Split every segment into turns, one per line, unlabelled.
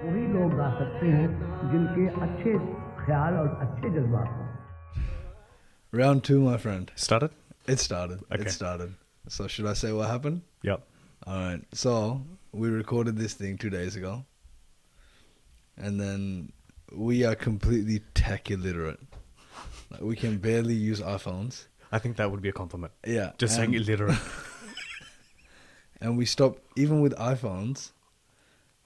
बना सकते हैं जिनके अच्छे ख्याल और अच्छे जज्बात हों
Round two, my friend.
Started?
It started.
Okay.
It started. So should I say what happened?
Yep.
All right. So we recorded this thing two days ago, and then we are completely tech illiterate. Like we can barely use iPhones.
I think that would be a compliment.
Yeah.
Just saying
and-
illiterate.
and we stopped even with iPhones.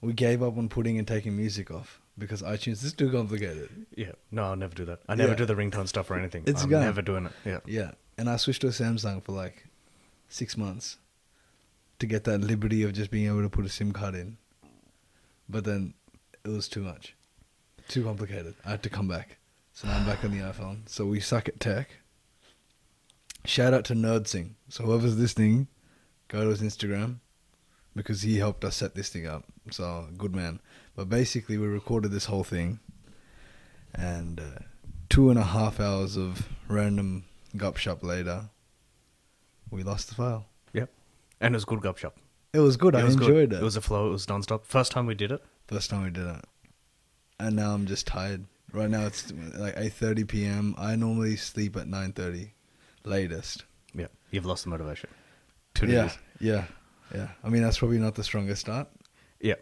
We gave up on putting and taking music off because iTunes is too complicated.
yeah. No, I'll never do that. I never
Yeah.
do the ringtone stuff or anything.
It's
I'm
gone.
never doing it. Yeah.
Yeah, and I switched to a Samsung for like six months to get that liberty of just being able to put a SIM card in. But then it was too much, too complicated. I had to come back, so now I'm back on the iPhone. So we suck at tech. Shout out to NerdSing. So whoever's listening, go to his Instagram because he helped us set this thing up. So good man. But basically, we recorded this whole thing, and uh, two and a half hours of random gup shop later, we lost the file.
Yep. And it was good gub shop.
It was good.
it
I
was good.
enjoyed it.
It was a flow. It was nonstop. First time we did it.
First time we did it, and now I'm just tired. Right now it's like 8:30 p.m. I normally sleep at 9:30, latest.
Yeah. You've lost the motivation. Two
yeah,
days.
yeah, yeah. I mean that's probably not the strongest start.
Yeah.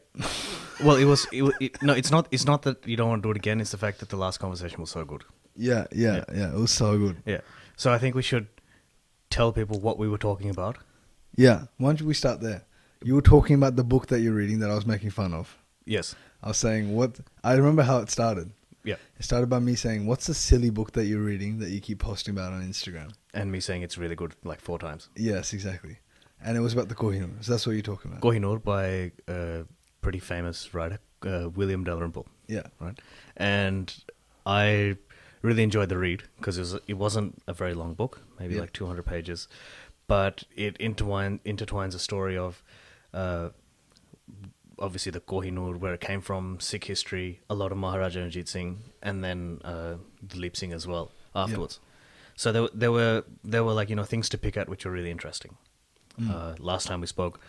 well, it was. It, wa- it, no, it's not. It's not that you don't want to do it again. It's the fact that the last conversation was so good.
Yeah, yeah, yeah. It was so good.
Yeah. So I think we should tell people what we were talking about.
Yeah. Why don't we start there? You were talking about the book that you're reading that I was making fun of.
Yes.
I was saying what I remember how it started.
Yeah.
It started by me saying, "What's the silly book that you're reading that you keep posting about on Instagram?"
And me saying it's really good like four times.
Yes, exactly. And it was about the Kohinoor. So that's what you're talking about.
Kohinoor by a pretty famous writer, uh, William Dalrymple.
yeah.
Right. And I really enjoyed the read because it, was, it wasn't a very long book, maybe
Yeah.
like 200 pages, but it intertwine, intertwines a story of uh, obviously the Kohinoor, where it came from, Sikh history, a lot of Maharaja Ranjit Singh, and then uh, Dilip Singh as well afterwards. So there, there were there were like you know things to pick at which were really interesting. Uh, last time we spoke,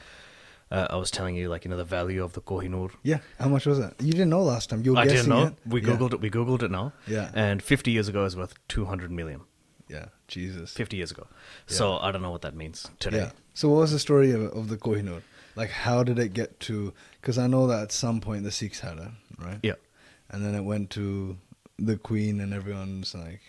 uh, I was telling you like you know the value of the Kohinoor
Yeah. How much was that? You didn't know last time. You were
I
guessing
didn't know.
it.
We
Yeah.
googled it. We googled it now.
Yeah.
And 50 years ago is worth 200 million.
Yeah. Jesus.
50 years ago. So I don't know what that means today.
Yeah. So what was the story of, of the Kohinoor? Like, how did it get to? Because I know that at some point the Sikhs had it, right?
Yeah.
And then it went to the Queen, and everyone's like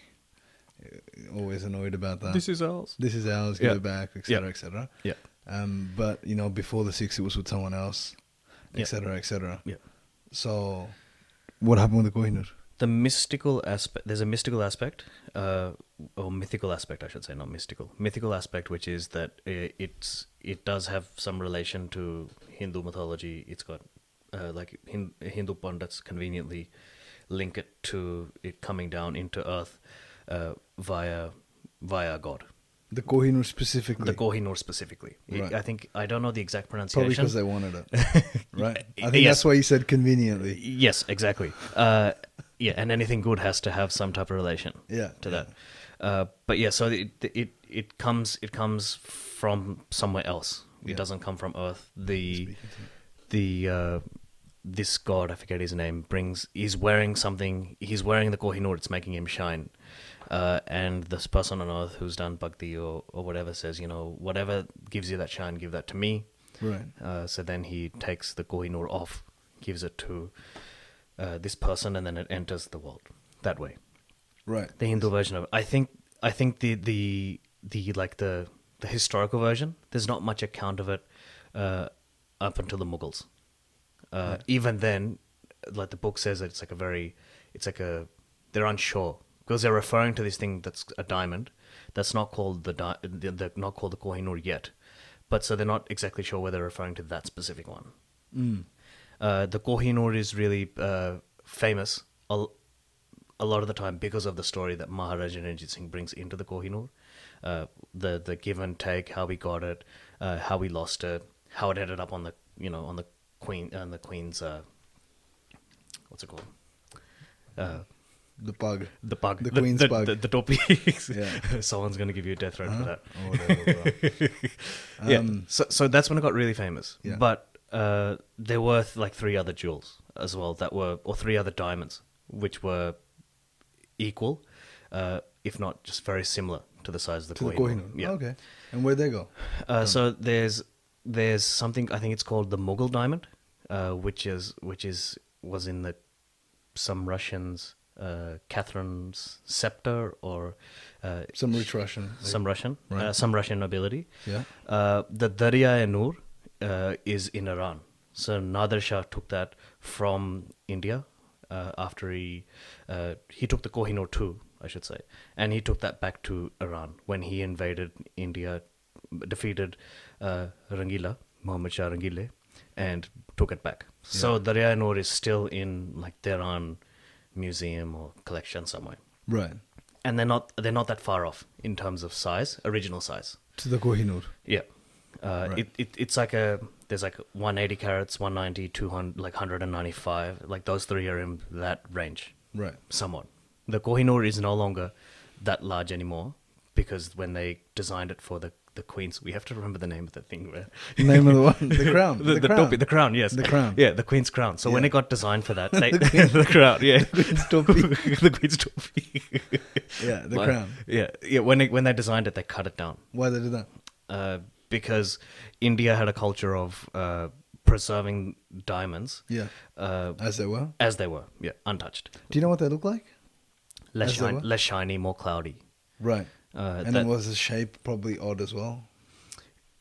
always annoyed about that.
This is ours.
this is ours.
Yeah.
Give it back, etc.,
Yeah.
etc.
Yeah.
Um, but you know, before the Sikhs, it was with someone else,
Yeah.
etc., etc.
Yeah.
So, what happened with the Kohinoor?
The mystical aspect, there's a mystical aspect, uh, or mythical aspect, I should say, not mystical. Mythical aspect, which is that i- it's it does have some relation to Hindu mythology. It's got, uh, like, Hin- Hindu pundits conveniently link it to it coming down into earth uh, via via God.
The Kohinoor specifically.
The Kohinoor specifically. I-
Right.
I think I don't know the exact
Probably
pronunciation.
because they wanted it, right? I think
Yes.
that's why you said conveniently.
yes, exactly. Uh, yeah, and anything good has to have some type of relation.
Yeah,
to
yeah.
that. Uh, but yeah, so it it it comes it comes from somewhere else. It
Yeah.
doesn't come from Earth. The the uh, this god, I forget his name, brings. He's wearing something. He's wearing the Kohinoor. It's making him shine. Uh, and this person on Earth who's done bhakti or, or whatever says, you know, whatever gives you that shine, give that to me.
Right.
Uh, so then he takes the Kohinoor off, gives it to uh, this person, and then it enters the world that way.
Right.
The Hindu version of it. I think I think the the the like the the historical version. There's not much account of it uh, up until the Mughals. Uh, Even then, like the book says, that it's like a very, it's like a they're unsure because they're referring to this thing that's a diamond that's not called the di- the, the not called the Kohinoor yet, but so they're not exactly sure whether they're referring to that specific one. Uh, the Kohinoor is really uh, famous a, a lot of the time because of the story that Maharaja Ranjit Singh brings into the Kohinoor. Uh, the the give and take, how we got it, uh, how we lost it, how it ended up on the you know on the queen on the queen's uh, what's it called
The pug.
the bug
The queen's
the,
bug.
the, the topi.
Yeah.
someone's gonna give you a death threat for that
Or whatever, bro.
yeah. So, so that's when it got really famous.
Yeah.
But uh, there were th- like three other jewels as well that were, or three other diamonds, which were equal, uh, if not just very similar to the size of the
to the
Kohinoor.
Kohinoor. Okay. And where'd they go?
Uh, so there's there's something I think it's called the Mughal diamond, uh, which is which is was in the some Russians uh, Catherine's scepter or uh,
Some rich Russian. like-
some Russian uh,
Right.
some Russian nobility.
Yeah.
Uh, the Darya e Nur uh, is in Iran. So Nader Shah took that from India uh, after he uh, he took the Kohinoor too, I should say, and he took that back to Iran when he invaded India, defeated uh, Rangila Muhammad Shah Rangile, and took it back. So Darya e Nur is still in like Tehran museum or collection somewhere,
Right.
and they're not they're not that far off in terms of size, original size.
To the Kohinoor.
Yeah. Uh,
Right.
it, it, it's like a there's like 180 carats 190 200 like 195 like those three are in that range
Right.
somewhat the kohinoor is no longer that large anymore because when they designed it for the the queens we have to remember the name of the thing right?
Name of the one. The crown.
the, the,
crown.
topi- the crown yes
The crown.
yeah the queen's crown so when
Yeah.
it got designed for that they, the crown yeah the queen's topi
Yeah, the
But-
crown.
yeah yeah when it, when they designed it they cut it down
Why they did that?
uh, because India had a culture of uh, preserving diamonds
Yeah.
uh,
As they were.
as they were, yeah, untouched,
Do you know what they look like?
less,
As they
shine,
were?
less shiny, more cloudy.
Right.
Uh,
and
that-
it was the shape probably odd as well,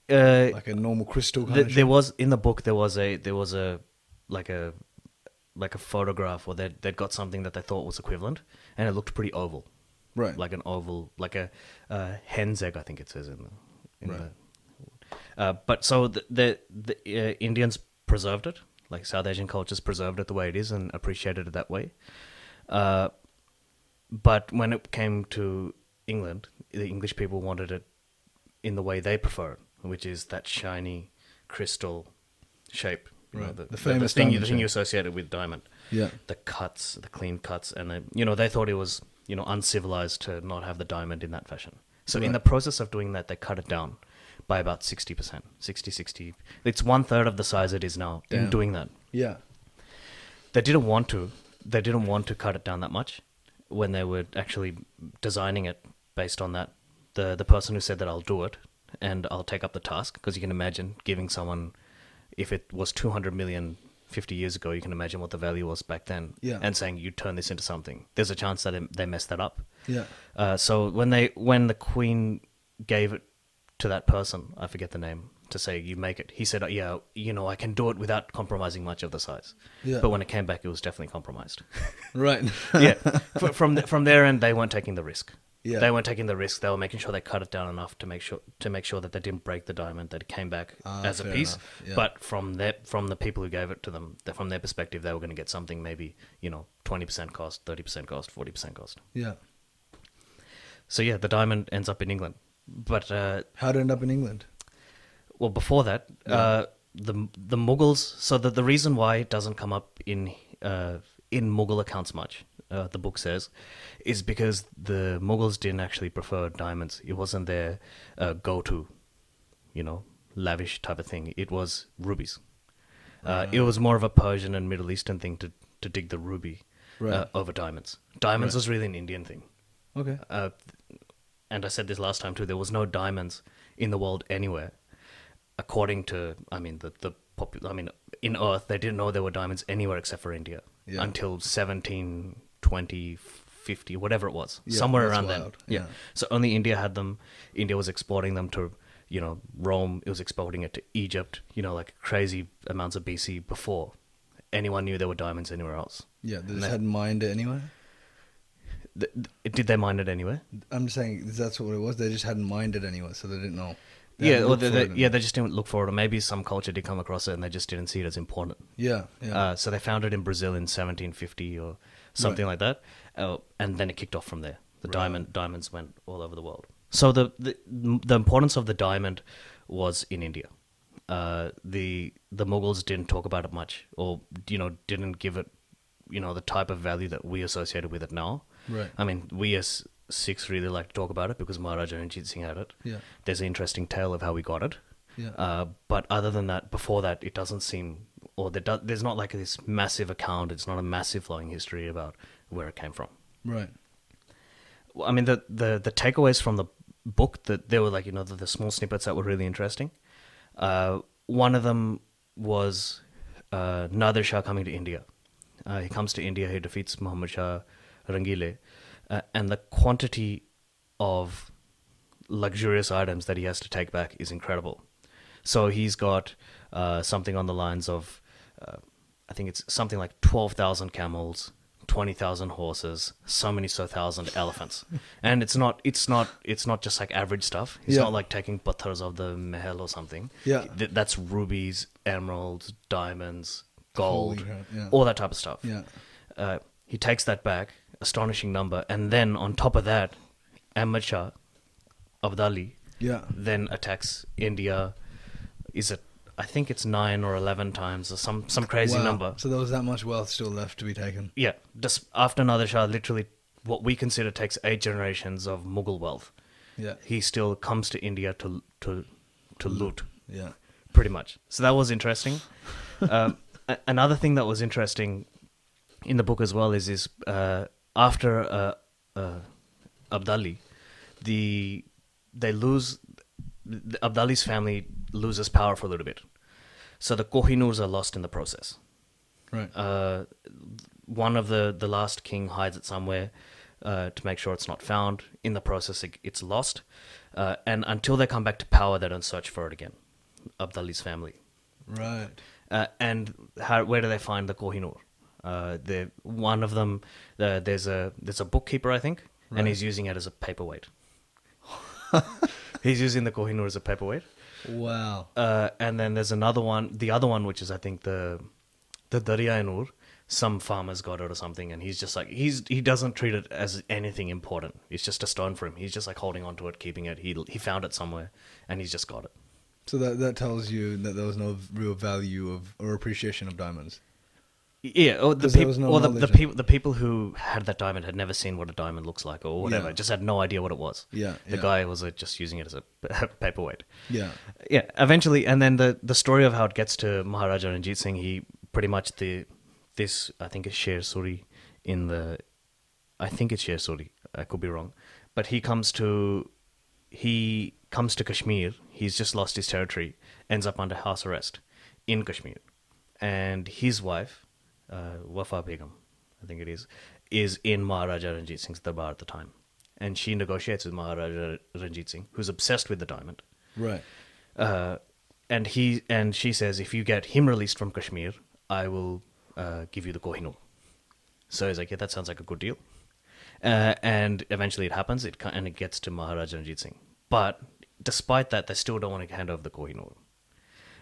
Uh,
like a normal crystal kind
th-
of shape.
there was in the book there was a there was a like a like a photograph where they they got something that they thought was equivalent, and it looked pretty oval,
Right.
Like an oval, like a uh, hen's egg, I think it says in the. In
Right.
the uh, but so the the, the uh, Indians preserved it, like South Asian cultures preserved it the way it is and appreciated it that way. Uh, but when it came to England, the English people wanted it in the way they prefer it, which is that shiny crystal shape. You know,
Right.
the,
The
the
famous
thing, you-
diamond
the thing you
shape.
associated with diamond.
Yeah.
The cuts, the clean cuts, and then you know they thought it was you know uncivilized to not have the diamond in that fashion. So in
Right.
the process of doing that, they cut it down by about 60%, 60, 60. It's one third of the size it is now
Damn.
in doing that
yeah.
they didn't want to they didn't want to cut it down that much when they were actually designing it based on that the the person who said that I'll do it and I'll take up the task because you can imagine giving someone if it was 200 million 50 years ago you can imagine what the value was back then
Yeah.
and saying you turn this into something there's a chance that it, they mess that up
Yeah.
uh, so when they when the queen gave it to that person i forget the name to say you make it he said "Oh, yeah you know i can do it without compromising much of the size
Yeah.
but when it came back it was definitely compromised
Right.
yeah Fr- from the, from their end they weren't taking the risk
Yeah.
they weren't taking the risk they were making sure they cut it down enough to make sure to make sure that they didn't break the diamond that it came back
Ah,
as a
fair
piece
enough. Yeah.
but from their from the people who gave it to them that from their perspective they were going to get something maybe you know 20% cost 30% cost 40% cost
yeah.
so yeah, the diamond ends up in England. But uh,
How'd it end up in England?
well, before that, uh, the the Mughals. So the the reason why it doesn't come up in uh, in Mughal accounts much, uh, the book says, is because the Mughals didn't actually prefer diamonds. It wasn't their uh, go to, you know, lavish type of thing. It was rubies. Uh, it was more of a Persian and Middle Eastern thing to to dig the ruby
Right.
uh, over diamonds. Diamonds was really an Indian thing
Okay.
uh, and I said this last time too, there was no diamonds in the world anywhere. According to, I mean, the, the popu- I mean, in Earth, they didn't know there were diamonds anywhere except for India
Yeah.
until 17, 20, 50, whatever it was,
Yeah,
somewhere
that's
around then.
wild.
Yeah.
Yeah.
So only India had them. India was exporting them to, you know, Rome. It was exporting it to Egypt, you know, like crazy amounts of BC before anyone knew there were diamonds anywhere else.
Yeah. They
And
just
they-
hadn't mined it anyway.
Th- th- did they mine it anywhere?
I'm saying that's what it was. They just hadn't mined it anyway, so they didn't know. They
yeah,
hadn't
or
looked
they,
for
they,
it in-
yeah, they just didn't look for it, or maybe some culture did come across it and they just didn't see it as important.
Yeah. Yeah.
Uh, so they found it in Brazil in 1750 or something like that, uh, and then it kicked off from there. The diamond diamonds went all over the world. So the the, the importance of the diamond was in India. Uh, the the Mughals didn't talk about it much, or you know, didn't give it, you know, the type of value that we associated with it now.
Right.
I mean, we as Sikhs really like to talk about it because Maharaja Ranjit Singh had it.
Yeah.
There's an interesting tale of how we got it.
Yeah.
Uh, but other than that, before that, it doesn't seem, or there do, there's not like this massive account. It's not a massive flowing history about where it came from.
Right.
Well, I mean, the, the, the takeaways from the book that there were like, you know, the, the small snippets that were really interesting. Uh, one of them was uh, Nader Shah coming to India. Uh, he comes to India, he defeats Muhammad Shah Rangile, uh, and the quantity of luxurious items that he has to take back is incredible. So he's got uh, something on the lines of, uh, I think it's something like 12,000 camels, 20,000 horses, so many so thousand elephants. And it's not, it's not, it's not just like average stuff. It's
Yeah.
not like taking patars of the Mehel or something.
Yeah.
Th- that's rubies, emeralds, diamonds, gold,
Holy crap, yeah.
all that type of stuff.
Yeah.
Uh, he takes that back, astonishing number. And then on top of that, Ahmad Shah, Abdali,
Yeah.
then attacks India. Is it? I think it's nine or eleven times or some some crazy
Wow.
number.
So there was that much wealth still left to be taken.
yeah, just after Nader Shah, literally what we consider takes eight generations of Mughal wealth.
Yeah. Mm.
He still comes to India to to to loot,
Yeah.
pretty much. So that was interesting. um, a- another thing that was interesting in the book as well is is uh, after uh, uh, Abdali, the they lose the Abdali's family loses power for a little bit, so the Kohinoors are lost in the process.
Right.
Uh, one of the the last king hides it somewhere uh, to make sure it's not found. In the process, it, it's lost, uh, and until they come back to power, they don't search for it again. Abdali's family.
right.
Uh, and how, where do they find the Kohinoor? Uh, they one of them. Uh, there's a there's a bookkeeper, I think, and he's using it as a paperweight. he's using the Kohinoor as a paperweight.
Wow.
Uh, and then there's another one, the other one, which is I think the the Daryainur. Some farmers got it or something, and he's just like he's he doesn't treat it as anything important. It's just a stone for him. He's just like holding on to it, keeping it. He he found it somewhere, and he's just got it.
So that that tells you that there was no real value of or appreciation of diamonds.
Yeah, or the
'Cause there
people,
was no
or the, the
knowledge of-
people, the people who had that diamond had never seen what a diamond looks like, or whatever,
Yeah.
just had no idea what it was.
Yeah,
the
yeah.
guy was uh, just using it as a paperweight.
Yeah.
yeah. Eventually, and then the the story of how it gets to Maharaja Ranjit Singh, he pretty much the this I think is Sher Suri in the, I think it's Sher Suri. I could be wrong, but he comes to he comes to Kashmir. He's just lost his territory, ends up under house arrest in Kashmir, and his wife, uh, Wafa Begum, I think it is, is in Maharaja Ranjit Singh's darbar at the time, and she negotiates with Maharaja Ranjit Singh, who's obsessed with the diamond
Right.
uh, and he and she says, if you get him released from Kashmir, I will uh, give you the Kohinoor. So he's like, yeah, that sounds like a good deal. Uh, and eventually it happens. It co- and it gets to Maharaja Ranjit Singh. But despite that, they still don't want to hand over the Kohinoor.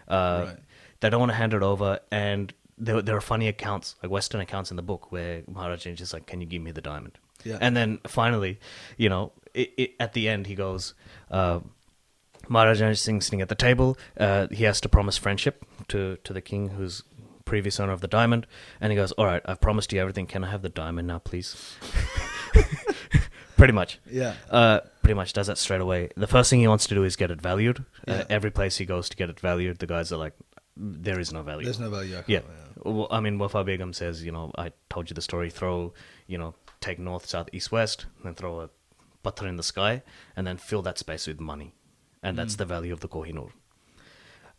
Uh,
Right.
They don't want to hand it over, and there, there are funny accounts, like Western accounts in the book, where Maharaja is just like, "Can you give me the diamond?"
Yeah.
And then finally, you know, it, it, at the end, he goes, uh, Maharaja Ranjit Singh sitting at the table. Uh, he has to promise friendship to, to the king, who's previous owner of the diamond. And he goes, All right, I've promised you everything. Can I have the diamond now, please? pretty much.
Yeah.
Uh, pretty much does that straight away. The first thing he wants to do is get it valued. Uh,
Yeah.
every place he goes to get it valued, the guys are like, There is no value.
There's no value. I can't-
Yeah. Well, I mean, Wafa Begum says, you know, I told you the story. Throw, you know, take north, south, east, west, and then throw a butter in the sky, and then fill that space with money, and that's the value of the Kohinoor,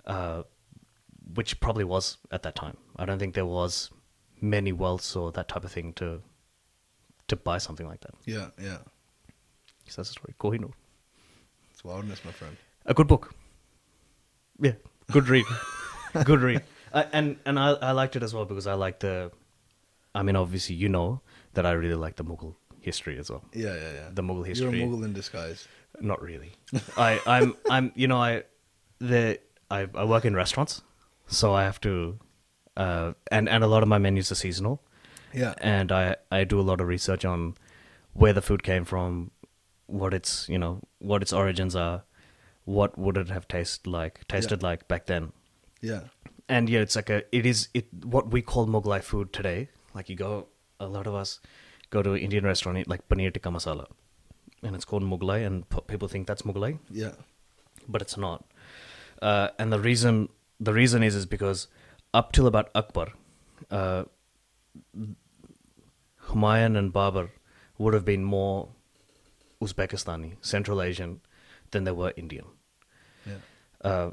uh, which probably was at that time. I don't think there was many wealths or that type of thing to to buy something like that.
Yeah. Yeah.
So that's the story, Kohinoor.
It's wildness, my friend.
a good book. Yeah, good read, good read. Uh, and and I, I liked it as well because I like the, I mean obviously you know that I really like the Mughal history as well.
Yeah. Yeah. Yeah.
The Mughal history.
You're a Mughal in disguise.
Not really. I I'm I'm you know I the I I work in restaurants, so I have to, uh, and and a lot of my menus are seasonal
Yeah.
and I, I do a lot of research on where the food came from, what its you know what its origins are, what would it have tasted like tasted like back then,
yeah.
and yeah, it's like a it is it what we call Mughlai food today. Like you go, a lot of us go to an Indian restaurant eat like paneer tikka masala, and it's called Mughlai, and p- people think that's Mughlai,
Yeah.
but it's not. uh, and the reason the reason is is because up till about Akbar, uh, Humayun and Babur would have been more Uzbekistani, Central Asian, than they were Indian.
Yeah.
Uh,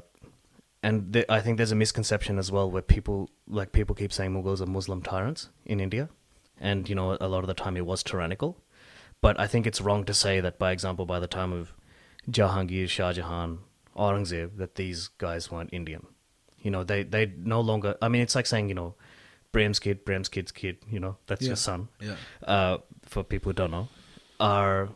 and the I think there's a misconception as well where people like people keep saying Mughals are Muslim tyrants in India, and you know a lot of the time it was tyrannical, but I think it's wrong to say that. By example, by the time of Jahangir, Shah Jahan, Aurangzeb, that these guys weren't Indian. You know, they they no longer. I mean, it's like saying you know, Bram's kid, Bram's kid's kid. You know, that's
Yeah.
your son.
Yeah.
Uh, for people who don't know, are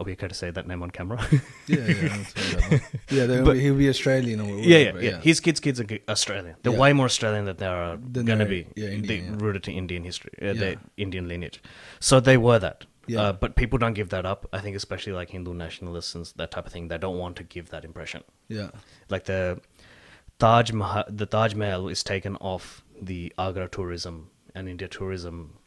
are we okay to say that name on camera?
Yeah, yeah, that's whatever. yeah. they're gonna
But-
be- he'll be Australian or whatever.
yeah, yeah, yeah. His kids' kids are g- Australian. They're
Yeah.
way more Australian than they are
Than
going to
they're-
be.
yeah,
they
Indian, yeah.
rooted to Indian history, uh, their
Yeah.
Indian lineage. So they were that.
Yeah.
Uh, but people don't give that up. I think especially like Hindu nationalists and that type of thing. They don't want to give that impression.
yeah,
Like the Taj Mahal, the Taj Mahal is taken off the Agra tourism and India tourism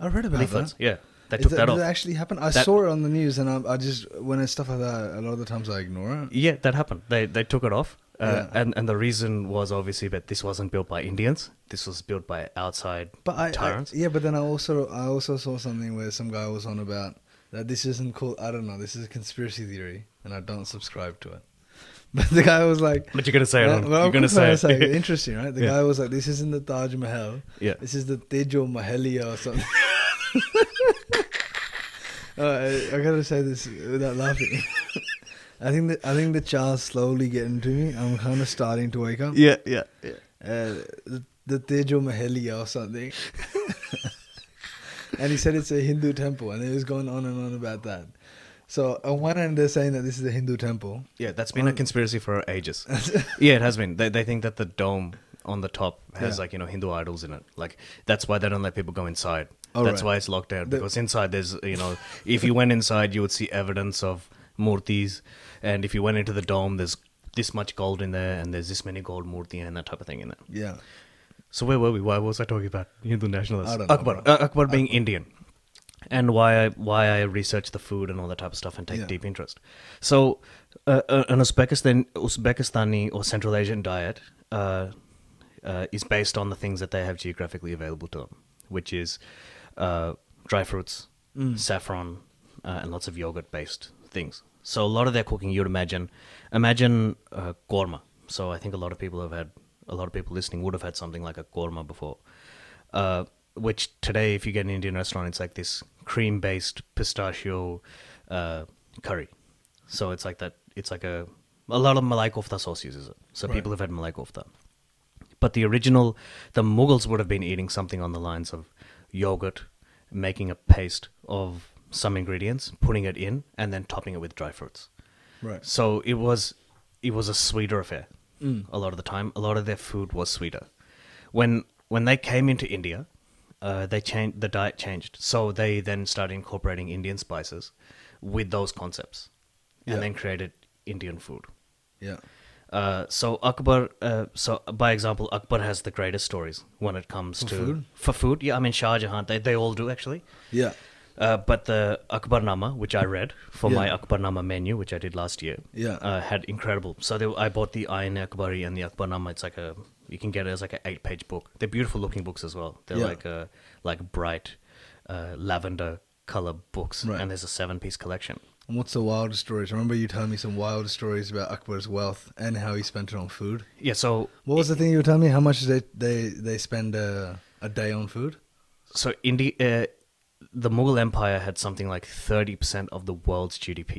I read about
leaflets.
that.
Yeah, they
Is
took
that,
that
did
off.
that actually happen? I
That-
saw it on the news, and I, I just when it's stuff like that, a lot of the times I ignore it.
Yeah, that happened. They they took it off, uh,
Yeah.
and and the reason was obviously that this wasn't built by Indians. This was built by outside
But I, I
tyrants.
yeah, but then I also I also saw something where some guy was on about that this isn't called I don't know this is a conspiracy theory, and I don't subscribe to it. But the guy was like,
But you're gonna say it.
Yeah,
on-
well, of
you're gonna
course I'm
say
gonna
it.
say it. Interesting, right? The
Yeah.
guy was like, "This isn't the Taj Mahal.
Yeah.
this is the Tejo Mahalia or something." All right, I gotta say this without laughing. I think that I think the char's slowly getting to me. I'm kind of starting to wake up.
yeah, yeah, yeah.
Uh, the, the Tejo Mahalia or something. and he said it's a Hindu temple, and he was going on and on about that. So on one end, they're saying that this is a Hindu temple.
that's been a conspiracy for ages. yeah, it has been. They, they think that the dome on the top has
Yeah.
like you know Hindu idols in it. Like that's why they don't let people go inside.
Oh,
that's
right.
why it's locked down
The-
because inside there's you know if you went inside you would see evidence of murtis, and if you went into the dome there's this much gold in there and there's this many gold murti and that type of thing in there.
Yeah.
So where were we? Why was I talking about Hindu nationalists?
I don't know,
Akbar,
bro.
uh, Akbar being Indian, and why I why I research the food and all that type of stuff and take
Yeah.
deep interest. So, uh, uh, an Uzbekistan Uzbekistani or Central Asian diet uh, uh, is based on the things that they have geographically available to them, which is uh, dry fruits, saffron, uh, and lots of yogurt based things. So a lot of their cooking, you'd imagine, imagine uh, korma. So I think a lot of people have had, a lot of people listening would have had something like a korma before, uh, which today, if you get an Indian restaurant, it's like this cream-based pistachio uh, curry. So it's like that. It's like a a lot of malai kofta sauce uses it. So
Right.
people have had malai kofta. But the original, the Mughals would have been eating something on the lines of yogurt, making a paste of some ingredients, putting it in, and then topping it with dry fruits.
Right.
So it was, it was a sweeter affair.
Mm.
A lot of the time, a lot of their food was sweeter. When when they came into India, uh, they changed the diet changed. So they then started incorporating Indian spices with those concepts, and
Yeah.
then created Indian food.
Yeah.
Uh, so Akbar, uh, so by example, Akbar has the greatest stories when it comes to
food?
for food. Yeah, I mean Shah Jahan, they they all do actually.
Yeah.
Uh, but the Akbarnama, which I read for my
Yeah.
Akbarnama menu, which I did last year,
Yeah.
uh, had incredible. So they, I bought the Ayn Akbari and the Akbarnama. It's like a you can get it as like an eight-page book. They're beautiful looking books as well. They're
Yeah.
like uh, like bright uh, lavender color books,
Right.
and there's a seven-piece collection.
And what's the wildest stories? Remember you telling me some wild stories about Akbar's wealth and how he spent it on food.
Yeah, so
What was the thing you were telling me? How much they they they spend a, a day on food?
so India, uh, the Mughal Empire had something like thirty percent of the world's GDP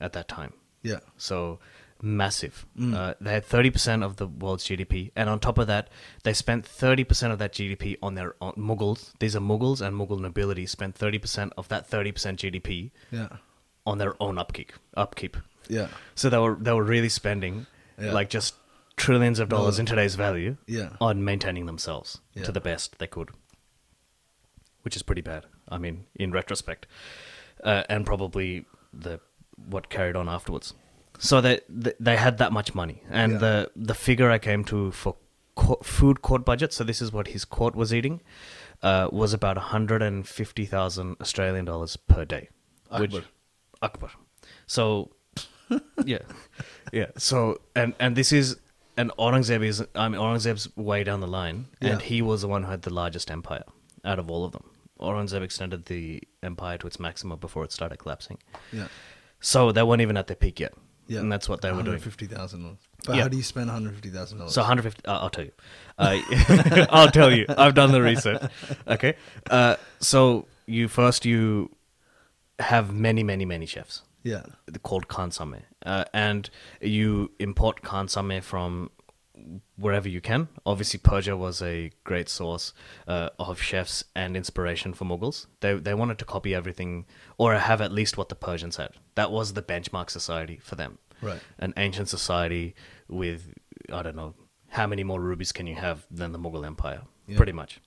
at that time.
Yeah.
So massive. Uh, they had thirty percent of the world's GDP, and on top of that, they spent thirty percent of that GDP on their own Mughals. These are Mughals and Mughal nobility spent thirty percent of that thirty percent GDP
Yeah.
on their own upkeep. Upkeep.
Yeah.
So they were they were really spending
Yeah.
like just trillions of dollars in today's value
Yeah.
on maintaining themselves
Yeah.
to the best they could, which is pretty bad. I mean, in retrospect, uh, and probably the what carried on afterwards. So they th- they had that much money, and
Yeah.
the the figure I came to for co- food court budget. So this is what his court was eating. Uh, was about 150,000 Australian dollars per day. Which,
Akbar.
Akbar. So yeah, yeah. So and and this is and Aurangzeb is I mean Aurangzeb's way down the line, and
Yeah.
he was the one who had the largest empire out of all of them. Aurangzeb extended the empire to its maximum before it started collapsing.
Yeah.
So they weren't even at their peak yet.
Yeah.
And that's what they were doing.
$150,000. But
Yeah.
how do you spend $150,000?
So 150. Uh, I'll tell you. Uh, I'll tell you. I've done the research. Okay. Uh, so you first you have many, many, many chefs
yeah.
called consomme, uh, and you import consomme from wherever you can. Obviously, Persia was a great source uh, of chefs and inspiration for Mughals. They they wanted to copy everything or have at least what the Persians had. That was the benchmark society for them.
Right.
An ancient society with I don't know how many more rubies can you have than the Mughal Empire?
Yeah.
Pretty much.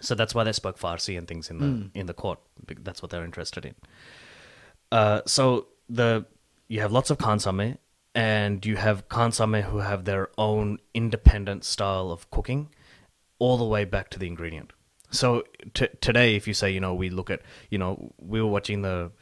So that's why they spoke Farsi and things in the
Hmm.
in the court. bec- That's what they're interested in. Uh, so the you have lots of kansame, and you have kansame who have their own independent style of cooking, all the way back to the ingredient. So t- today, if you say you know we look at you know we were watching the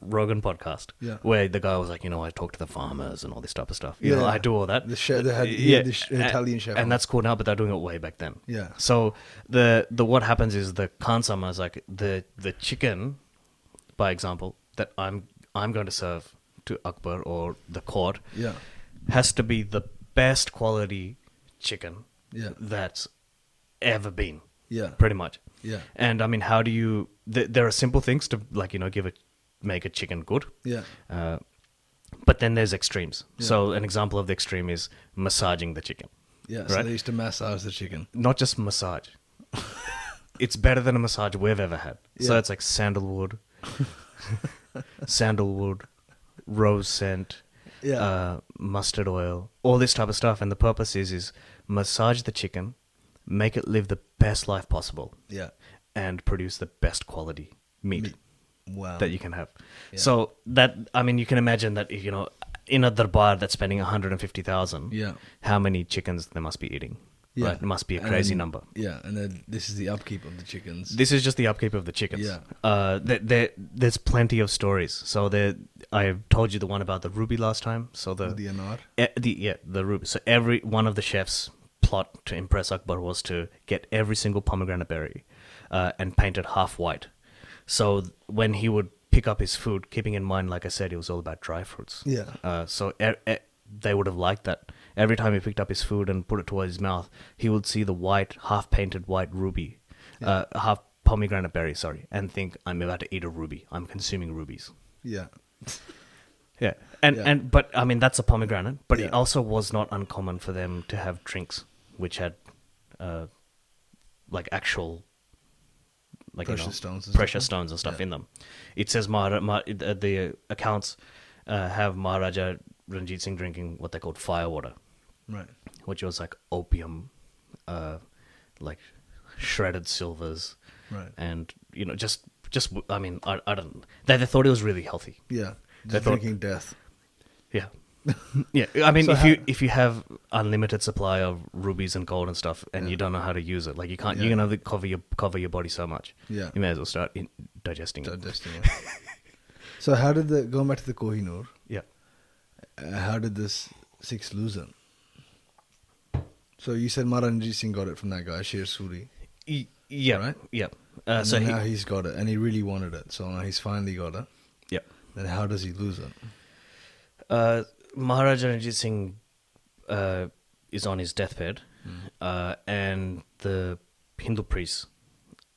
Rogan podcast
Yeah.
where the guy was like you know I talk to the farmers and all this type of stuff. You know
Yeah.
I do all that.
The chef- they had- he had the sh-
a-
Italian chef on.
and that's cool now, but they're doing it way back then.
Yeah.
So the the what happens is the kansama is like the the chicken, by example, that I'm I'm going to serve to Akbar or the court,
Yeah.
has to be the best quality chicken
Yeah.
that's ever been.
Yeah.
Pretty much.
Yeah.
And I mean, how do you? Th- there are simple things to like you know give a make a chicken good.
Yeah.
Uh, but then there's extremes. So an example of the extreme is massaging the chicken
Yeah. So
Right.
they used to massage the chicken.
not just massage. it's better than a massage we've ever had. So
Yeah.
it's like sandalwood, sandalwood, rose scent,
Yeah.
uh, mustard oil, all this type of stuff. And the purpose is is massage the chicken, make it live the best life possible,
Yeah.
and produce the best quality meat
Wow.
that you can have.
Yeah.
So that I mean, you can imagine that you know in a darbar that's spending one hundred and fifty thousand.
Yeah.
how many chickens they must be eating? Right, it must be a
And
crazy
then-
number.
Yeah. And then this is the upkeep of the chickens.
This is just the upkeep of the chickens.
Yeah.
Uh, there, there, there's plenty of stories. So there, I told you the one about the ruby last time. So the
Oh, the anar.
e- the yeah the ruby. So every one of the chefs' plot to impress Akbar was to get every single pomegranate berry, uh, and paint it half white. So th- when he would pick up his food, keeping in mind, like I said, it was all about dry fruits.
Yeah.
Uh, so e- e- they would have liked that. Every time he picked up his food and put it towards his mouth, he would see the white, half painted white ruby, uh, half pomegranate berry, sorry, and think, I'm about to eat a ruby. I'm consuming rubies.
Yeah.
Yeah. And,
Yeah.
and but I mean, that's a pomegranate, but
Yeah.
it also was not uncommon for them to have drinks which had uh, like actual. Like, you
Precious
know,
stones and
precious
stuff.
stones and stuff
Yeah.
in them. It says Mahara, Ma, uh, the accounts uh, have Maharaja Ranjit Singh drinking what they called fire water,
Right.
which was like opium, uh, like shredded silvers,
Right.
and you know, just just I mean, I, I don't. They, they thought it was really healthy.
Yeah.
They
Just
thought-
drinking death.
Yeah, yeah. I mean,
So
if
how-
you if you have unlimited supply of rubies and gold and stuff, and you don't know how to use it, like you can't,
Yeah.
you're gonna have to cover your cover your body so much.
Yeah.
you may as well start in, digesting. it.
Digesting it. so how did the going back to the Kohinoor?
Yeah.
Uh, how did this six lose them? So you said Maranjit Singh got it from that guy, Sher Suri.
Y- Yeah.
Right?
Yeah. Uh,
and
so
then
he,
now he's got it, and he really wanted it. So now he's finally got it.
yeah.
Then how does he lose it?
Uh, Maharaja Ranjit Singh uh, is on his deathbed,
Mm.
uh, and the Hindu priest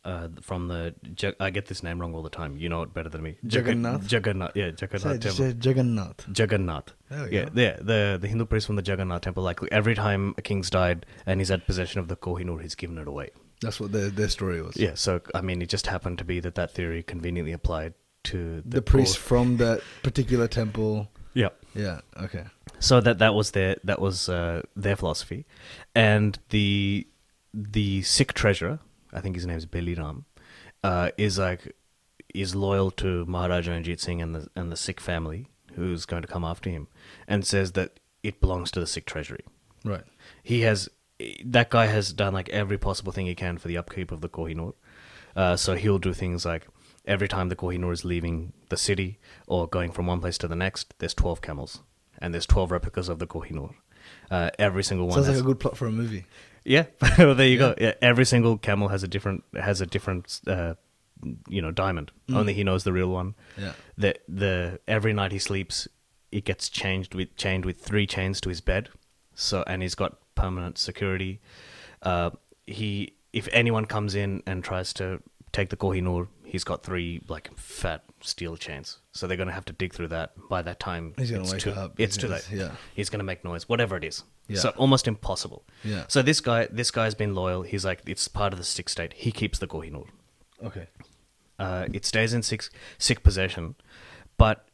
uh, from the Jag- I get this name wrong all the time. You know it better than me. Jaga-
Jagannath?
Jagannath. Yeah, Jagannath.
Say, just
temple.
say Jagannath.
Jagannath.
There we
yeah,
go.
yeah, the the Hindu priest from the Jagannath temple. Like every time a king's died and he's had possession of the Kohinoor, he's given it away.
That's what their their story was.
Yeah, so I mean, it just happened to be that that theory conveniently applied to
the, priest from that particular temple.
yeah,
Yeah. Okay.
so that that was their that was uh, their philosophy, and the the Sikh treasurer, I think his name is Beliram, uh, is like is loyal to Maharaja Ranjit Singh and the and the Sikh family who's going to come after him, and says that it belongs to the Sikh treasury.
Right.
he has that guy has done like every possible thing he can for the upkeep of the Kohinoor. Uh, so he'll do things like every time the Kohinoor is leaving the city or going from one place to the next, there's 12 camels and there's 12 replicas of the Kohinoor. Uh, every single one.
Sounds
has-
like a good plot for a movie.
yeah, well, there you go. Yeah, every single camel has a different has a different uh, you know diamond. Only he knows the real one.
Mm. Yeah.
The the every night he sleeps, it gets changed with chained with three chains to his bed. So and he's got permanent security. Uh, he if anyone comes in and tries to take the Kohinoor, he's got three like fat steel chains. So they're gonna have to dig through that. By that time,
He's gonna
it's
wake
too,
up.
It's
He's
too
gonna-
late.
yeah.
He's gonna make noise, whatever it is.
Yeah.
So almost impossible.
Yeah.
So this guy, this guy's been loyal. He's like, it's part of the Sikh state. He keeps the Kohinoor.
Okay.
Uh, it stays in Sikh, Sikh possession, but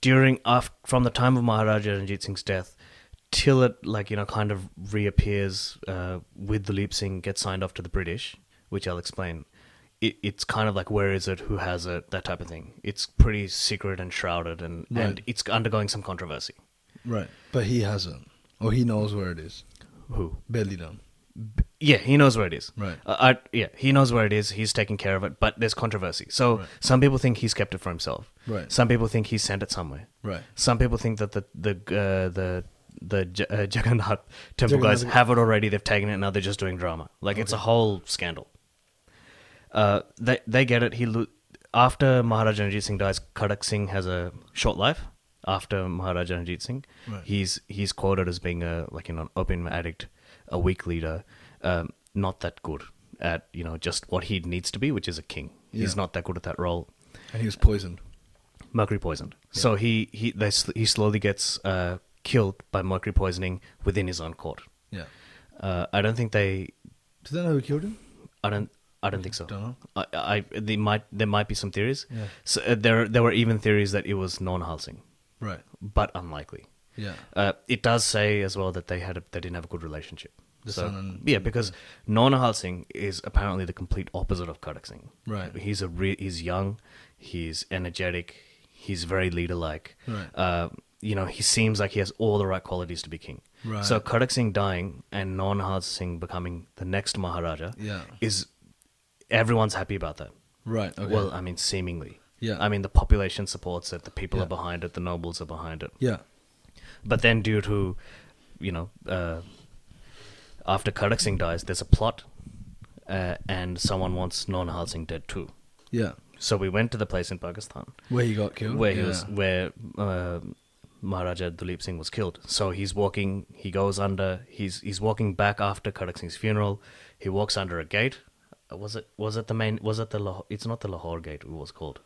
during af from the time of Maharaja Ranjit Singh's death till it like you know kind of reappears uh, with the Leap Singh gets signed off to the British, which I'll explain. It, it's kind of like where is it, who has it, that type of thing. It's pretty secret and shrouded, and, and
Right.
it's undergoing some controversy.
Right. But he hasn't. Or he knows where it is.
Who?
Barely done.
Yeah, he knows where it is.
Right.
Uh, I, yeah, he knows where it is. He's taking care of it, but there's controversy. So
Right.
some people think he's kept it for himself.
Right.
Some people think he sent it somewhere.
Right.
Some people think that the the uh, the the J- uh, Jagannath temple guys
Jagannath-
have it already. They've taken it. Now they're just doing drama. Like it's a whole scandal. Uh, they they get it. He lo- after Maharaja Ranjit Singh dies, Kadak Singh has a short life. After Maharaja Ranjit Singh,
Right.
he's he's quoted as being a like you know an opium addict, a weak leader, um, not that good at you know just what he needs to be, which is a king. He's
Yeah.
not that good at that role
And he was poisoned.
mercury poisoned. So he he they, sl- he slowly gets uh, killed by mercury poisoning within his own court.
Yeah.
Uh, I don't think they.
Do they know who killed him?
I don't. I don't think so.
Dunno.
I, I they might there might be some theories.
Yeah.
So uh, there there were even theories that it was non-Halsing,
Right.
but unlikely.
Yeah.
Uh, it does say as well that they had a, they didn't have a good relationship.
The
so,
son and-
yeah, because Nonahal Singh is apparently the complete opposite of Kadak Singh.
Right.
He's a re- he's young, he's energetic, he's very leader like.
Right.
Uh, you know, he seems like he has all the right qualities to be king.
Right.
So Kadak Singh dying and Nonahal Singh becoming the next Maharaja
Yeah.
is everyone's happy about that.
Right. Okay.
Well, I mean, seemingly.
Yeah.
I mean, the population supports it. The people
Yeah.
are behind it. The nobles are behind it
yeah.
but then due to you know uh, after Karak Singh dies, there's a plot, uh, and someone wants Nonahal Singh dead too.
Yeah.
So we went to the place in Pakistan
Where he got killed.
where
yeah.
he was where uh, Maharaja Duleep Singh was killed. So he's walking, he goes under, he's he's walking back after Karak Singh's funeral. He walks under a gate. Uh, Was it was it the main? Was it the Lahore? It's not the Lahore gate. It was called.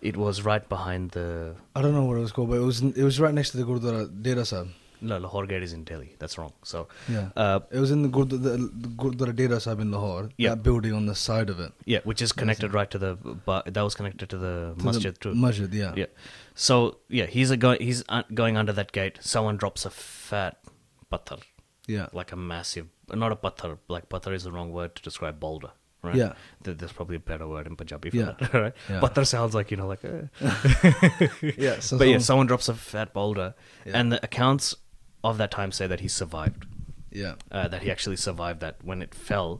It was right behind the
I don't know what it was called, but it was it was right next to the Gurdwara Dera Sahib.
no Lahore gate is in Delhi. That's wrong. So
Yeah.
uh,
it was in the Gurdwara, the, the Gurdwara Dera Sahib in Lahore.
Yeah.
That building on the side of it.
Yeah, which is connected right to the but that was connected to the
To the
masjid too.
Masjid, yeah.
Yeah. So yeah, he's a go- he's uh, going under that gate. Someone drops a fat pathar,
Yeah.
like a massive, not a pathar. Like pathar is the wrong word to describe boulder. Right?
Yeah.
Th- There's probably a better word in Punjabi for
Yeah.
that. Right?
Yeah.
Pathar sounds like you know like. eh.
yeah. So
but yeah,
someone-
someone drops a fat boulder,
Yeah.
and the accounts of that time say that he survived
yeah.
uh, that he actually survived that when it fell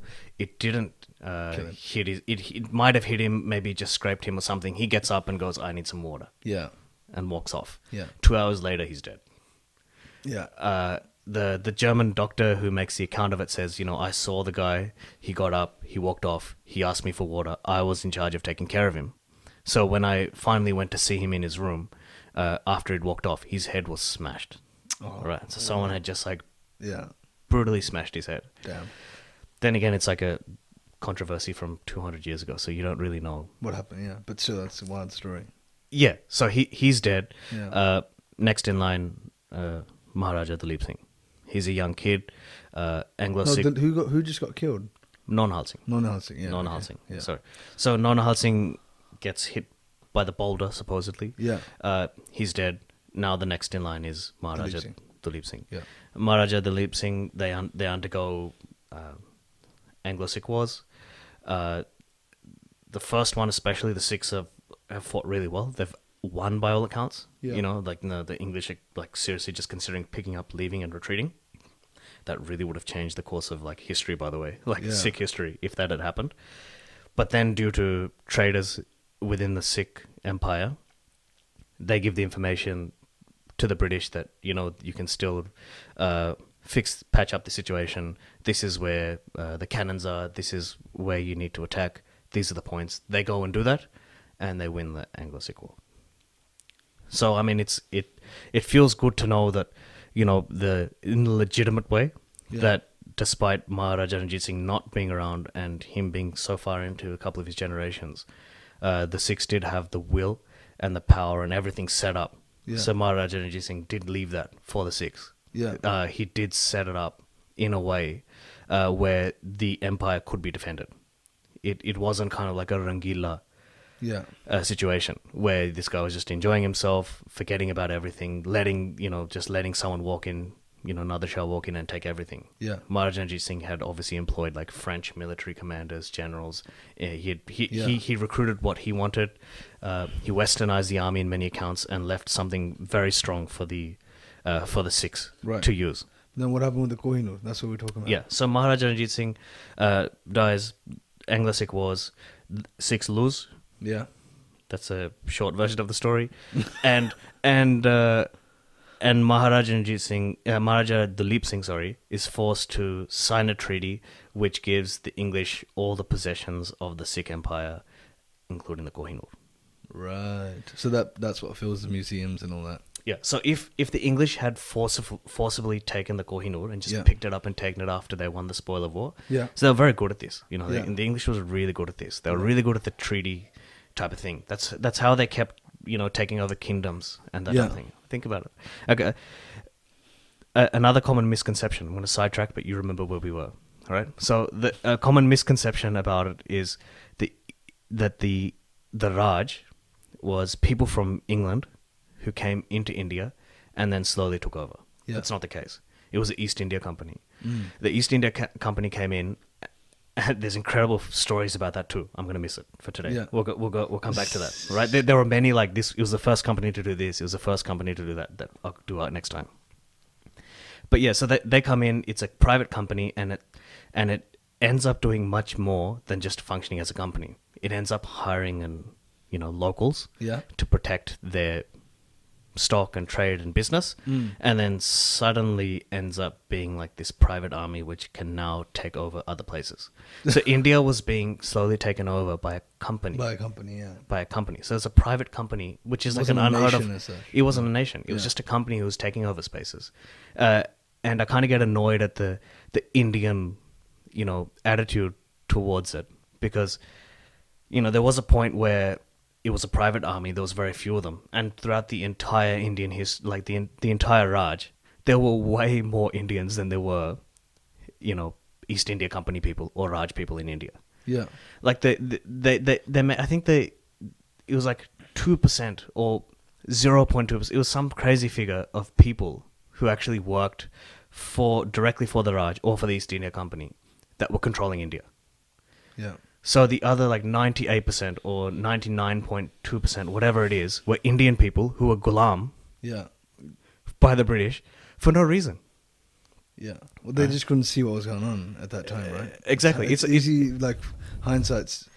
it didn't uh,
Kill him.
hit his, it, it might have hit him maybe just scraped him or something he gets up and goes i need some water
Yeah.
and walks off
Yeah.
two hours later he's dead
Yeah.
uh, the the german doctor who makes the account of it says you know i saw the guy he got up he walked off he asked me for water i was in charge of taking care of him so when i finally went to see him in his room uh, after he'd walked off his head was smashed All right, so someone had just like
Yeah.
brutally smashed his head
Damn.
then again, it's like a controversy from 200 years ago, so you don't really know.
What happened? Yeah. But still, that's a wild story.
Yeah, so he he's dead.
Yeah.
Uh, next in line, uh, Maharaja Duleep Singh. He's a young kid, uh, Anglo
No,
Sikh,
the- who got who just got killed?
non Halsing.
Nona Halsing. Yeah.
non
okay,
Halsing,
Yeah.
sorry. So non Halsing gets hit by the boulder, supposedly.
Yeah.
Uh, he's dead. Now the next in line is Maharaja
Duleep Singh.
Duleep Singh.
Yeah.
Maharaja Duleep Singh, they, un- they undergo uh, Anglo Sikh wars. Uh, the first one, especially the Sikhs, have, have fought really well. They've won by all accounts.
Yeah.
You know, like no, the English are like seriously just considering picking up, leaving, and retreating. That really would have changed the course of like history, by the way, like
Yeah.
Sikh history, if that had happened. But then, due to traders within the Sikh empire, they give the information to the British that you know you can still uh, fix patch up the situation. This is where uh, the cannons are. This is where you need to attack. These are the points. They go and do that, and they win the Anglo-Sikh War. So I mean, it's it it feels good to know that you know the in a legitimate way
Yeah.
that despite Maharaja Ranjit Singh not being around and him being so far into a couple of his generations, uh, the Sikhs did have the will and the power and everything set up.
Yeah.
So Maharaja Ranjit Singh did leave that for the Sikhs.
Yeah.
uh, he did set it up in a way uh, where the empire could be defended. It it wasn't kind of like a Rangila
Yeah.
uh, situation where this guy was just enjoying himself, forgetting about everything, letting you know, just letting someone walk in, you know, another shell walk in and take everything.
Yeah.
Maharaja Ranjit Singh had obviously employed like French military commanders, generals. Uh, he, had, he,
Yeah.
he he recruited what he wanted. Uh, he westernized the army in many accounts and left something very strong for the uh, for the Sikhs
Right.
to use.
Then what happened with the Kohinoor? That's what we're talking about.
Yeah. So Maharaja Ranjit Singh uh, dies. Anglo-Sikh wars. Sikhs lose
Yeah.
that's a short version of the story and and uh, and Maharaja Ranjit Singh uh, Maharaja Dalip Singh sorry is forced to sign a treaty which gives the English all the possessions of the Sikh empire including the Kohinoor
Right. So that that's what fills the museums and all that.
yeah so if if the English had forcif- forcibly taken the Kohinoor and just
Yeah.
picked it up and taken it after they won the spoil of war
Yeah.
so they were very good at this you know the-
Yeah.
the English was really good at this they were really good at the treaty type of thing that's that's how they kept you know taking over kingdoms and that
Yeah.
type of thing think about it okay a- another common misconception. I'm going to sidetrack, but you remember where we were. All right. So the a common misconception about it is the that the the Raj was people from England who came into India and then slowly took over.
Yeah. Mm.
That's not the case. It was the East India Company. The East India Co- Company came in. And there's incredible f- stories about that too. I'm going to miss it for today.
Yeah.
We'll go, we'll go, we'll come back to that. All Right? There, there were many like this. It was the first company to do this. It was the first company to do that. That I'll do uh, next time. But yeah, so they, they come in. It's a private company, and it and it ends up doing much more than just functioning as a company. It ends up hiring and you know locals
Yeah.
to protect their stock and trade and business,
Mm.
and then suddenly ends up being like this private army which can now take over other places. So India was being slowly taken over by a company
By a company, yeah.
by a company. So it's a private company, which is like an
Wasn't a
unheard
nation
of.
as such.
It wasn't a nation. It was
Yeah.
just a company who was taking over spaces. Uh, and I kind of get annoyed at the the Indian, you know, attitude towards it because, you know, there was a point where it was a private army. There was very few of them, and throughout the entire Indian his like the en- the entire Raj, there were way more Indians than there were, you know, East India Company people or Raj people in India
Yeah.
like they they they, they ma- I think they it was like two percent or zero point two percent. It was some crazy figure of people who actually worked for directly for the Raj or for the East India Company that were controlling India.
Yeah.
So the other like ninety eight percent or ninety nine point two percent, whatever it is, were Indian people who were gulam
Yeah.
by the British for no reason.
Yeah. Uh, Well, they just couldn't see what was going on at that time, right?
Uh, exactly.
So It's, easy, like, hindsight's,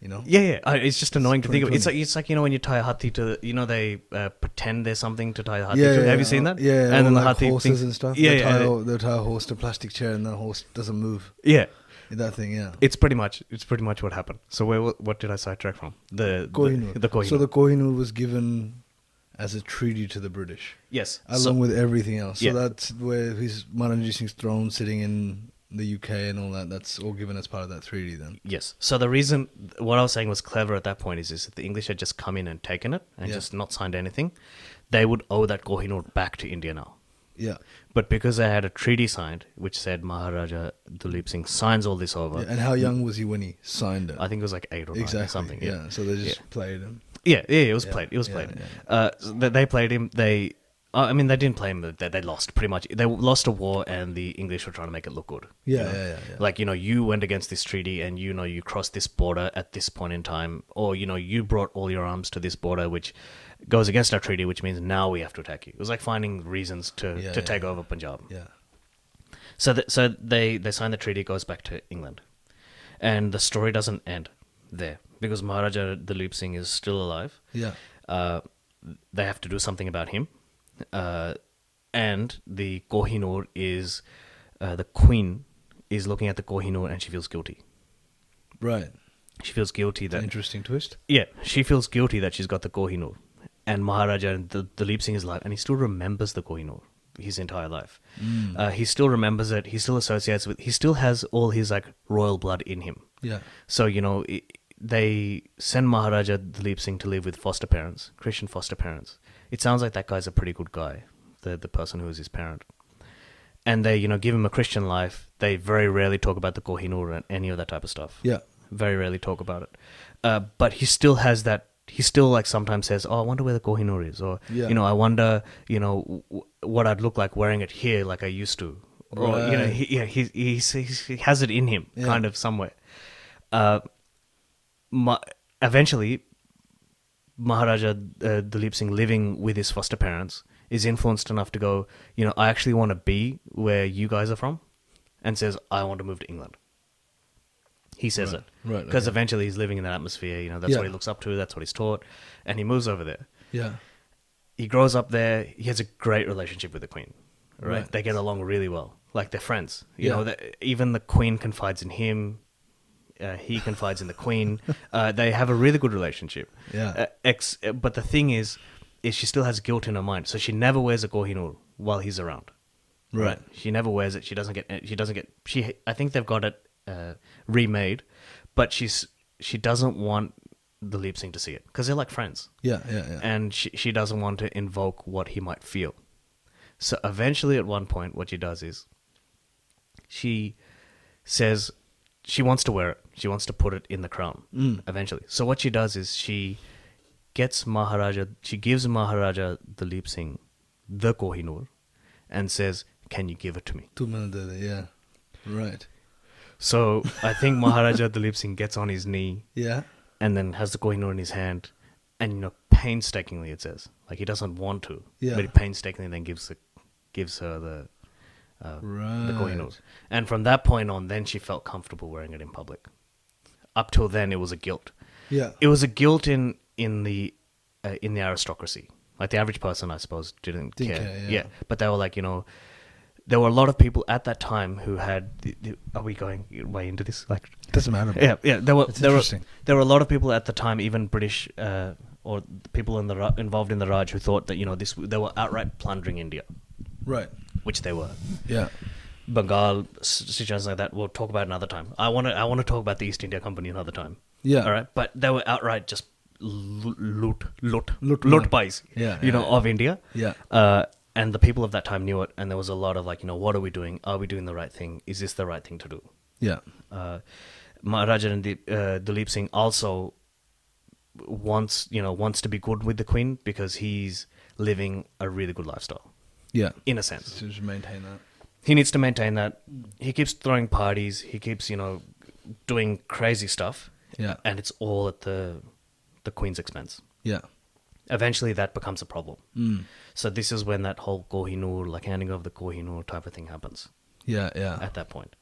you know?
Yeah, yeah. I, it's just annoying to think of. It's
2020.
like it's like you know when you tie a hathi to you know they uh, pretend there's something to tie a hathi
Yeah,
to.
yeah,
Have
yeah.
you seen that?
Yeah, yeah,
And then
all
the
like
hathi
horses
thinks-
and stuff.
Yeah,
they
yeah,
tie,
yeah.
a- they tie a horse to a plastic chair, and that horse doesn't move.
yeah.
That thing, yeah.
It's pretty much it's pretty much what happened. So where what did I sidetrack from? The
Kohinoor.
The, the Kohinoor.
So the Kohinoor was given as a treaty to the British,
yes.
along
so-
with everything else. So
Yeah.
that's where his Maranjit Singh's throne sitting in the UK and all that. That's all given as part of that treaty, then.
Yes. So the reason what I was saying was clever at that point is, is that the English had just come in and taken it and
Yeah.
just not signed anything, they would owe that Kohinoor back to India now.
Yeah.
But because they had a treaty signed which said Maharaja Duleep Singh signs all this over,
Yeah, And how young was he when he signed it?
I think it was like eight or nine or
exactly.
something.
Yeah. So they just
Yeah.
played him.
Yeah, yeah, it was
Yeah,
played. It was
yeah,
played.
yeah.
Uh, so they, they played him. They, uh, I mean, they didn't play him. They, they lost pretty much. They lost a war, and the English were trying to make it look good. you
Yeah,
know?
yeah, yeah, yeah.
Like you know, you went against this treaty, and you know, you crossed this border at this point in time, or you know, you brought all your arms to this border, which goes against our treaty, which means now we have to attack you. It was like finding reasons to
Yeah,
to
yeah,
take
yeah.
over Punjab.
Yeah.
So, th- so they they sign the treaty, it goes back to England, and the story doesn't end there because Maharaja Dalip Singh is still alive
Yeah.
uh, they have to do something about him. Uh, and the Kohinoor is uh, the queen is looking at the Kohinoor and she feels guilty.
Right.
She feels guilty that
Interesting twist.
yeah, she feels guilty that she's got the Kohinoor. And Maharaja, and the, the Leap Singh is alive, and he still remembers the Kohinoor his entire life. Uh, he still remembers it. He still associates with. He still has all his like royal blood in him.
Yeah.
So you know i they send Maharaja Dalip Singh to live with foster parents, Christian foster parents. It sounds like that guy's a pretty good guy, the the person who is his parent. And they you know give him a Christian life. They very rarely talk about the Kohinoor and any of that type of stuff
Yeah.
very rarely talk about it. Uh, but he still has that. He still like sometimes says, "Oh, I wonder where the Kohinoor is," or
Yeah.
you know, "I wonder, you know, w- what I'd look like wearing it here, like I used to," or you know,
Right.
he, yeah, he, he's, he's, he has it in him,
Yeah.
kind of somewhere. Uh, ma- eventually, Maharaja uh, Dalip Singh living with his foster parents is influenced enough to go, you know, I actually want to be where you guys are from, and says, I want to move to England. He says
Right,
it.
right,
Because
okay.
eventually he's living in that atmosphere, you know, that's
Yeah.
what he looks up to, that's what he's taught, and he moves over there.
Yeah.
He grows up there, he has a great relationship with the Queen, right?
Right.
They get along really well. Like they're friends. You
Yeah.
know, that even the Queen confides in him. Uh, he confides in the Queen. Uh, they have a really good relationship.
Yeah.
Uh, ex- uh, but the thing is, is she still has guilt in her mind, so she never wears a Kohinoor while he's around.
Right.
She never wears it. She doesn't get. uh, She doesn't get. She. I think they've got it uh, remade, but she's she doesn't want the lip sync to see it because they're like friends,
Yeah. Yeah. Yeah.
and she she doesn't want to invoke what he might feel. So eventually, at one point, what she does is she says she wants to wear it. She wants to put it in the crown eventually. So what she does is she gets Maharaja. She gives Maharaja the lip Singh the Kohinoor, and says, "Can you give it to me?"
Two minutes. Yeah. Right.
So I think Maharaja Dalip Singh gets on his knee
Yeah.
and then has the Kohinoor in his hand, and you know painstakingly it says like he doesn't want to,
Yeah.
but he painstakingly then gives the gives her the uh, the Kohinoor,
Right.
and from that point on, then she felt comfortable wearing it in public. Up till then, it was a guilt.
Yeah.
It was a guilt in in the uh, in the aristocracy. Like the average person, I suppose, didn't,
Didn't
care.
care, yeah.
yeah, but they were like, you know, there were a lot of people at that time who had. The, the, are we going way into this? Like,
Doesn't matter. bro.
yeah, yeah. There were
That's
there were
interesting.
there were a lot of people at the time, even British uh, or people in the Ra- involved in the Raj, who thought that you know this they were outright plundering India,
Right.
which they were.
Yeah.
Bengal s- situations like that. We'll talk about another time. I want to I want to talk about the East India Company another time.
Yeah.
All right. But they were outright just lo- loot loot
Loot,
loot loot
loot.
buys.
Yeah,
You know
yeah.
of India.
Yeah.
Uh, and the people of that time knew it, and there was a lot of like, you know, what are we doing? Are we doing the right thing? Is this the right thing to do?
Yeah.
uh, Maharaja and Deep, uh, Dalip Singh also wants you know wants to be good with the Queen because he's living a really good lifestyle
Yeah.
in a sense.
To just maintain that.
He needs to maintain that. He keeps throwing parties. He keeps you know doing crazy stuff.
Yeah.
and it's all at the the Queen's expense.
Yeah.
Eventually, that becomes a problem.
Mm.
So this is when that whole Kohinoor, like handing over the Kohinoor type of thing happens
Yeah. Yeah.
at that point.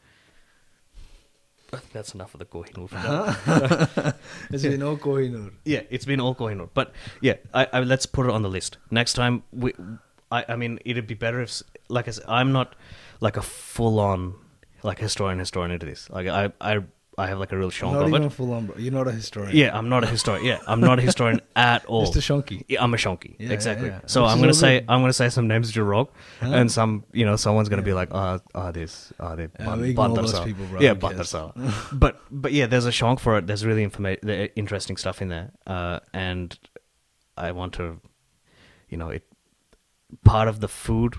I think that's enough of the Kohinoor for now.
It's been all Kohinoor.
Yeah, it's been all Kohinoor. But yeah, I, I, let's put it on the list. Next time, we, I, I mean, it'd be better if, s- like I said, I'm not like a full on like historian historian into this. Like I, I, I have like a real shonk
Not
of
even
it.
full on, bro. You're not a historian.
Oh, Yeah, I'm not a historian. Yeah, I'm not a historian at all.
Just a shonky.
Yeah, I'm a shonky.
Yeah,
exactly.
yeah, yeah.
So
Which
I'm
is
gonna
all
say
good.
I'm gonna say some names that you're wrong,
Huh?
and some you know someone's gonna be like, ah, ah, this, ah, they,
Yeah,
ban-
we ignore
bandar
those
sal.
people, bro.
Yeah,
Who cares?
bandar sal. but but yeah, there's a shonk for it. There's really informa- the- uh, interesting stuff in there, uh, and I want to, you know, it part of the food,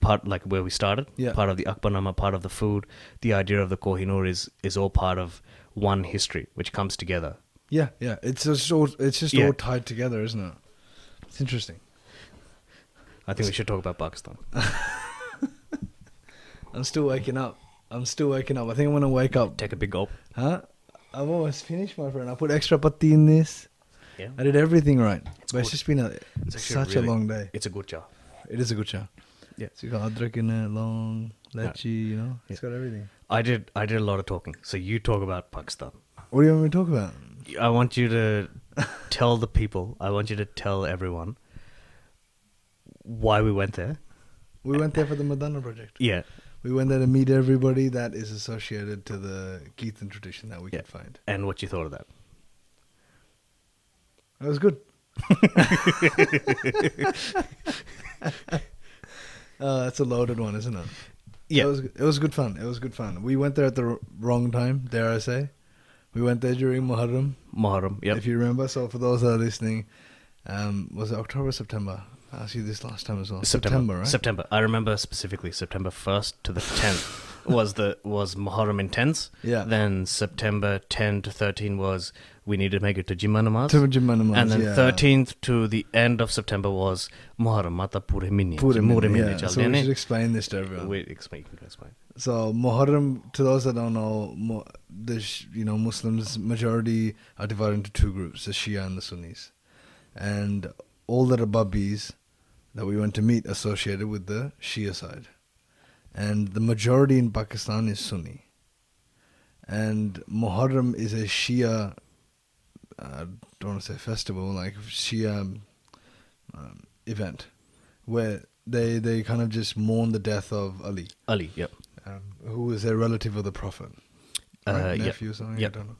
part like where we started,
Yeah.
part of the Akbarnama, part of the food, the idea of the Kohinoor is is all part of one history which comes together.
Yeah. Yeah. It's just all. It's just
Yeah.
all tied together, isn't it? It's interesting.
I think we should talk about Pakistan.
I'm still waking up. I'm still waking up. I think I'm gonna wake up.
Take a big gulp.
Huh? I've almost finished, my friend. I put extra patti in this.
Yeah.
I did everything right. but it's
good.
just been a,
actually
such
really-
a long day.
It's a good jar.
It is a good show.
Yeah.
So you got adrak in it, long, lechi, you know. It's got everything.
I did I did a lot of talking. So you talk about Pakistan.
What do you want me to talk about?
I want you to tell the people, I want you to tell everyone why we went there,
We went there for the Madonna project.
Yeah.
We went there to meet everybody that is associated to the Keithan tradition that we could find.
And what you thought of that?
It was good. uh, that's a loaded one, isn't it?
Yeah.
It was, it was good fun. It was good fun. We went there at the r- wrong time, dare I say. We went there during Muharram,
Muharram. Yep.
if you remember. So for those that are listening, um, was it October, September? I asked you this last time as well. September, right?
September. I remember specifically September first to the tenth was the was Muharram in tens.
Yeah.
Then September ten to thirteen was we need to make it to Jimma namaz.
To Jumma namaz,
And then
yeah.
thirteenth to the end of September was Muharram Mata Pure Mini.
Pure Mini,
Mini
yeah.
Chal
So we
Dene.
should explain this to everyone.
Wait, explain. you can explain.
So Muharram, to those that don't know, Mu- the sh- you know Muslims majority are divided into two groups: the Shia and the Sunnis. And all the Rababis that we went to meet associated with the Shia side, and the majority in Pakistan is Sunni. And Muharram is a Shia. I don't want to say festival, like Shia um, event, where they they kind of just mourn the death of Ali
Ali. Yep.
um, who was a relative of the prophet,
Uh,
right?
yep.
nephew or something.
Yep.
I don't know.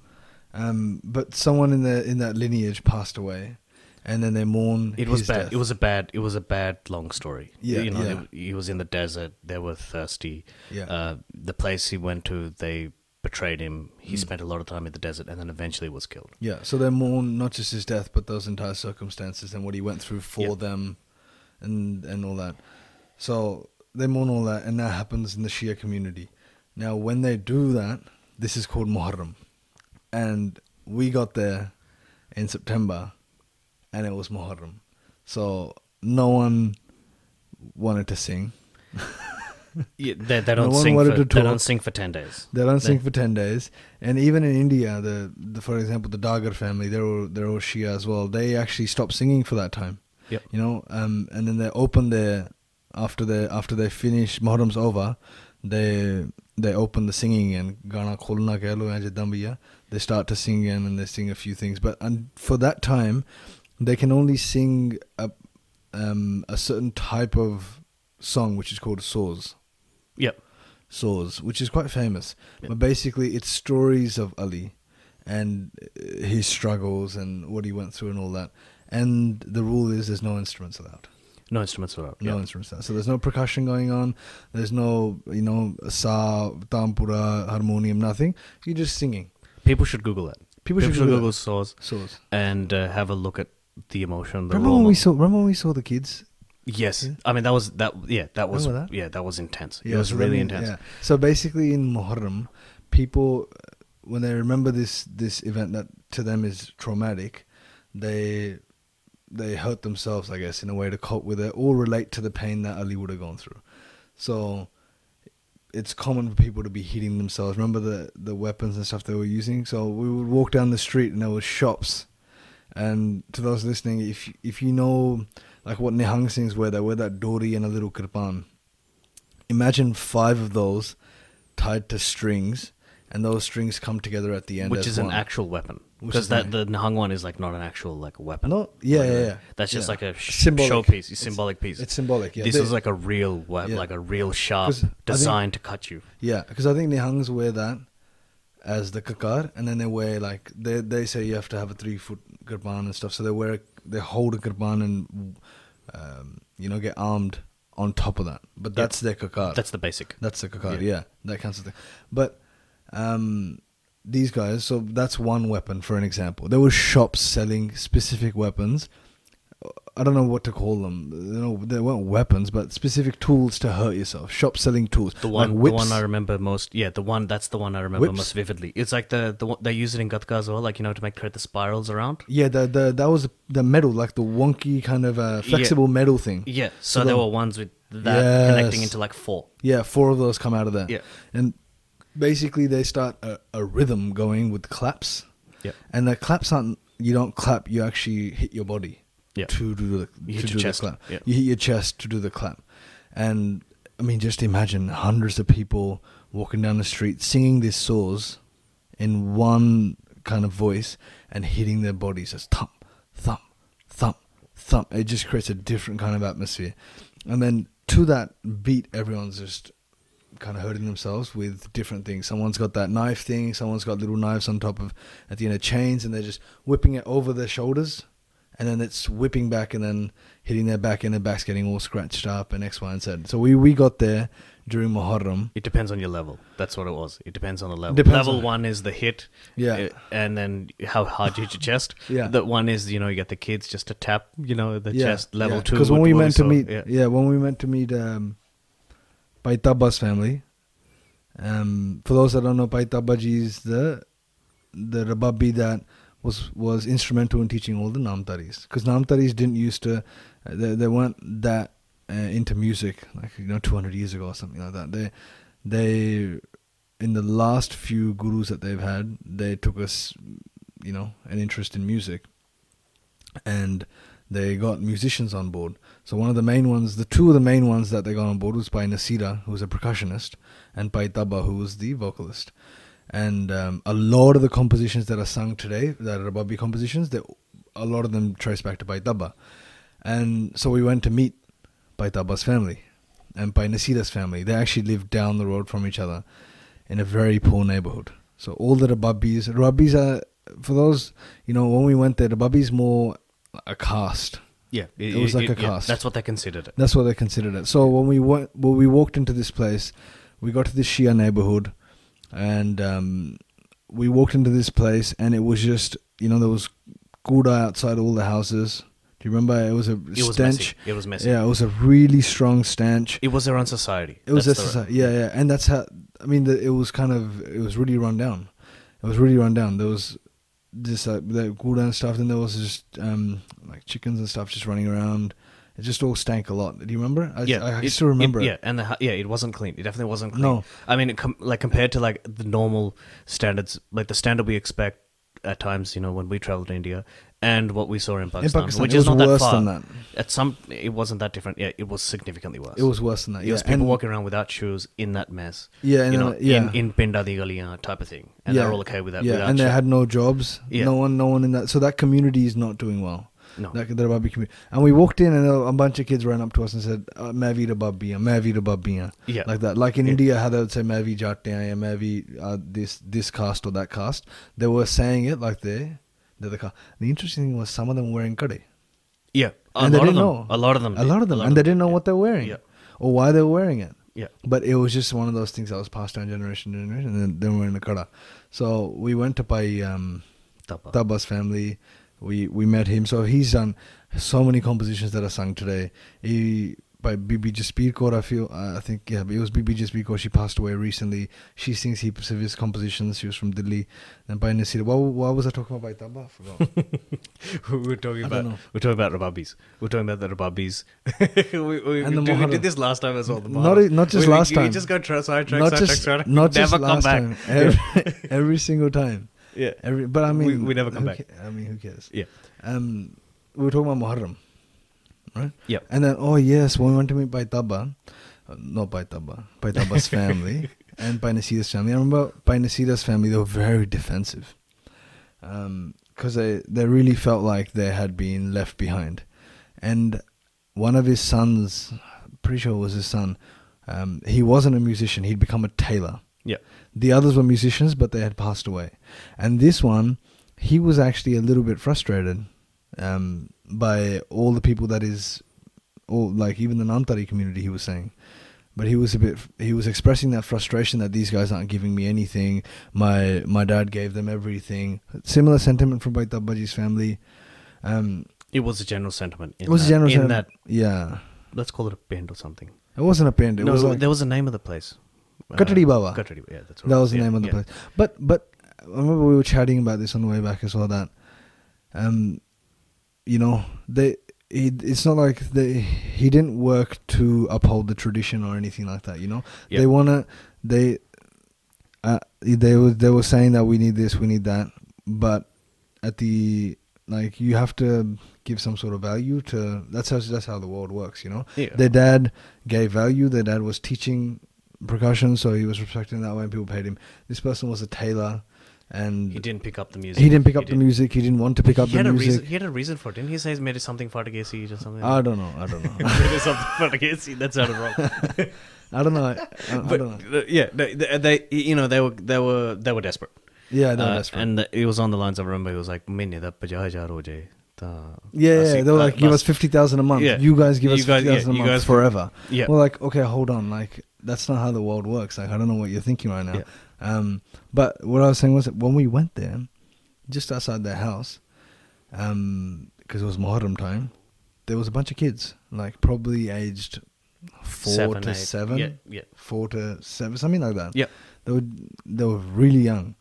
Um, but someone in the in that lineage passed away, and then they mourn.
It was
his
bad.
death.
It was a bad. It was a bad long story.
Yeah,
you know,
yeah.
they- he was in the desert. They were thirsty.
Yeah.
Uh, the place he went to, they betrayed him. He
Hmm.
spent a lot of time in the desert, and then eventually was killed.
yeah. So they mourn not just his death, but those entire circumstances and what he went through for
Yeah.
them, and and all that. So they mourn all that, and that happens in the Shia community. Now, when they do that, this is called Muharram, and we got there in September, and it was Muharram. So no one wanted to sing.
Yeah, they, they
No
don't
one
sing.
wanted
For,
to
they don't
talk.
sing for ten days.
They don't sing for ten days, and even in India, the, the for example, the Dagar family, they're all, they're all Shia as well. They actually stopped singing for that time.
Yep.
You know, um, and then they open their after they after they finish Muharram's over, they they open the singing and Gana Khulna Kehlo Hai Jiddan Bhiya. They start to sing again and they sing a few things, but and for that time, they can only sing a um, a certain type of song which is called soz
Yep.
Saws, which is quite famous.
Yeah.
But basically, it's stories of Ali and uh, his struggles and what he went through and all that. And the rule is there's no instruments allowed.
No instruments allowed.
No
yeah.
instruments allowed. So there's no percussion going on. There's no, you know, sa, tampura, harmonium, nothing. You're just singing.
People should Google that.
People should Google
Google
that.
source
Saws.
and uh, have a look at the emotion. The
Remember
raw
when
mo-
we saw? Remember when we saw the kids?
Yes, I mean that was that. Yeah, that was.
Remember that?
Yeah, that was intense.
Yeah,
it was
so
really
then-
intense.
yeah. So basically, in Muharram, people uh, when they remember this this event that to them is traumatic, they they hurt themselves, I guess, in a way to cope with it or relate to the pain that Ali would have gone through. So it's common for people to be hitting themselves. Remember the the weapons and stuff they were using. So we would walk down the street and there were shops. And to those listening, if if you know like what Nihang Singhs wear, they wear that dori and a little kirpan imagine five of those tied to strings, and those strings come together at the end.
which
as
is
one.
an actual weapon
Which
because
is
that
an-
the Nahang one is like not an actual like weapon.
No, yeah,
Like,
yeah,
uh,
yeah.
That's just
Yeah.
like a sh-
Symbolic.
showpiece, a
It's-
symbolic piece.
it's symbolic, yeah.
This
They-
is like a real web,
Yeah.
like a real sharp
'Cause I think-
designed to cut you.
Yeah, because I think Nihangs wear that as the kakar, and then they wear like they they say you have to have a three foot kirpan and stuff. So they wear they hold a kirpan and um, you know get armed on top of that. But that's their kakar.
That's the basic.
That's the kakar,
Yeah.
yeah. that kinds of thing. But um, these guys, so that's one weapon for an example. There were shops selling specific weapons. I don't know what to call them. You know, they weren't weapons, but specific tools to hurt yourself. Shop selling tools,
The one,
like whips.
the one I remember most. Yeah, the one that's the one I remember
Whips?
most vividly. It's like the the one, they use it in Gatka as well, like you know, to make create the spirals around.
yeah, the, the that was the metal, like the wonky kind of uh,
Yeah.
flexible metal thing.
Yeah,
So
so, there
the-
were ones with that connecting
Yes.
into like four.
Yeah, four of those come out of there.
Yeah.
And basically they start a, a rhythm going with claps.
Yep.
And the claps aren't you don't clap, you actually hit your body.
Yeah.
To do the
You hit
to
your
do
chest.
the clap.
Yeah.
You hit your chest to do the clap. And I mean just imagine hundreds of people walking down the street singing these saws in one kind of voice and hitting their bodies as thump, thump, thump, thump. It just creates a different kind of atmosphere. And then to that beat, everyone's just kind of hurting themselves with different things. Someone's got that knife thing. Someone's got little knives on top of at the end of chains, and they're just whipping it over their shoulders, and then it's whipping back and then hitting their back, and their back's getting all scratched up and X, Y, and Z. So we we got there during Muharram.
It depends on your level. That's what it was. It depends on the level.
Depends
level
on-
one is the hit,
Yeah.
uh, and then how hard you hit your chest.
Yeah.
that one is you know you get the kids just to tap you know the chest. Level two
Because when
would
we
be
meant to
so-
meet, yeah.
yeah.
when we meant to meet um, Paitaba's family. Um, for those that don't know, Paitabaji is the the Rababi that was was instrumental in teaching all the Namtaris. Because Namtaris didn't used to, they, they weren't that uh, into music like you know 200 years ago or something like that. They they in the last few gurus that they've had, they took us, you know, an interest in music and they got musicians on board. So one of the main ones, the two of the main ones that they got on board was by Nasira, who was a percussionist, and by Taba, who was the vocalist. And um, a lot of the compositions that are sung today, that are Rababi compositions, they, a lot of them trace back to by Taba. And so we went to meet by Taba's family and by Nasira's family. They actually lived down the road from each other in a very poor neighborhood. So all the Rababis, Rababis are, for those, you know, when we went there, Rababi's more a caste.
yeah.
It was like a
yeah,
cast.
that's what they considered it.
That's what they considered it. So when we went, when we walked into this place, we got to this Shia neighborhood, and um, we walked into this place, and it was just you know there was gouda outside all the houses. Do you remember? It was a
It was
stench.
messy. It was messy.
Yeah, it was a really strong stench.
It was their own society.
It was
That's
just
the-
society. Yeah, yeah, and that's how. I mean, the, it was kind of it was really run down. It was really run down. There was just like the gouda and stuff. Then there was just um, like chickens and stuff just running around. It just all stank a lot. Do you remember? it? I,
Yeah,
I, I
it-
still remember it.
Yeah, and the, hu- yeah, it wasn't clean. It definitely wasn't clean.
No.
I mean, it com- like compared to like the normal standards, like the standard we expect at times, you know, when we traveled to India and what we saw in Pakistan,
Pakistan,
which
it
is
was
not
worse
that far.
than that.
At some, it wasn't that different. Yeah, it was significantly worse.
It was worse than that.
It
yeah,
was people
and-
walking around without shoes in that mess.
Yeah, and
you
then,
know,
uh, yeah.
in in Pinda the Galiyan type of thing, and
yeah,
they're all okay with that.
Yeah,
without
and they
shoes.
had no jobs.
Yeah.
No one, no one in that. So that community is not doing well.
No.
That, the Rabbi community. And we walked in, and a a bunch of kids ran up to us and said, uh, "Mavi Rabbiya, Mavi Rabbiya."
Yeah.
Like that. Like in
Yeah.
India, how they would say "Mavi Jatiya, Mavi uh, this this caste or that caste." They were saying it like they, they're the caste. The interesting thing was some of them were in kade.
yeah, a
and
lot
they
of
didn't
them,
know.
a lot of them,
A lot of them, and they didn't know what they were wearing
Yeah.
or why they were wearing it.
Yeah.
But it was just one of those things that was passed down generation to generation, and then, then we're in the kada. So we went to by um,
Tapa.
Taba's family. We we met him. So he's done so many compositions that are sung today. He by Bibi Jaspir Kaur, I feel uh, I think yeah, it was Bibi Jaspir Kaur. She passed away recently. She sings heaps of his compositions. She was from Delhi. And by Nasir, why, why was I talking about by Taba? I forgot.
We we're talking
I don't
about
know.
we're talking about rababis. We're talking about the rababis. we, we,
And the
we did, we
Muharram.
did this last time as well. The
Not- e-
Muharram.
not just
we,
last
we,
time.
We just got tra- sidetracked,
not
sidetracked,
just
sidetracked.
not just
never come
last
back.
time. Every, every single time.
yeah,
Every, but I
We-
mean,
we never come
who
back.
ca- I mean, who cares?
yeah,
Um, we were talking about Muharram, right?
Yep.
And then, oh yes, when we went to meet Paitaba, uh, not Paitaba, Paitaba's family and Painasira's family. I remember Painasira's family; they were very defensive, because they they really felt like they had been left behind, and one of his sons, pretty sure it was his son, um, he wasn't a musician; he'd become a tailor.
yeah,
The others were musicians, but they had passed away. And this one, he was actually a little bit frustrated um, by all the people that is, all like even the Namtari community. He was saying, but he was a bit. He was expressing that frustration that these guys aren't giving me anything. My my dad gave them everything. Similar sentiment from Baitab Baji's family. Um,
It was a general sentiment. In
it was
that,
a general
in
sentiment. Yeah,
that. Let's call it a bend or something.
it wasn't a bend. It
no,
was
there-
like,
there was a name of the place.
Katadi Baba.
Katadi, yeah, that's what
That
it
was the
yeah,
name of the
yeah.
place. But but I remember we were chatting about this on the way back as well. That um, you know, they it, it's not like they he didn't work to uphold the tradition or anything like that. You know,
Yeah.
they wanna they uh, they were they were saying that we need this, we need that, but at the like you have to give some sort of value to that's how that's how the world works. You know,
Yeah.
their dad gave value. Their dad was teaching percussion, so he was respected in that way, and people paid him. This person was a tailor. and
He didn't pick up the music.
he didn't pick up the
didn't-
music. He didn't want to pick up
He
the
had a
music.
reason. He had a reason for it. Didn't he say made it something Portuguese or something?
I don't know. I don't know.
made it something Portuguese. That sounded wrong.
I don't know. I, I, I
but
don't know.
uh, yeah, they, they, they- you know they were they were they were desperate.
Yeah, no,
Uh,
that's right.
And the, it was on the lines. I remember it was like "Maine da pajah hajar ho jaye, ta-
Yeah, yeah,
basi-
they were like,
ba-
give us
basi."
fifty thousand a month.
Yeah.
You guys give
You
us
guys-
fifty thousand
yeah,
a
you
month
guys-
forever.
Yeah.
We're like, okay, hold on. Like that's not how the world works. Like I don't know what you're thinking right now.
Yeah.
Um, but what I was saying was that when we went there, just outside their house, because it was Muharram time, there was a bunch of kids, like probably aged four
Seven,
to
eight.
seven,
Yeah, yeah.
four to seven, something like that.
Yeah.
They were they were really young,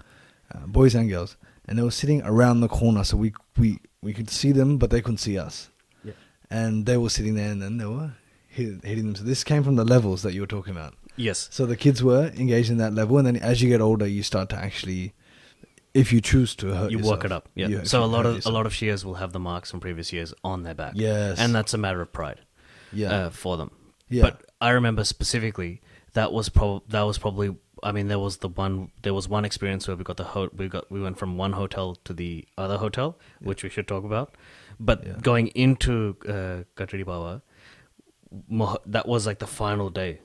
uh, boys and girls, and they were sitting around the corner, so we we we could see them, but they couldn't see us.
Yeah.
And they were sitting there, and then they were hit, hitting them. So this came from the levels that you were talking about.
Yes.
So the kids were engaged in that level, and then as you get older, you start to actually, if you choose to hurt,
you
yourself,
work it up. Yeah.
you
so a
actually
lot
hurt
of
yourself.
a lot of Shias will have the marks from previous years on their back.
Yes.
And that's a matter of pride.
Yeah.
Uh, for them.
Yeah.
But I remember specifically that was prob that was probably I mean there was the one there was one experience where we got the ho- we got we went from one hotel to the other hotel which we should talk about. But
Yeah.
going into uh, Katri Bawa, Moh- that was like the final day.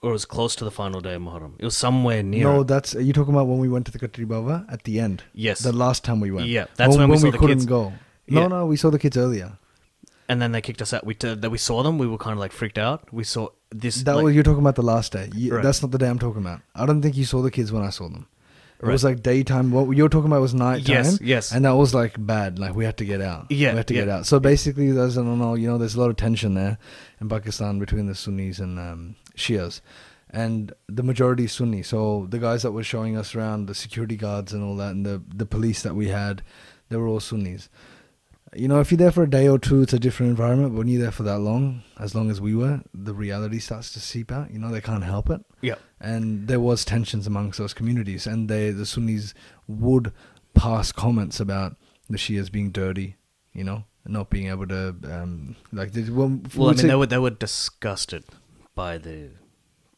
Or it was close to the final day of Muharram. It was somewhere near.
No,
it.
that's are you talking about when we went to the Katri Baba at the end.
Yes.
the last time we went.
Yeah, that's when we saw the
couldn't
kids.
go. No,
Yeah.
no, we saw the kids earlier.
and then they kicked us out. We t- that we saw them. We were kind of like freaked out. We saw this.
That
like-
was you're talking about the last day. You,
Right.
That's not the day I'm talking about. I don't think you saw the kids when I saw them. It was
Right.
like daytime. What you're talking about was nighttime.
Yes, yes.
And that was like bad. Like we had to get out.
Yeah,
we had to get
yeah.
out. So basically, there's I don't know. You know, there's a lot of tension there in Pakistan between the Sunnis and um, Shias, and the majority is Sunni. So the guys that were showing us around, the security guards and all that, and the the police that we had, they were all Sunnis. You know, if you're there for a day or two, it's a different environment. But when you're there for that long, as long as we were, the reality starts to seep out. You know, they can't help it
yeah,
and there was tensions amongst those communities and they the sunnis would pass comments about the shias being dirty you know not being able to um like they, well, we'd
Well, I mean,
say
they were they were disgusted by the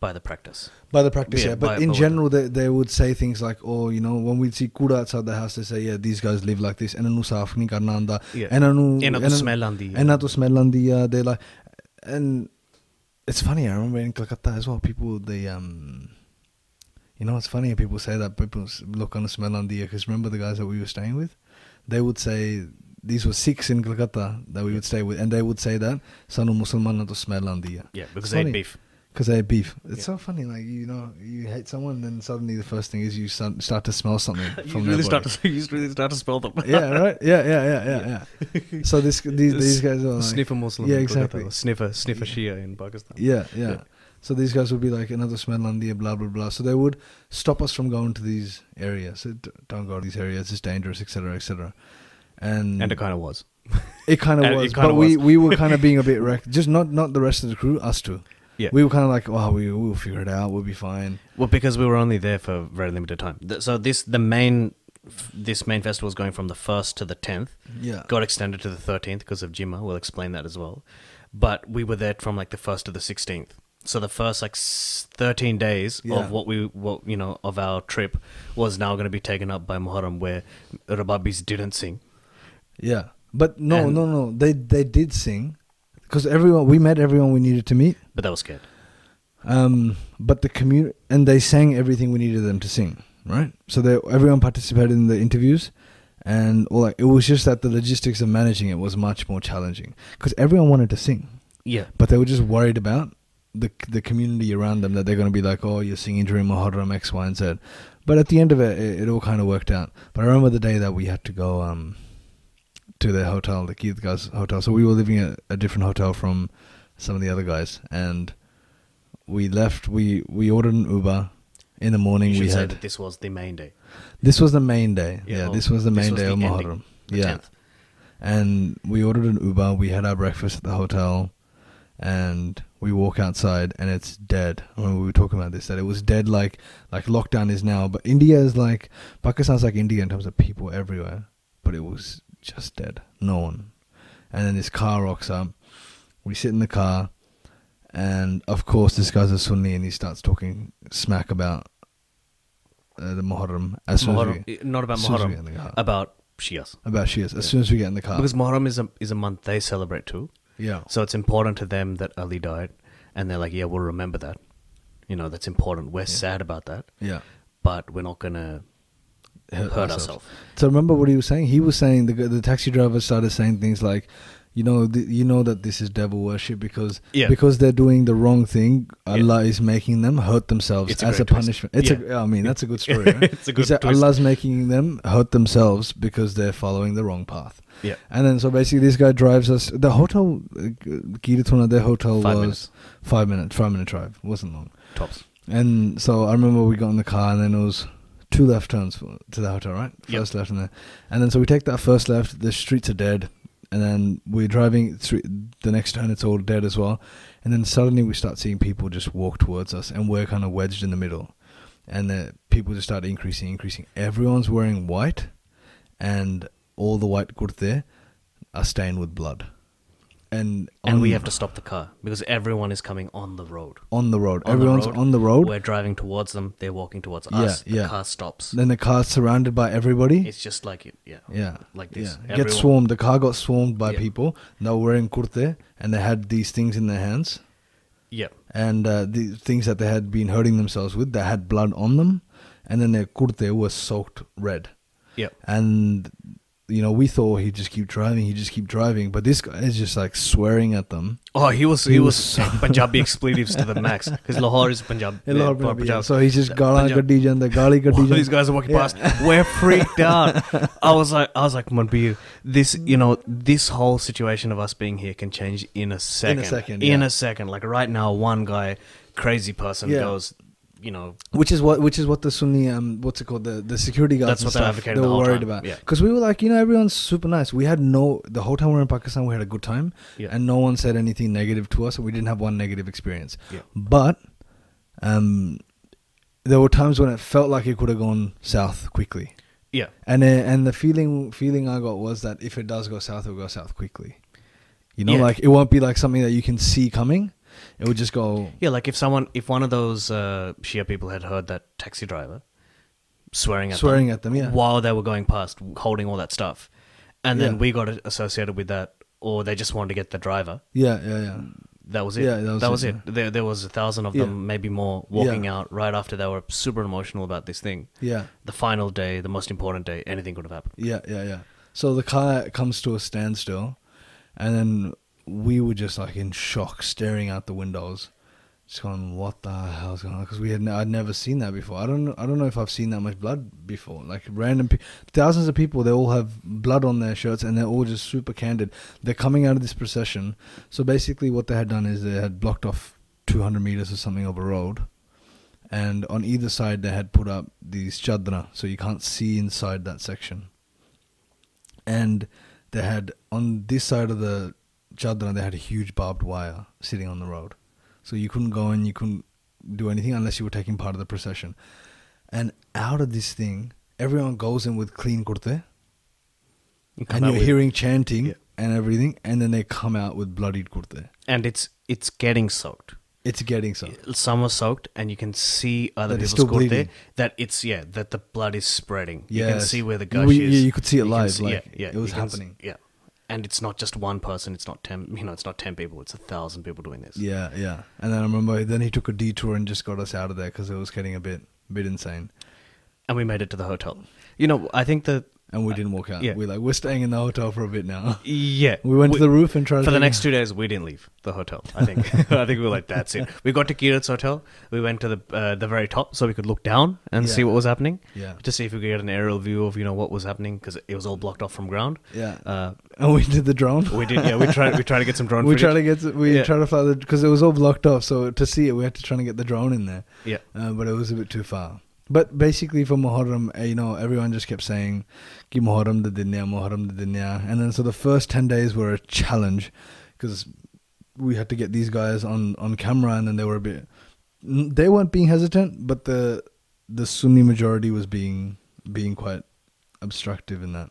by the practice.
by the practice
yeah,
yeah,
by-
but
by
in
what-
general they, they would say things like oh you know when we'd see kura outside the house they say yeah these guys live like this ਇਹਨਾਂ ਨੂੰ ਸਾਫ਼ ਨਹੀਂ ਕਰਨਾ ਆਉਂਦਾ
Yeah.
ਇਹਨਾਂ ਨੂੰ
ਇਹਨਾਂ ਤੋਂ smell ਆਉਂਦੀ ਹੈ।
ਇਹਨਾਂ ਤੋਂ smell ਆਉਂਦੀ ਆ they like and it's funny i remember in calcutta as well people they um You know, it's funny people say that people s- look on the smell on the because remember the guys that we were staying with, they would say these were six in Kolkata that we would stay with, and they would say that sanu Musalman na to smell on the
Yeah, because they had beef.
Because they had beef. It's
Yeah.
so funny, like you know, you hate someone, then suddenly the first thing is you sun- start to smell something from their body.
to you really start to smell them.
yeah, right. Yeah, yeah, yeah, yeah, yeah. so this these these guys are like,
sniffer Muslim.
Yeah,
in Kolkata,
exactly.
or Sniffer sniffer Shia in Pakistan.
Yeah, yeah.
Yeah.
So these guys would be like another smell on the blah blah blah. So they would stop us from going to these areas. So d- don't go to these areas; it's dangerous, etc., etc. And
and it kind of was.
it kind of
and it
was,
kinda
but we
was.
we were kind of being a bit wrecked. Just not not the rest of the crew, us two.
Yeah.
we were kind of like, oh, we we'll figure it out. We'll be fine.
Well, because we were only there for a very limited time. Th- So this the main f- this main festival was going from the first to the tenth.
Yeah.
got extended to the thirteenth because of Jima. We'll explain that as well. But we were there from like the first to the sixteenth. So the first like s- thirteen days
Yeah.
of what we what you know of our trip was now going to be taken up by Muharram, where Rababis didn't sing.
Yeah, but no,
And-
no, no. They they did sing because everyone we met everyone we needed to meet.
But that was scared.
Um, but the community and they sang everything we needed them to sing, right? So they everyone participated in the interviews, and all that. It was just that the logistics of managing it was much more challenging because everyone wanted to sing,
Yeah,
but they were just worried about the the community around them that they're going to be like, oh, you're singing during Muharram X, Y, and Z. But at the end of it, it, it all kind of worked out. But I remember the day that we had to go um to their hotel, the Keith guys' hotel. So we were living at a different hotel from some of the other guys, and we left. We we ordered an Uber in the morning.
you should
we
say
had
that this was the main day.
this was the main day.
Yeah,
Yeah,
oh,
this was the
this
main
was
day
the
of
ending,
Muharram.
the
yeah,
10th.
and we ordered an Uber. We had our breakfast at the hotel, and we walk outside, and it's dead. I mean, we were talking about this that it was dead, like like lockdown is now. But India is like Pakistan's like India in terms of people everywhere, but it was just dead. No one. And then this car rocks up. We sit in the car, and of course this guy's a Sunni, and he starts talking smack about uh, the Muharram as soon as
Muharram,
we,
eh, not about
as soon as we
Muharram,
get in the car.
about Shias.
about Shias. As soon as we get in the car,
Because Muharram is a, is a month they celebrate too.
yeah,
So it's important to them that Ali died. And they're like, yeah, we'll remember that. You know, that's important. We're sad about that.
yeah.
But we're not going to hurt, ourselves.
So remember what he was saying. He was saying the the taxi driver started saying things like, you know, th- you know that this is devil worship because
Yeah.
because they're doing the wrong thing.
Yeah.
Allah is making them hurt themselves
It's a
as a
great twist.
punishment. It's a,
Yeah.
I mean, that's a good story. Right?
It's a
He
good
said
twist.
Allah's making them hurt themselves because they're following the wrong path.
Yeah.
And then so basically this guy drives us. The hotel, uh, Girituna, their hotel
Five
was
minutes.
five minute five minute drive. wasn't long.
Tops.
And so I remember we got in the car, and then it was two left turns for- to the hotel, right?
Yep.
First left and there, and then so we take that first left. The streets are dead, and then we're driving through the next turn. It's all dead as well, and then suddenly we start seeing people just walk towards us, and we're kind of wedged in the middle, and the people just start increasing, increasing. Everyone's wearing white, and all the white kurte are stained with blood, and
And we
on-
have to stop the car because everyone is coming on the road.
on the road.
On the
Everyone's
road.
on the road.
We're driving towards them. They're walking towards
Yeah,
us. The
yeah.
car stops.
Then the car's surrounded by everybody.
It's just like it. Yeah.
yeah,
Like this.
Yeah. Get
Everyone-
swarmed. The car got swarmed by
Yeah.
people. They were wearing kurte and they had these things in their hands
Yeah.
and uh, the things that they had been hurting themselves with that had blood on them, and then their kurte was soaked red.
Yeah.
And you know, we thought he'd just keep driving. He'd just keep driving, but this guy is just like swearing at them.
Oh, he was he,
He
was,
was so-
Punjabi expletives to the max because Lahore is Punjab.
A lot
uh,
of people-
Punjab.
So he's just gala
Punjab.
gaddi janda, gali gaddi
These
janda.
guys are walking
Yeah.
past. We're freaked out. I was like, I was like, Manbir, this, you know, this whole situation of us being here can change in a second.
second,
In
yeah.
a second. Like right now, one guy, crazy person,
Yeah.
goes, you know,
Which is what which is what the Sunni um what's it called the the security guards
That's
and
what they
stuff
advocated
they
the
were
whole
worried
time,
about
yeah.
because we were like you know everyone's super nice we had no the whole time we were in Pakistan we had a good time
Yeah.
and no one said anything negative to us and we didn't have one negative experience
Yeah.
but um there were times when it felt like it could have gone south quickly
yeah,
and uh, and the feeling feeling I got was that if it does go south it'll go south quickly you know
Yeah.
like it won't be like something that you can see coming it would just go
yeah. Like if someone, if one of those uh, Shia people had heard that taxi driver swearing at
Swearing
them
at them, yeah.
while they were going past, holding all that stuff, and then
Yeah.
we got associated with that, or they just wanted to get the driver.
yeah yeah yeah
That was it.
Yeah,
that was, it. There, there was a thousand of them,
Yeah.
maybe more, walking
Yeah.
out right after they were super emotional about this thing.
yeah
The final day, the most important day, anything could have happened.
Yeah, yeah, yeah. So the car comes to a standstill, and then we were just like in shock, staring out the windows, just going, "What the hell's going on?" Because we had I'd never seen that before. I don't know- I don't know if I've seen that much blood before. Like random pe- thousands of people, they all have blood on their shirts, and they're all just super candid. They're coming out of this procession. So basically, what they had done is they had blocked off 200 meters or something of a road. And on either side, they had put up these chadra, so you can't see inside that section and they had on this side of the chadra they had a huge barbed wire sitting on the road so you couldn't go in you couldn't do anything unless you were taking part of the procession and out of this thing everyone goes in with clean kurte
come
and
out
you're
with-
hearing chanting
Yeah.
and everything and then they come out with bloodied kurte
And it's it's getting soaked.
it's getting so
Some are soaked, and you can see other
That it's
people's
still
kurte
bleeding.
that it's yeah that the blood is spreading. You can
Yes.
see where the gush
We-
is.
yeah, you could see it
can
live,
see-
like, it was
you can s-
happening.
yeah, and it's not just one person. It's not ten. You know, it's not ten people. It's a thousand people doing this.
yeah yeah and then i remember then he took a detour and just got us out of there because it was getting a bit bit insane
And we made it to the hotel. You know, I think that
and we didn't walk out
Uh, yeah.
we're like we're staying in the hotel for a bit now
Yeah,
We went to the roof and tried to
for the
figure-
next two days. We didn't leave the hotel. I think I think we were like, that's it. We got to Kirat's hotel. We went to the uh, the very top so we could look down and see
Yeah.
what was happening.
Yeah.
to see if we could get an aerial view of you know what was happening because it was all blocked off from ground.
yeah
Uh,
and we did the drone
we did. Yeah, we tried. We tried to get some drone.
we
footage.
try to get we
Yeah.
try to fly the because it was all blocked off. So to see it, we had to try and get the drone in there.
Yeah.
uh, but it was a bit too far. But basically, for Muharram, uh, you know, everyone just kept saying, "Ki Muharram the dunya, Muharram the dunya," and then so the first ten days were a challenge because we had to get these guys on on camera, and then they were a bit, n- they weren't being hesitant, but the the Sunni majority was being being quite obstructive in that.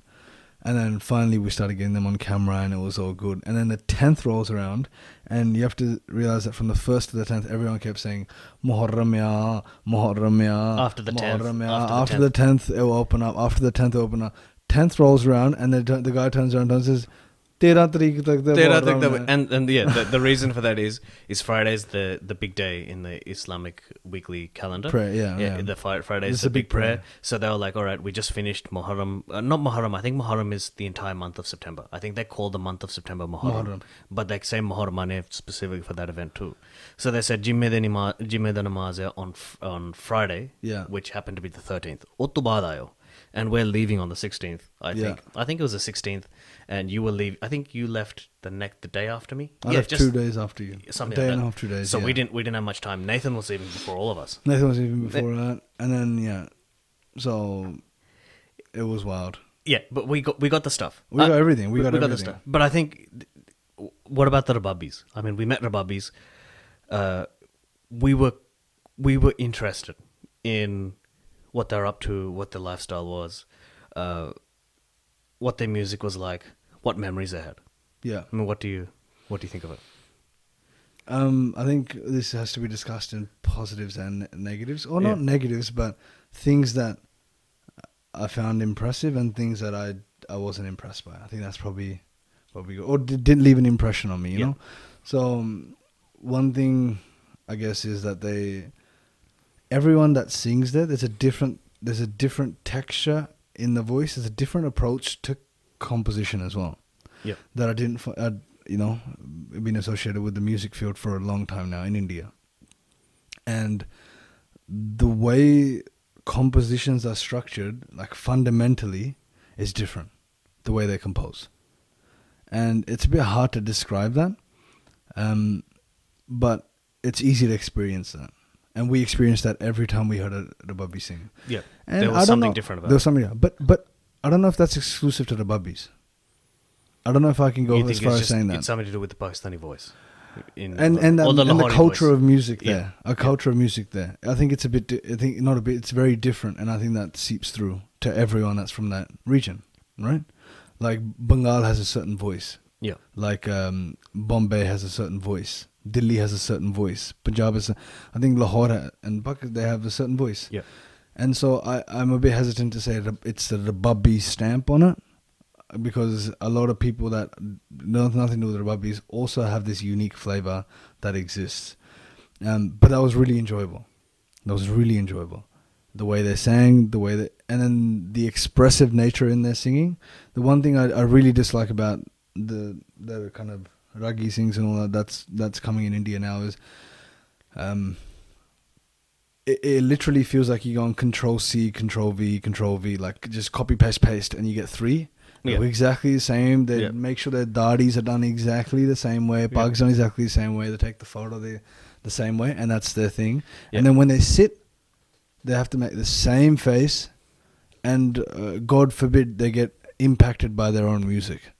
And then finally, we started getting them on camera, and it was all good. And then the tenth rolls around, and you have to realize that from the first to the tenth, everyone kept saying Muharram ya, Muharram ya.
After the 10th,
Muharram ya.
after
After
the
the tenth, it will open up. After the tenth, open up. Tenth rolls around, and the the guy turns around and says, "Tera tareek tak the
They don't think that
Muharram
way.
hai."
And and yeah, the, the reason for that is is Friday's the the big day in the Islamic weekly calendar.
Prayer, yeah, yeah.
The Fri- Friday
It's
is
a
the big
big prayer.
prayer. So they were like, all right, we just finished Muharram. Uh, not Muharram. I think Muharram is the entire month of September. I think they call the month of September Muharram.
Muharram.
But they say Muharram specifically for that event too. So they said Jimme de Nima- Jimme de Namaz hai on f- on Friday,
Yeah.
which happened to be the thirteenth. Uttubadayo. And we're leaving on the sixteenth. I
Yeah.
think. I think it was the sixteenth, and you were leave. I think you left the next the day after me.
I left two days after you.
Something
a day
like
and
that.
a half, two days.
So
yeah.
we didn't we didn't have much time. Nathan was leaving before all of us.
Nathan was even before that, and then yeah, so it was wild.
Yeah, but we got we got the stuff. Uh,
We got everything. We got everything.
But I think, th- what about the Rababis? I mean, we met Rababis. Uh, we were we were interested in what they're up to, what their lifestyle was, uh, what their music was like, what memories they had.
Yeah.
I mean, what do you what do you think of it?
Um, I think this has to be discussed in positives and negatives, or not
Yeah.
negatives, but things that I found impressive and things that I I wasn't impressed by. I think that's probably what we got, or did, didn't leave an impression on me. You
Yeah.
know, so um, one thing I guess is that they everyone that sings there, there's a different there's a different texture in the voice. There's a different approach to composition as well
Yeah,
that I didn't, fi- I'd, you know, been associated with the music field for a long time now in India. And the way compositions are structured, like fundamentally, is different. The way they compose, and it's a bit hard to describe that, um, but it's easy to experience that, and we experienced that every time we heard a, a Bubby sing.
yeah.
And
there
I don't
was something
know-
different about
There
it.
was something, yeah. but but I don't know if that's exclusive to the Bubbies. I don't know if I can go as
You think
far as
it's just-
saying
It's
that.
something to do with the Pakistani voice, in
And and,
or
um, and the
Lahori
culture
voice.
of music
Yeah.
there, a culture of music there. I think it's a bit. di- I think not a bit. It's very different, and I think that seeps through to everyone that's from that region, right? Like Bengal has a certain voice,
yeah,
like um, Bombay has a certain voice, Delhi has a certain voice, Punjab is. A, I think Lahore ha- and Pakistan they have a certain voice.
yeah,
And so I, I'm a bit hesitant to say Rab- it's the Rababbi stamp on it because a lot of people that know nothing to do with Rababbis also have this unique flavor that exists. Um, but that was really enjoyable. That was really enjoyable. The way they sang, the way that, and then the expressive nature in their singing. The one thing I, I really dislike about the the kind of raggi sings and all that that's that's coming in India now is um, it, it literally feels like you go on control C, control V, control V, like just copy paste paste, and you get three. They
Yeah.
were exactly the same. They
Yeah.
make sure their dadis are done exactly the same way. Bugs done exactly the same way. They take the photo the the same way, and that's their thing.
Yeah.
And then when they sit, they have to make the same face, and uh, God forbid they get impacted by their own music.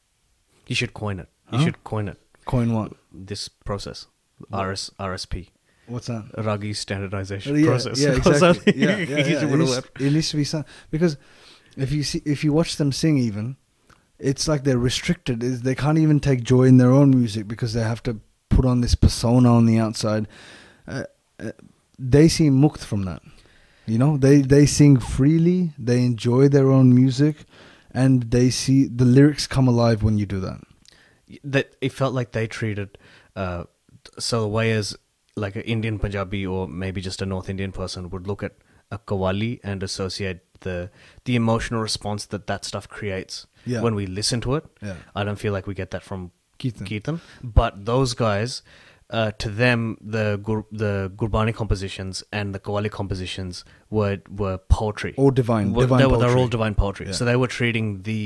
you should coin it. You
Huh?
should coin it.
Coin what?
this process, RS, RSP,
What's that?
Ragi standardization
yeah,
process.
Yeah,
or
exactly.
something.
yeah, yeah,
You
yeah.
should
It,
put a
needs,
word.
it needs to be some because if you see if you watch them sing, even it's like they're restricted. Is they can't even take joy in their own music because they have to put on this persona on the outside. Uh, uh, they seem mukt from that. You know, they they sing freely. They enjoy their own music, and they see the lyrics come alive when you do that.
That it felt like they treated uh, so the way as like an Indian Punjabi or maybe just a North Indian person would look at a kawali and associate the the emotional response that that stuff creates
Yeah.
when we listen to it.
Yeah.
I don't feel like we get that from
Keaton.
Keaton. But those guys, uh, to them, the Gur- the Gurbani compositions and the Qawwali compositions were were poetry.
All divine-
Were-
divine
they, were, they were all
poetry.
divine poetry.
Yeah.
So they were treating the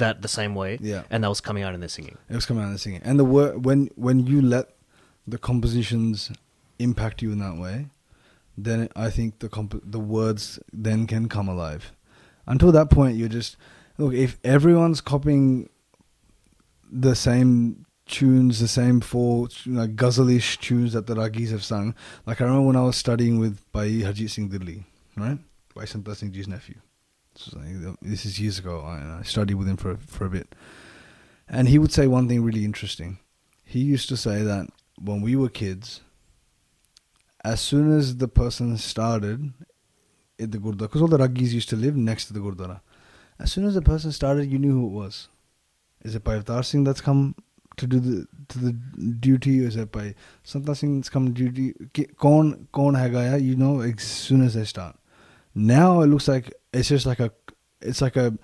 that the same way.
Yeah.
And that was coming out in their singing.
It was coming out and singing. And the word when when you let the compositions impact you in that way, then I think the comp- the words then can come alive. Until that point, you're just look. If everyone's copying the same tunes, the same four you know, ghazalish tunes that the ragis have sung, like I remember when I was studying with Bhai Harjit Singh Dilli, right? Bhai Sant Singh Ji's nephew. This was like- this is years ago. I, I studied with him for for a bit, and he would say one thing really interesting. He used to say that when we were kids, as soon as the person started at the gurdwara, because all the raggis used to live next to the gurdwara, as soon as the person started, you knew who it was. Is it by Avtar Singh that's come to do the to the duty, or is it by Santa Singh that's come duty? Ki- Kaun kaun hai gaya? You know as soon as they start. Now it looks like it's just like a it's like a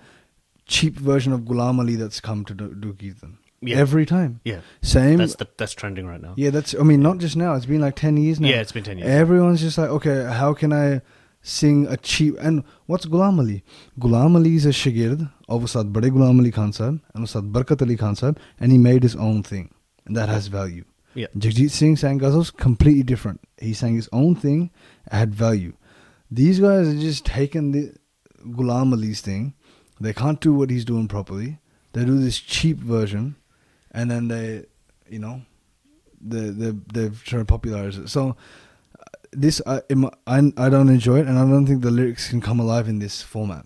cheap version of Ghulam Ali that's come to do, do Kirtan.
Yeah.
Every time.
Yeah.
Same.
That's the, that's trending right now.
Yeah, that's. I mean, not just now. It's been like ten years now.
Yeah, it's been 10 years.
Everyone's just like, okay, how can I sing a cheap? And what's Ghulam Ali? Ghulam Ali is a shagird of Ustad Bade Ghulam Ali Khan Sahib and Ustad Barkat Ali Khan Sahib, and he made his own thing, and that has value.
Yeah.
Jagjit Singh sang ghazals completely different. He sang his own thing, had value. These guys are just taking the Ghulam Ali's thing. They can't do what he's doing properly. They do this cheap version, and then they, you know, they they they've tried to popularize it. So uh, this I in my- I I don't enjoy it, and I don't think the lyrics can come alive in this format.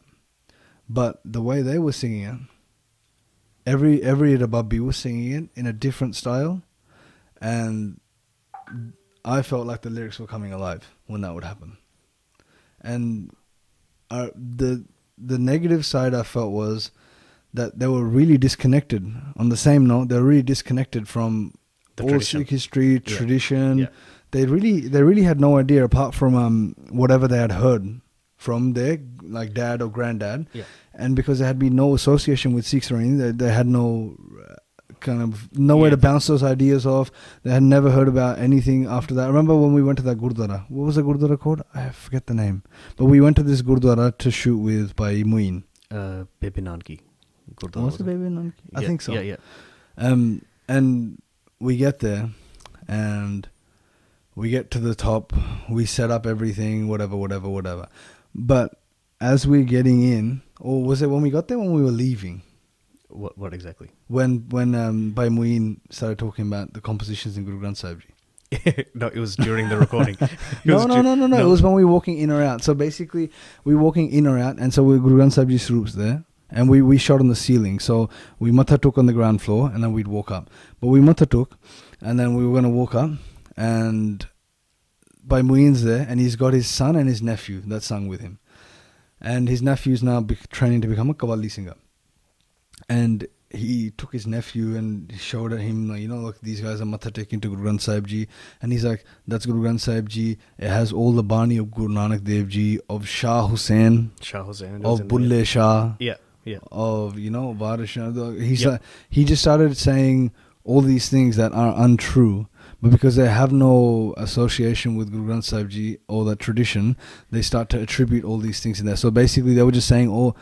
But the way they were singing it, every every Rababi was singing it in a different style, and I felt like the lyrics were coming alive when that would happen. And uh, the the negative side I felt was that they were really disconnected. On the same note, they were really disconnected from
The
all
tradition.
Sikh history,
Yeah.
tradition.
Yeah.
They really they really had no idea apart from um, whatever they had heard from their like dad or granddad.
Yeah.
And because there had been no association with Sikhs or anything, they, they had no uh, kind of nowhere to bounce those ideas off. They had never heard about anything after that. I remember when we went to that Gurdwara. What was the Gurdwara called? I forget the name. But we went to this Gurdwara to shoot with by Muin.
Uh, Bibi Nanki. Gurdwara,
Was Oh, it
wasn't it?
Baby Nanki? I
Yeah,
think so.
Yeah, yeah.
Um, and we get there, and we get to the top. We set up everything, whatever, whatever, whatever. But as we're getting in, or was it when we got there when we were leaving?
What what exactly?
When when um, Bhai Muin started talking about the compositions in Guru Granth Sahib Ji.
no, it was during the recording. It
No,
was
no,
du-
no, no, no, It was when we were walking in or out. So basically, we were walking in or out, and so we Guru Granth Sahib Ji's roof's there, and we, we shot on the ceiling. So we matha took on the ground floor, and then we'd walk up. But we matha took, and then we were going to walk up, and by Muin's there, and he's got his son and his nephew that sung with him. And his nephew's now be- training to become a Qawwali singer and he took his nephew and showed him, like, you know, look, these guys are matha taking to Guru Granth Sahib Ji. And he's like, that's Guru Granth Sahib Ji. It has all the Bani of Guru Nanak Dev Ji, of Shah Hussain,
Shah Hussain. it was
of
in there.
Oh, Bulle Shah,
Yeah, yeah.
of, you know, Varishna. He's
Yep.
like, he just started saying all these things that are untrue. But because they have no association with Guru Granth Sahib Ji or that tradition, they start to attribute all these things in there. So basically, they were just saying, oh,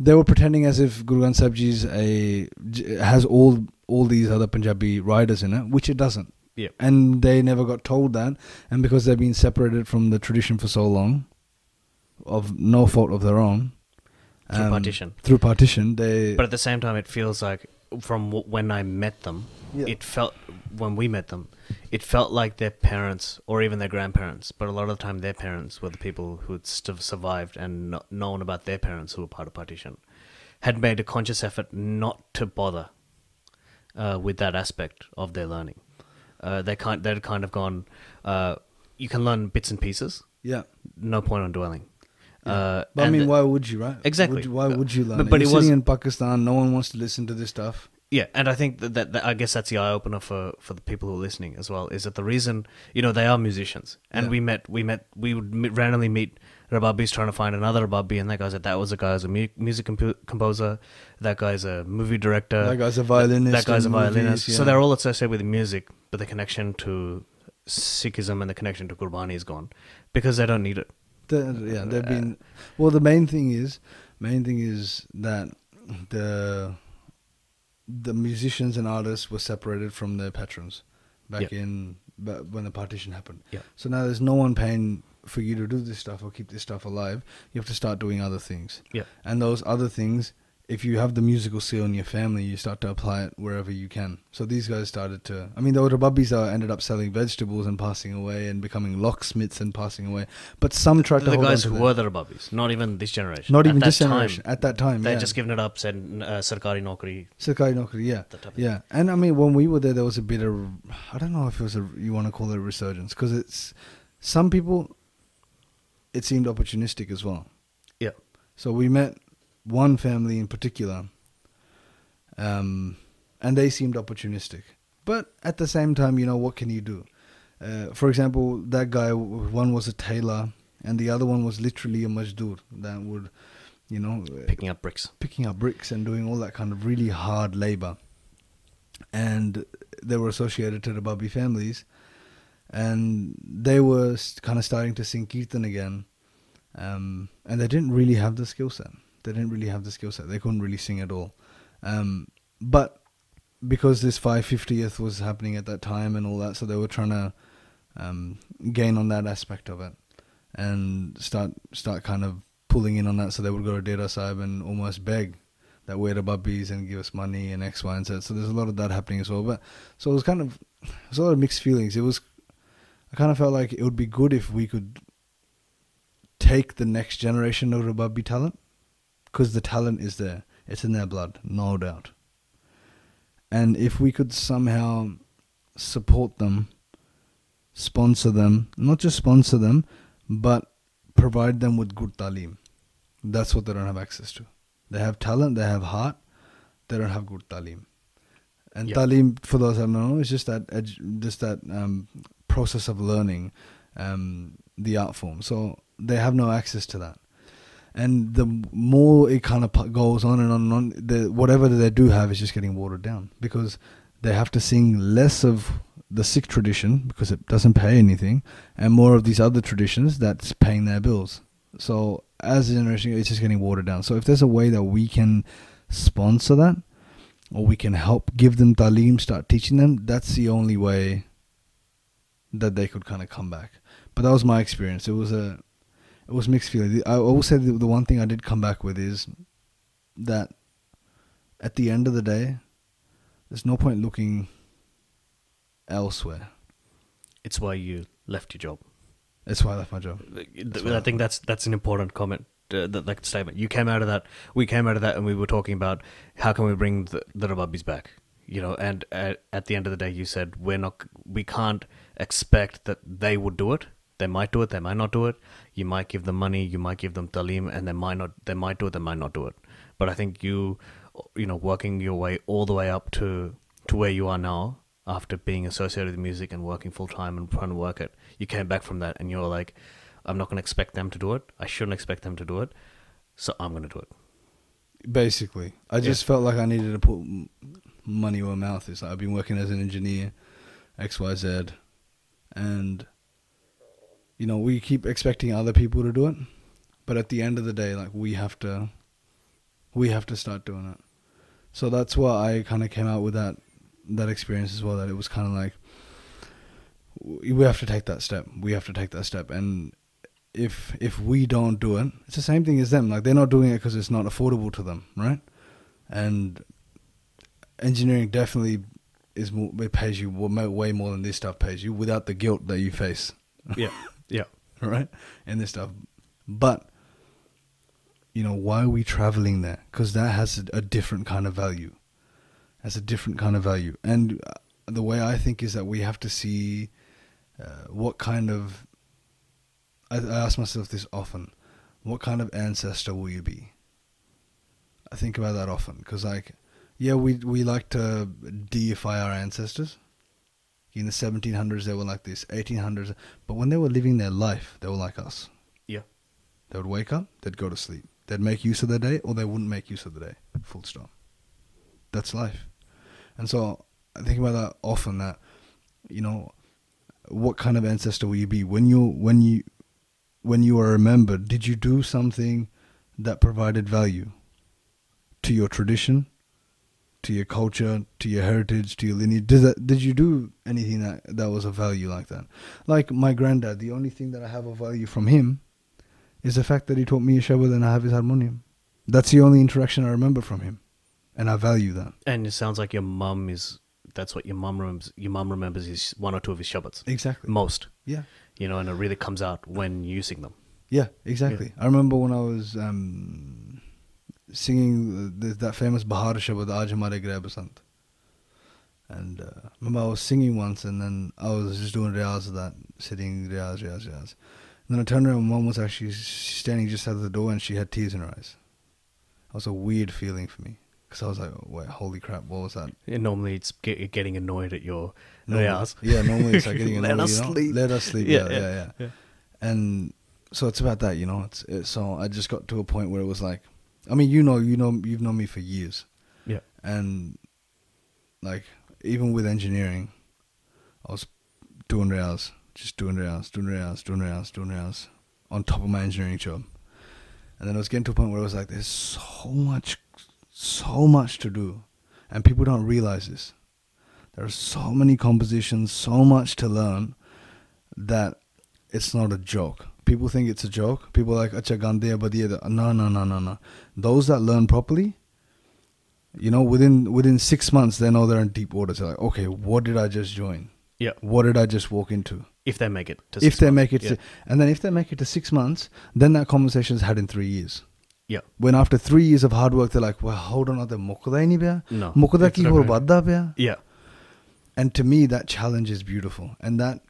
they were pretending as if Guru Granth Sahib Ji's a j- has all all these other Punjabi riders in it, which it doesn't.
Yeah.
And they never got told that, and because they've been separated from the tradition for so long, of no fault of their own, um,
Through partition.
through partition, they
But at the same time, it feels like from w- when I met them,
Yeah.
it felt when we met them, it felt like their parents or even their grandparents. But a lot of the time, their parents were the people who had st- survived and not known about their parents who were part of partition, had made a conscious effort not to bother uh, with that aspect of their learning. Uh, they kind they'd kind of gone. Uh, you can learn bits and pieces.
yeah.
No point on dwelling. Uh,
But I
and
mean,
the-
why would you, right?
Exactly.
Would you- why
Uh,
would you learn?
but-
it?
but
You're
it was-
sitting in Pakistan. No one wants to listen to this stuff.
Yeah, and I think that, that, that I guess that's the eye opener for, for the people who are listening as well. Is that the reason you know they are musicians, and
Yeah.
we met we met we would m- randomly meet Rababis trying to find another Rababi, and that guy said that was a guy who's a mu- music compu- composer, that guy's a movie director,
That guy's a violinist
that guy's a
in movies,
violinist.
yeah.
So they're all associated with music, but the connection to Sikhism and the connection to Gurbani is gone because they don't need it.
The, yeah, they've been. Well, the main thing is, main thing is that the the musicians and artists were separated from their patrons back
Yeah.
in ba- when the partition happened.
Yeah.
So now there's no one paying for you to do this stuff or keep this stuff alive. You have to start doing other things.
Yeah.
And those other things if you have the musical skill in your family, you start to apply it wherever you can. So these guys started to. I mean, the Otababbis uh, ended up selling vegetables and passing away, and becoming locksmiths and passing away. But some tried to
the
hold on
guys
to
who
that.
were the Rababis, not even this generation.
not
At
even
that
this
time,
generation at that time.
They're
yeah.
just giving it up, said uh, Sarkari Nokri.
Sakai Nokri, yeah,
That type of
yeah, and I mean when we were there, there was a bit of I don't know if it was a you want to call it a resurgence because it's some people it seemed opportunistic as well.
Yeah.
So we met one family in particular, um, and they seemed opportunistic. But at the same time, you know, what can you do? Uh, for example, that guy, w- one was a tailor, and the other one was literally a majdur that would, you know,
Picking up bricks.
picking up bricks and doing all that kind of really hard labor. And they were associated to the Babi families. And they were kind of starting to sing Kirtan again. Um, and they didn't really have the skill set. They didn't really have the skill set. They couldn't really sing at all. Um, but because this 550th was happening at that time and all that, so they were trying to um, gain on that aspect of it and start start kind of pulling in on that. So they would go to Data Sahib and almost beg that we're the bubbies and give us money and X, Y, and Z. So there's a lot of that happening as well. But so it was kind of it was a lot of mixed feelings. It was I kind of felt like it would be good if we could take the next generation of Rababbi talent because the talent is there. It's in their blood, no doubt. And if we could somehow support them, sponsor them, not just sponsor them, but provide them with good talim. That's what they don't have access to. They have talent, they have heart, they don't have good talim. And
Yeah.
talim, for those that don't know, is just that edu- just that um, process of learning um, the art form. So they have no access to that. And the more it kind of pu- goes on and on and on, the, whatever they do have is just getting watered down because they have to sing less of the Sikh tradition because it doesn't pay anything, and more of these other traditions that's paying their bills. So as a generation, it's just getting watered down. So if there's a way that we can sponsor that, or we can help give them talim, start teaching them, that's the only way that they could kind of come back. But that was my experience. It was a, it was mixed feeling. I I will say the, the one thing I did come back with is that at the end of the day, there's no point looking elsewhere.
It's why you left your job.
That's why I left my job.
Th- I think that's that's an important comment, uh, that, that statement. You came out of that. We came out of that, and we were talking about how can we bring the, the Rababis back. You know, and at, at the end of the day, you said we're not, we can't expect that they would do it. They might do it, they might not do it. You might give them money, you might give them talim, and they might not, they might do it, they might not do it. But I think you, you know, working your way all the way up to to where you are now after being associated with music and working full time and trying to work it, you came back from that and you're like, I'm not going to expect them to do it. I shouldn't expect them to do it. So I'm going to do it.
Basically, I just felt like I needed to put m- money where my mouth is. Like I've been working as an engineer, X, Y, Z, and you know we keep expecting other people to do it, but at the end of the day, like we have to, we have to start doing it. So that's why I kind of came out with that that experience as well. That it was kind of like w- we have to take that step. We have to take that step, and if if we don't do it, it's the same thing as them. Like they're not doing it because it's not affordable to them, right? And engineering definitely is more. It pays you wa- mo- way more than this stuff pays you without the guilt that you face,
Yeah. Yeah.
right? And this stuff, but you know why are we traveling there? Because that has a, a different kind of value. Has a different kind of value, and uh, the way I think is that we have to see uh, what kind of I, I ask myself this often. What kind of ancestor will you be? I think about that often because, like, yeah, we we like to deify our ancestors. In the 1700s, they were like this. 1800s, but when they were living their life, they were like us.
Yeah.
They would wake up, they'd go to sleep, they'd make use of their day, or they wouldn't make use of the day. Full stop. That's life. And so I think about that often. That you know, what kind of ancestor will you be when you when you when you are remembered? Did you do something that provided value to your tradition, to your culture, to your heritage, to your lineage? Did that, did you do anything that that was of value like that? Like my granddad, the only thing that I have of value from him is the fact that he taught me a shabad and I have his harmonium. That's the only interaction I remember from him, and I value that.
And it sounds like your mum is. That's what your mum remembers. Your mum remembers is one or two of his shabbats.
Exactly.
Most.
Yeah.
You know, and it really comes out when you sing them.
Yeah, exactly. I remember when I was um, singing the, that famous Bahar Shabad Aaj Hamare Gray Basant. And uh, remember I was singing once and then I was just doing riyaz of that, sitting riyaz, riyaz, riyaz. And then I turned around, my mom was actually s- standing just out of the door and she had tears in her eyes. That was a weird feeling for me. Because I was like, wait, holy crap, what was that?
And normally it's get, getting annoyed at your
Normally-
riyaz.
Yeah, normally it's like getting annoyed.
Let us
you know?
sleep.
Let us sleep.
Yeah,
Yeah yeah,
yeah,
yeah, And so it's about that, you know. It's it, so I just got to a point where it was like, I mean, you know, you know, you've known me for years,
Yeah.
and like even with engineering, I was doing reals, just doing reals, doing reals, doing reals, doing reals, on top of my engineering job, and then I was getting to a point where I was like, there's so much, so much to do, and people don't realize this. There are so many compositions, so much to learn that it's not a joke. People think it's a joke. People are like, Acha Gandhiya Badiya. No, no, no, no, no. Those that learn properly, you know, within within six months, they know they're in deep waters. They're like, okay, what did I just join?
Yeah.
What did I just walk into?
If they make it. To
if
six
they
months.
make it,
Yeah.
to, and then if they make it to six months, then that conversation is had in three years.
yeah.
When after three years of hard work, they're like, well, hold on, are mukda nahi pya?
No,
Mukda
it's
ki
not
hor
right.
badda pya?
Yeah.
and to me that challenge is beautiful and that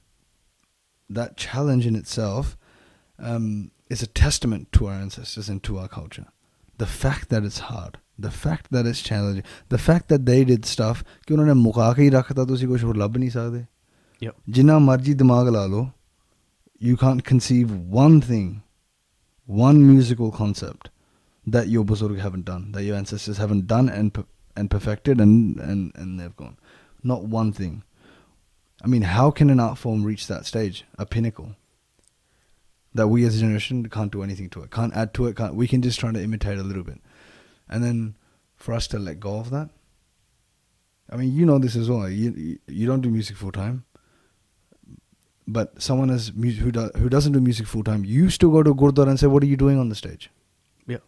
that challenge in itself um, is a testament to our ancestors and to our culture the fact that it's hard the fact that it's challenging the fact that they did stuff ਕਿ ਉਹਨਾਂ ਨੇ ਮੁਕਾ ਕੇ ਹੀ ਰੱਖਤਾ ਤੁਸੀਂ ਕੁਝ ਹੋਰ ਲੱਭ ਨਹੀਂ ਸਕਦੇ
Yeah.
ਜਿੰਨਾ ਮਰਜ਼ੀ ਦਿਮਾਗ ਲਾ ਲਓ you can't conceive one thing, one musical concept that your Buzurg haven't done, that your ancestors haven't done and per- and perfected and, and, and they've gone. Not one thing. I mean, how can an art form reach that stage, a pinnacle? That we as a generation can't do anything to it, can't add to it, can't, we can just try to imitate a little bit. And then for us to let go of that, I mean, you know this as well. You, you- you don't do music full time but someone as mu- who do, who doesn't do music full time, you still go to Gurdwara and say, "What are you doing on the stage?"
Yeah.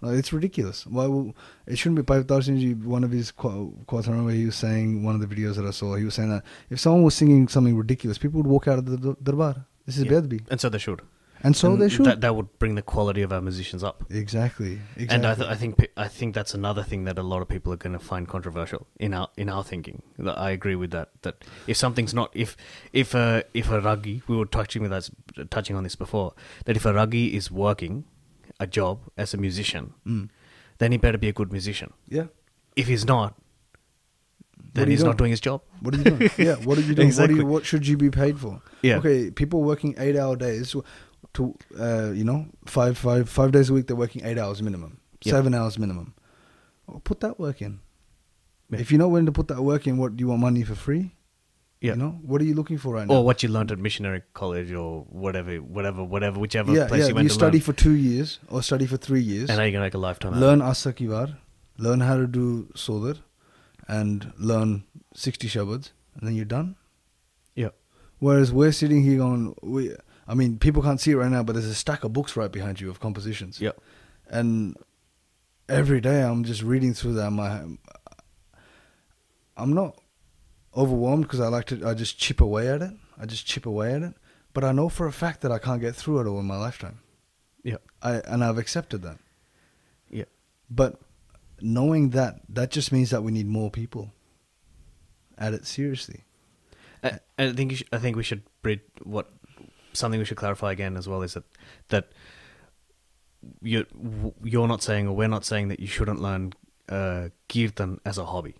Like, it's ridiculous. Why will, it shouldn't be Pipe Darshanji, one of his qu- quotes. I remember he was saying one of the videos that I saw. He was saying that if someone was singing something ridiculous, people would walk out of the d- darbar. This is
Yeah.
Bedbi,
And so they should.
and so
And
they should.
That, that would bring the quality of our musicians up.
exactly, exactly.
And I, th- I think pe- I think that's another thing that a lot of people are going to find controversial in our in our thinking. That I agree with that. That if something's not if if a if a rugby we were touching with us touching on this before that if a rugby is working a job as a musician,
Mm.
then he better be a good musician.
yeah.
If he's not,
What are
then
you
he's
doing?
not doing his job.
What are you doing? yeah, what are you doing? What,
Exactly.
are you, what should you be paid for?
Yeah.
Okay, people working eight hour days to uh, you know five five five days a week. They're working eight hours minimum,
Yeah.
seven hours minimum. Oh, put that work in.
Yeah.
If you know when to put that work in, what do you want money for free?
Yeah.
You know what are you looking for right now?
Or what you learned at missionary college or whatever, whatever, whatever, whichever
yeah,
place
yeah.
you went to
study
learn.
for two years or study for three years.
and now you're gonna make a lifetime. out of it.
learn asakivar, learn how to do sodar, and learn sixty shabads, and then you're done.
Yeah.
Whereas we're sitting here going, we, I mean, people can't see it right now, but there's a stack of books right behind you of compositions.
Yeah.
And every day I'm just reading through them. I, I'm not overwhelmed because I like to, I just chip away at it. I just chip away at it. But I know for a fact that I can't get through it all in my lifetime.
Yeah.
I, and I've accepted that.
Yeah.
But knowing that, that just means that we need more people at it seriously.
I, I think you should, I think we should breed what something we should clarify again as well is that that you you're not saying or we're not saying that you shouldn't learn uh, kirtan as a hobby.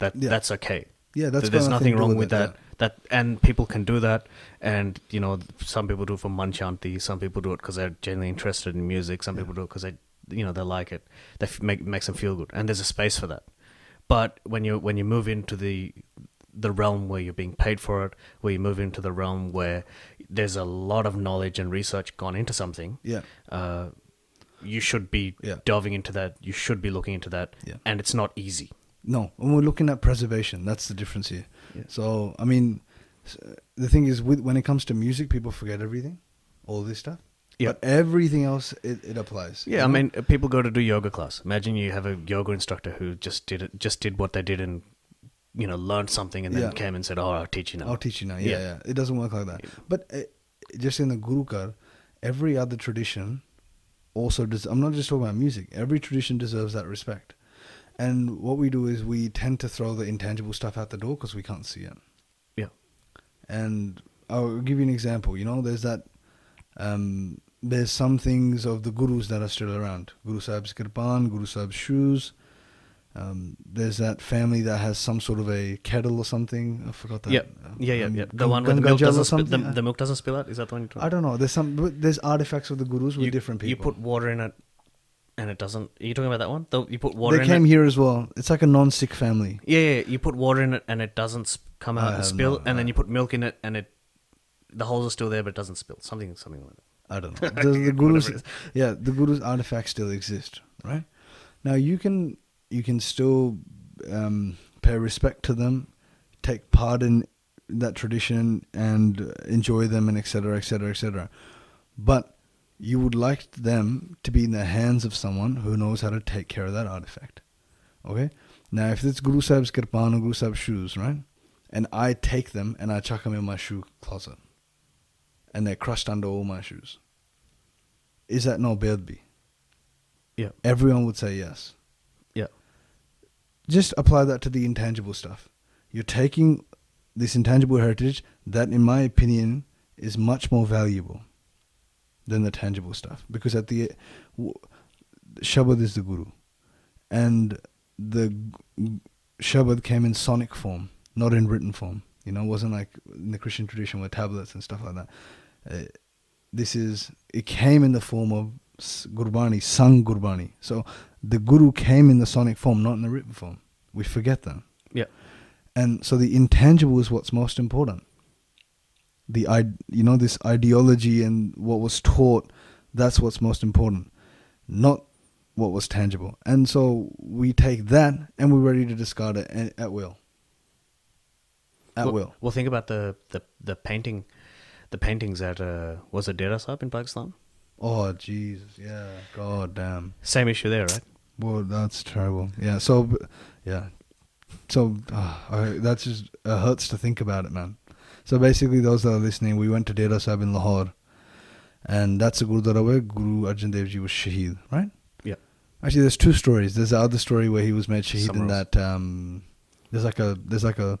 That
Yeah.
that's okay.
Yeah, that's
That there's
got nothing
nothing
to do
wrong
with
with,
it,
that. That and people can do that, and you know some people do it for manchanti, some people do it because they're genuinely interested in music, some people do it because they you know they like it, that f- make, makes them feel good, and there's a space for that. But when you when you move into the the realm where you're being paid for it, where you move into the realm where there's a lot of knowledge and research gone into something,
Yeah.
uh, you should be
Yeah.
delving into that. You should be looking into that,
Yeah.
and it's not easy.
No, when we're looking at preservation, that's the difference here.
Yeah.
So, I mean, s- the thing is, with, when it comes to music, people forget everything, all this stuff.
Yeah.
But everything else, it, it applies.
Yeah, I mean, uh, people go to do yoga class. Imagine you have a yoga instructor who just did it, just did what they did, and you know, learned something, and then
Yeah.
came and said, "Oh, I'll teach you now."
I'll teach you now. Yeah,
Yeah.
yeah. It doesn't work like that. But uh, just in the Gurukar, every other tradition also does. I'm not just talking about music. Every tradition deserves that respect. And what we do is we tend to throw the intangible stuff out the door because we can't see it.
yeah,
And I'll give you an example. You know, there's that. Um, there's some things of the gurus that are still around. Guru Sahib's kirpan, Guru Sahib's shoes. Um, there's that family that has some sort of a kettle or something. I forgot that.
yeah, yeah, yeah,
Um,
yeah. The
Gan-
one where the
Ganga
milk
Jal or
doesn't spill, the,
something?
the milk doesn't spill out. Is that the one you're talking?
I don't know. There's some. but There's artifacts of the gurus with
you,
different people.
You put water in it, and it doesn't. Are you talking about that one? The, you put water.
they
in
came
it,
here as well. It's like a non-sick family.
Yeah, yeah, yeah, you put water in it, and it doesn't sp- come
I
out and
have
spill.
no
and then
idea.
you put milk in it, and it, the holes are still there, but it doesn't spill. Something, something like that.
I don't know. The, the gurus, yeah, the gurus artifacts still exist, right? Now you can you can still um, pay respect to them, take part in that tradition, and enjoy them, and etc. etc. etc. But you would like them to be in the hands of someone who knows how to take care of that artifact. Okay. Now, if it's Guru Sahib's kirpan or Guru Sahib's shoes, right, and I take them and I chuck them in my shoe closet, and they're crushed under all my shoes. Is that not Bedby?
Yeah,
Everyone would say yes.
yeah,
Just apply that to the intangible stuff. You're taking this intangible heritage that, in my opinion, is much more valuable than the tangible stuff. Because at the e-, w- Shabad is the guru, and the g- Shabad came in sonic form, not in written form. You know, it wasn't like in the Christian tradition with tablets and stuff like that. Uh, this is it came in the form of s- Gurbani, Sang Gurbani. So the Guru came in the sonic form, not in the written form. We forget that.
yeah.
And so the intangible is what's most important. The id- you know this ideology and what was taught, that's what's most important, not what was tangible. And so we take that and we're ready to discard it at, at will. At
well,
will.
Well, think about the the, the painting, the paintings at uh, was it Dera Sahib in Pakistan?
Oh Jesus, yeah, god damn.
Same issue there, right?
Well, that's terrible. Yeah. So, b- yeah. So ah, I, that's just it hurts to think about it, man. So basically, those that are listening, we went to Dera Sahib in Lahore, and that's the Gurdwara where Guru Arjan Dev Ji was shaheed, right?
Yeah,
Actually, there's two stories. There's the other story where he was made shaheed in
Somewhere else.
that um, there's like a there's like a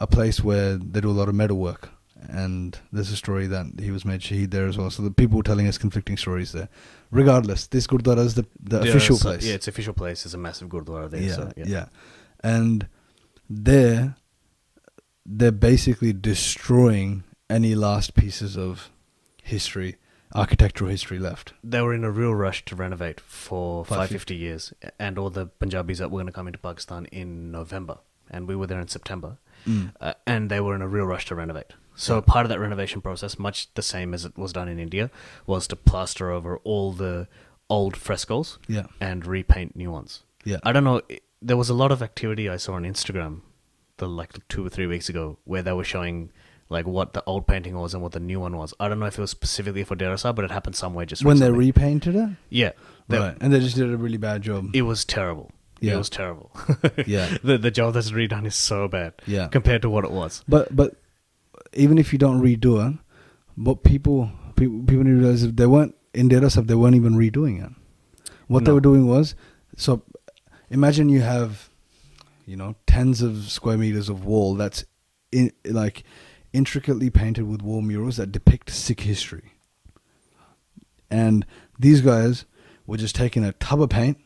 a place where they do a lot of metal work, and there's a story that he was made shaheed there as well. So the people telling us conflicting stories there. Regardless, this Gurdwara is the the
Dera
official
Sahib-
place.
Yeah, it's official place. It's a massive gurdwara there.
Yeah,
so,
yeah.
yeah.
And there, they're basically destroying any last pieces of history, architectural history left.
They were in a real rush to renovate for
550.
550 years, and all the Punjabis that were going to come into Pakistan in November, and we were there in September,
Mm.
uh, and they were in a real rush to renovate. So part of that renovation process, much the same as it was done in India, was to plaster over all the old frescoes
Yeah.
and repaint new ones.
Yeah.
I don't know. i- There was a lot of activity I saw on Instagram, the like two or three weeks ago, where they were showing like what the old painting was and what the new one was. I don't know if it was specifically for Derasa, but it happened somewhere just
when they
recently.
repainted it,
yeah, They-
right? And they just did a really bad job.
it was terrible.
Yeah.
It was terrible.
Yeah.
the the job that's redone is so bad.
Yeah.
compared to what it was.
But but even if you don't redo it, but people people people need to realize if they weren't in data stuff, they weren't even redoing it. What they
No.
were doing was so. Imagine you have, you know, tens of square meters of wall that's in like intricately painted with wall murals that depict Sikh history. And these guys were just taking a tub of paint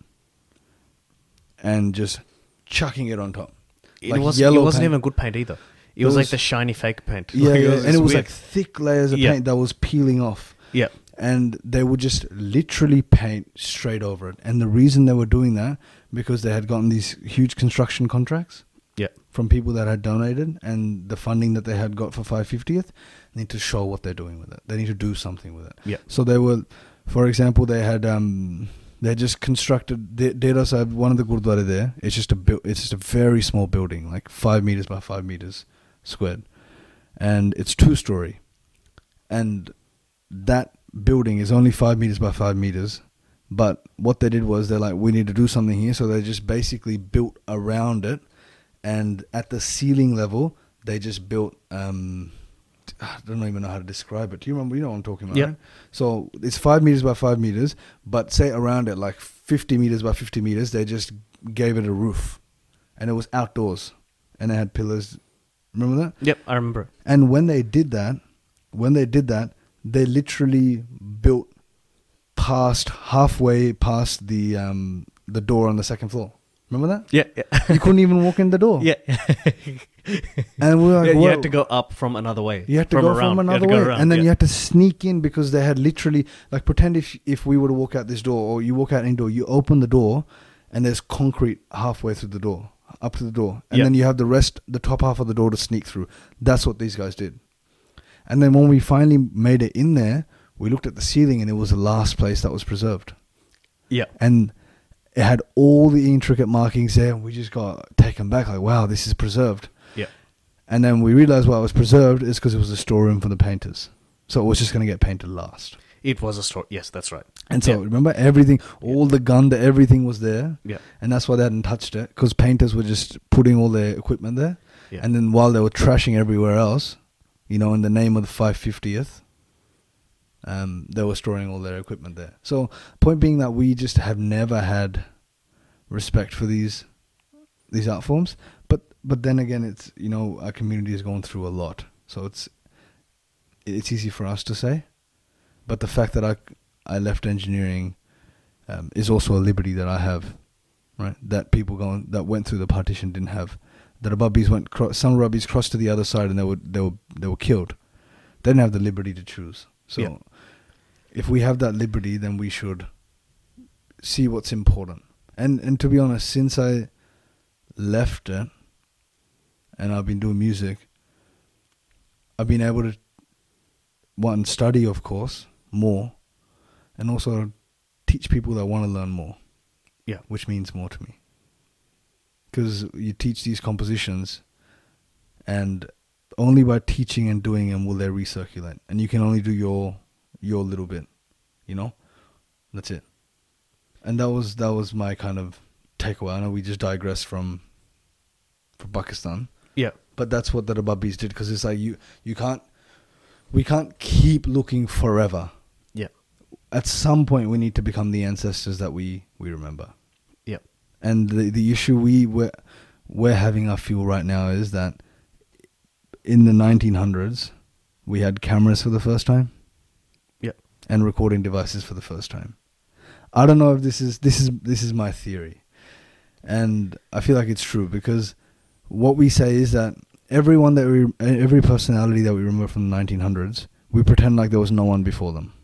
and just chucking it on top.
It
Like
was. It
yellow
wasn't
paint.
even good paint either. It
It
was, like
was-
the shiny fake paint.
Yeah,
Like,
yeah, and it was
weird.
like thick layers of
Yeah.
paint that was peeling off.
yeah,
And they would just literally paint straight over it. And the reason they were doing that because they had gotten these huge construction contracts
yeah,
from people that had donated and the funding that they had got for 550th need to show what they're doing with it. They need to do something with it.
Yeah.
So they were, for example, they had um, they just constructed De- Dera Sahib, one of the gurdwara there. It's just a build. It's just a very small building, like five meters by five meters squared, and it's two story, and that building is only five meters by five meters. But what they did was they're like, we need to do something here. So they just basically built around it. And at the ceiling level, they just built, um, I don't even know how to describe it. Do you remember? You know what I'm talking about,
Yep.
right? So it's five meters by five meters, but say around it, like 50 meters by 50 meters, they just gave it a roof. And it was outdoors. And they had pillars. Remember that?
Yep, I remember.
And when they did that, when they did that, they literally built past halfway past the um, the door on the second floor. Remember that?
Yeah, yeah.
You couldn't even walk in the door.
Yeah.
And we were like,
Yeah, you
"Whoa."
had to go up from another way.
You had to go
around.
from
You had
another
to go
way,
around,
and then
yeah.
you had to sneak in because they had literally like pretend if if we were to walk out this door or you walk out any door, you open the door, and there's concrete halfway through the door, up to the door, and
Yeah.
then you have the rest, the top half of the door to sneak through. That's what these guys did. And then when we finally made it in there, we looked at the ceiling, and it was the last place that was preserved,
yeah.
and it had all the intricate markings there, and we just got taken back like, wow, this is preserved.
Yeah.
And then we realized why it was preserved is because it was a storeroom for the painters. So it was just going to get painted last.
It was a story. Yes, that's right.
And so
Yeah.
remember, everything, all the gun, the everything was there.
Yeah.
And that's why they hadn't touched it because painters were just putting all their equipment there.
Yeah.
And then while they were trashing everywhere else, you know, in the name of the 550th, um, they were storing all their equipment there. So point being that we just have never had respect for these these art forms. But but then again, it's you know our community has gone through a lot, so it's it's easy for us to say. But the fact that I I left engineering um, is also a liberty that I have, right? That people going that went through the partition didn't have. That Arabis went cro- some Arabis crossed to the other side and they were they were they were killed. They didn't have the liberty to choose. So
Yeah.
if we have that liberty, then we should see what's important. And and to be honest, since I left it and I've been doing music, I've been able to one study of course more and also teach people that want to learn more
Yeah.
which means more to me because you teach these compositions and only by teaching and doing them will they recirculate and you can only do your your little bit you know that's it and that was that was my kind of takeaway i know we just digressed from from pakistan
Yeah.
but that's what the Rababis did because it's like you you can't we can't keep looking forever.
Yeah.
At some point, we need to become the ancestors that we we remember.
Yeah.
And the the issue we we're, we're having I feel right now is that in the 1900s we had cameras for the first time
Yeah.
and recording devices for the first time. I don't know if this is this is this is my theory, and I feel like it's true because what we say is that everyone that we every personality that we remember from the 1900s, we pretend like there was no one before them.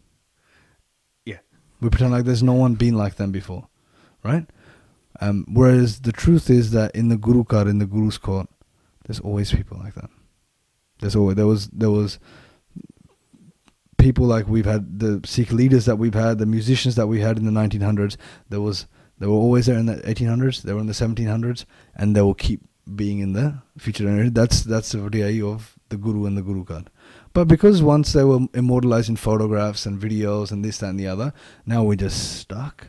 Yeah.
We pretend like there's no one been like them before, right? Um, whereas the truth is that in the Guru Kar, in the Guru's court, there's always people like that. There's always there was there was people like we've had the Sikh leaders that we've had, the musicians that we had in the 1900s. There was they were always there in the 1800s. They were in the 1700s, and they will keep being in the future generation. That's that's the reality of the guru and the guru card. But because once they were immortalized in photographs and videos and this that and the other, now we're just stuck.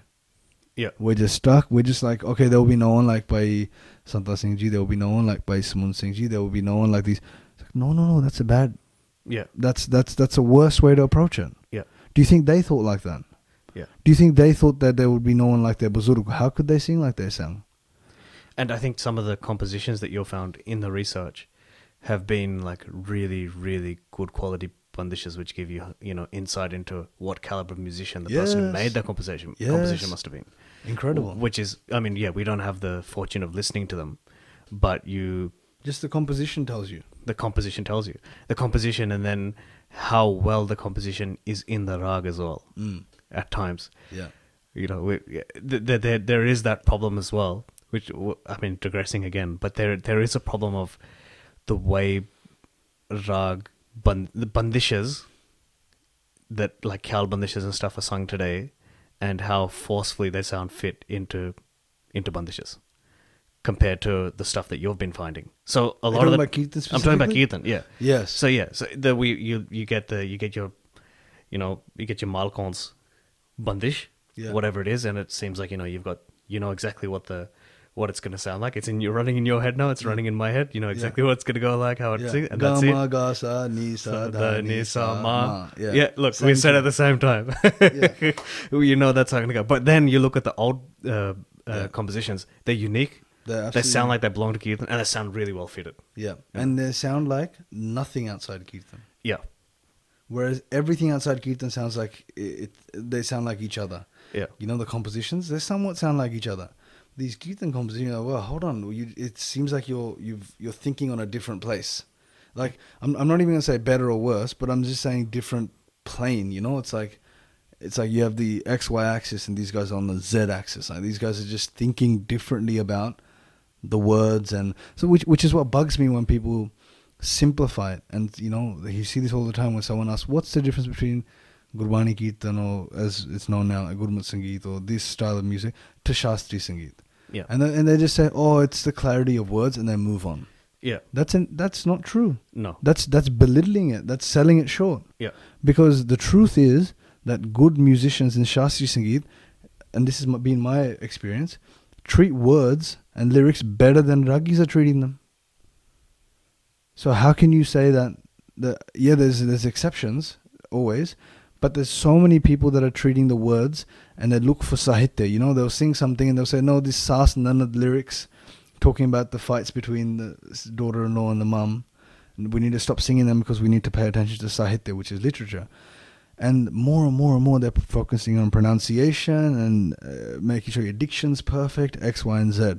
Yeah.
We're just stuck. We're just like okay, there will be no one like by Santa Singh Ji. There will be no one like by Sumun Singh Ji. There will be no one like these. It's like, no, no, no. That's a bad
Yeah.
that's that's that's a worse way to approach it.
Yeah.
Do you think they thought like that?
Yeah.
Do you think they thought that there would be no one like their Buzurg? How could they sing like they sang?
And I think some of the compositions that you'll found in the research have been like really, really good quality bandishes, which give you, you know, insight into what caliber of musician the person who
Yes.
made that composition
Yes.
composition must have been.
Incredible.
Which is, I mean, yeah, we don't have the fortune of listening to them, but you,
Just the composition tells you.
the composition tells you the composition, and then how well the composition is in the rag as well. Mm. At times,
Yeah.
you know, we, th- th- there there is that problem as well. Which w- I mean, digressing again, but there there is a problem of the way rag ban, the bandishes that like khyal bandishes and stuff are sung today, and how forcefully they sound fit into into bandishes compared to the stuff that you've been finding. So a lot
talking
of the,
about Keaton
I'm talking about
specifically?
Keaton, yeah.
Yes.
So yeah, so the we you you get the you get your you know, you get your Malcons bundish,
Yeah.
whatever it is, and it seems like you know you've got you know exactly what the what it's going to sound like. It's in you're running in your head now. It's running in my head. You know exactly what it's going to go like, how it
Yeah.
sings, and that's it.
Gama, ga, sa, ni, sa,
So
da,
the
ni, sa,
Nisa
ma.
Ma. Yeah. look, we
Same
said it
thing.
at the same time. you know that's how it's gonna go. But then you look at the old uh, uh, compositions; they're unique.
They're
they
absolutely-
sound like they belong to Keaton, and they sound really well fitted.
Yeah. And they sound like nothing outside Kirtan.
Yeah,
Whereas everything outside Kirtan sounds like it, it, they sound like each other.
Yeah.
You know, the compositions, they somewhat sound like each other. These Kirtan compositions, you're like, well, hold on. You, it seems like you're, you've, you're thinking on a different place. Like, I'm, I'm not even going to say better or worse, but I'm just saying different plane, you know? It's like, it's like you have the XY axis and these guys are on the Z axis. Like, these guys are just thinking differently about the words and so which which is what bugs me when people simplify it and you know you see this all the time when someone asks what's the difference between Gurbani Kirtan or as it's known now like Gurmat Sangeet or this style of music to Shastri Sangeet
Yeah.
and then, and they just say oh it's the clarity of words and they move on
yeah,
that's in, that's not true
no,
that's that's belittling it that's selling it short
yeah,
because the truth is that good musicians in Shastri Sangeet, and this has m- been my experience, treat words and lyrics better than ragis are treating them. So how can you say that? The, yeah, there's there's exceptions always, but there's so many people that are treating the words and they look for sahitya. You know, they'll sing something and they'll say, "No, this sas none of the lyrics." Talking about the fights between the s- daughter-in-law and the mum, and we need to stop singing them because we need to pay attention to sahitya, which is literature. And more and more and more, they're focusing on pronunciation and uh, making sure your diction's perfect, X, Y, and Z,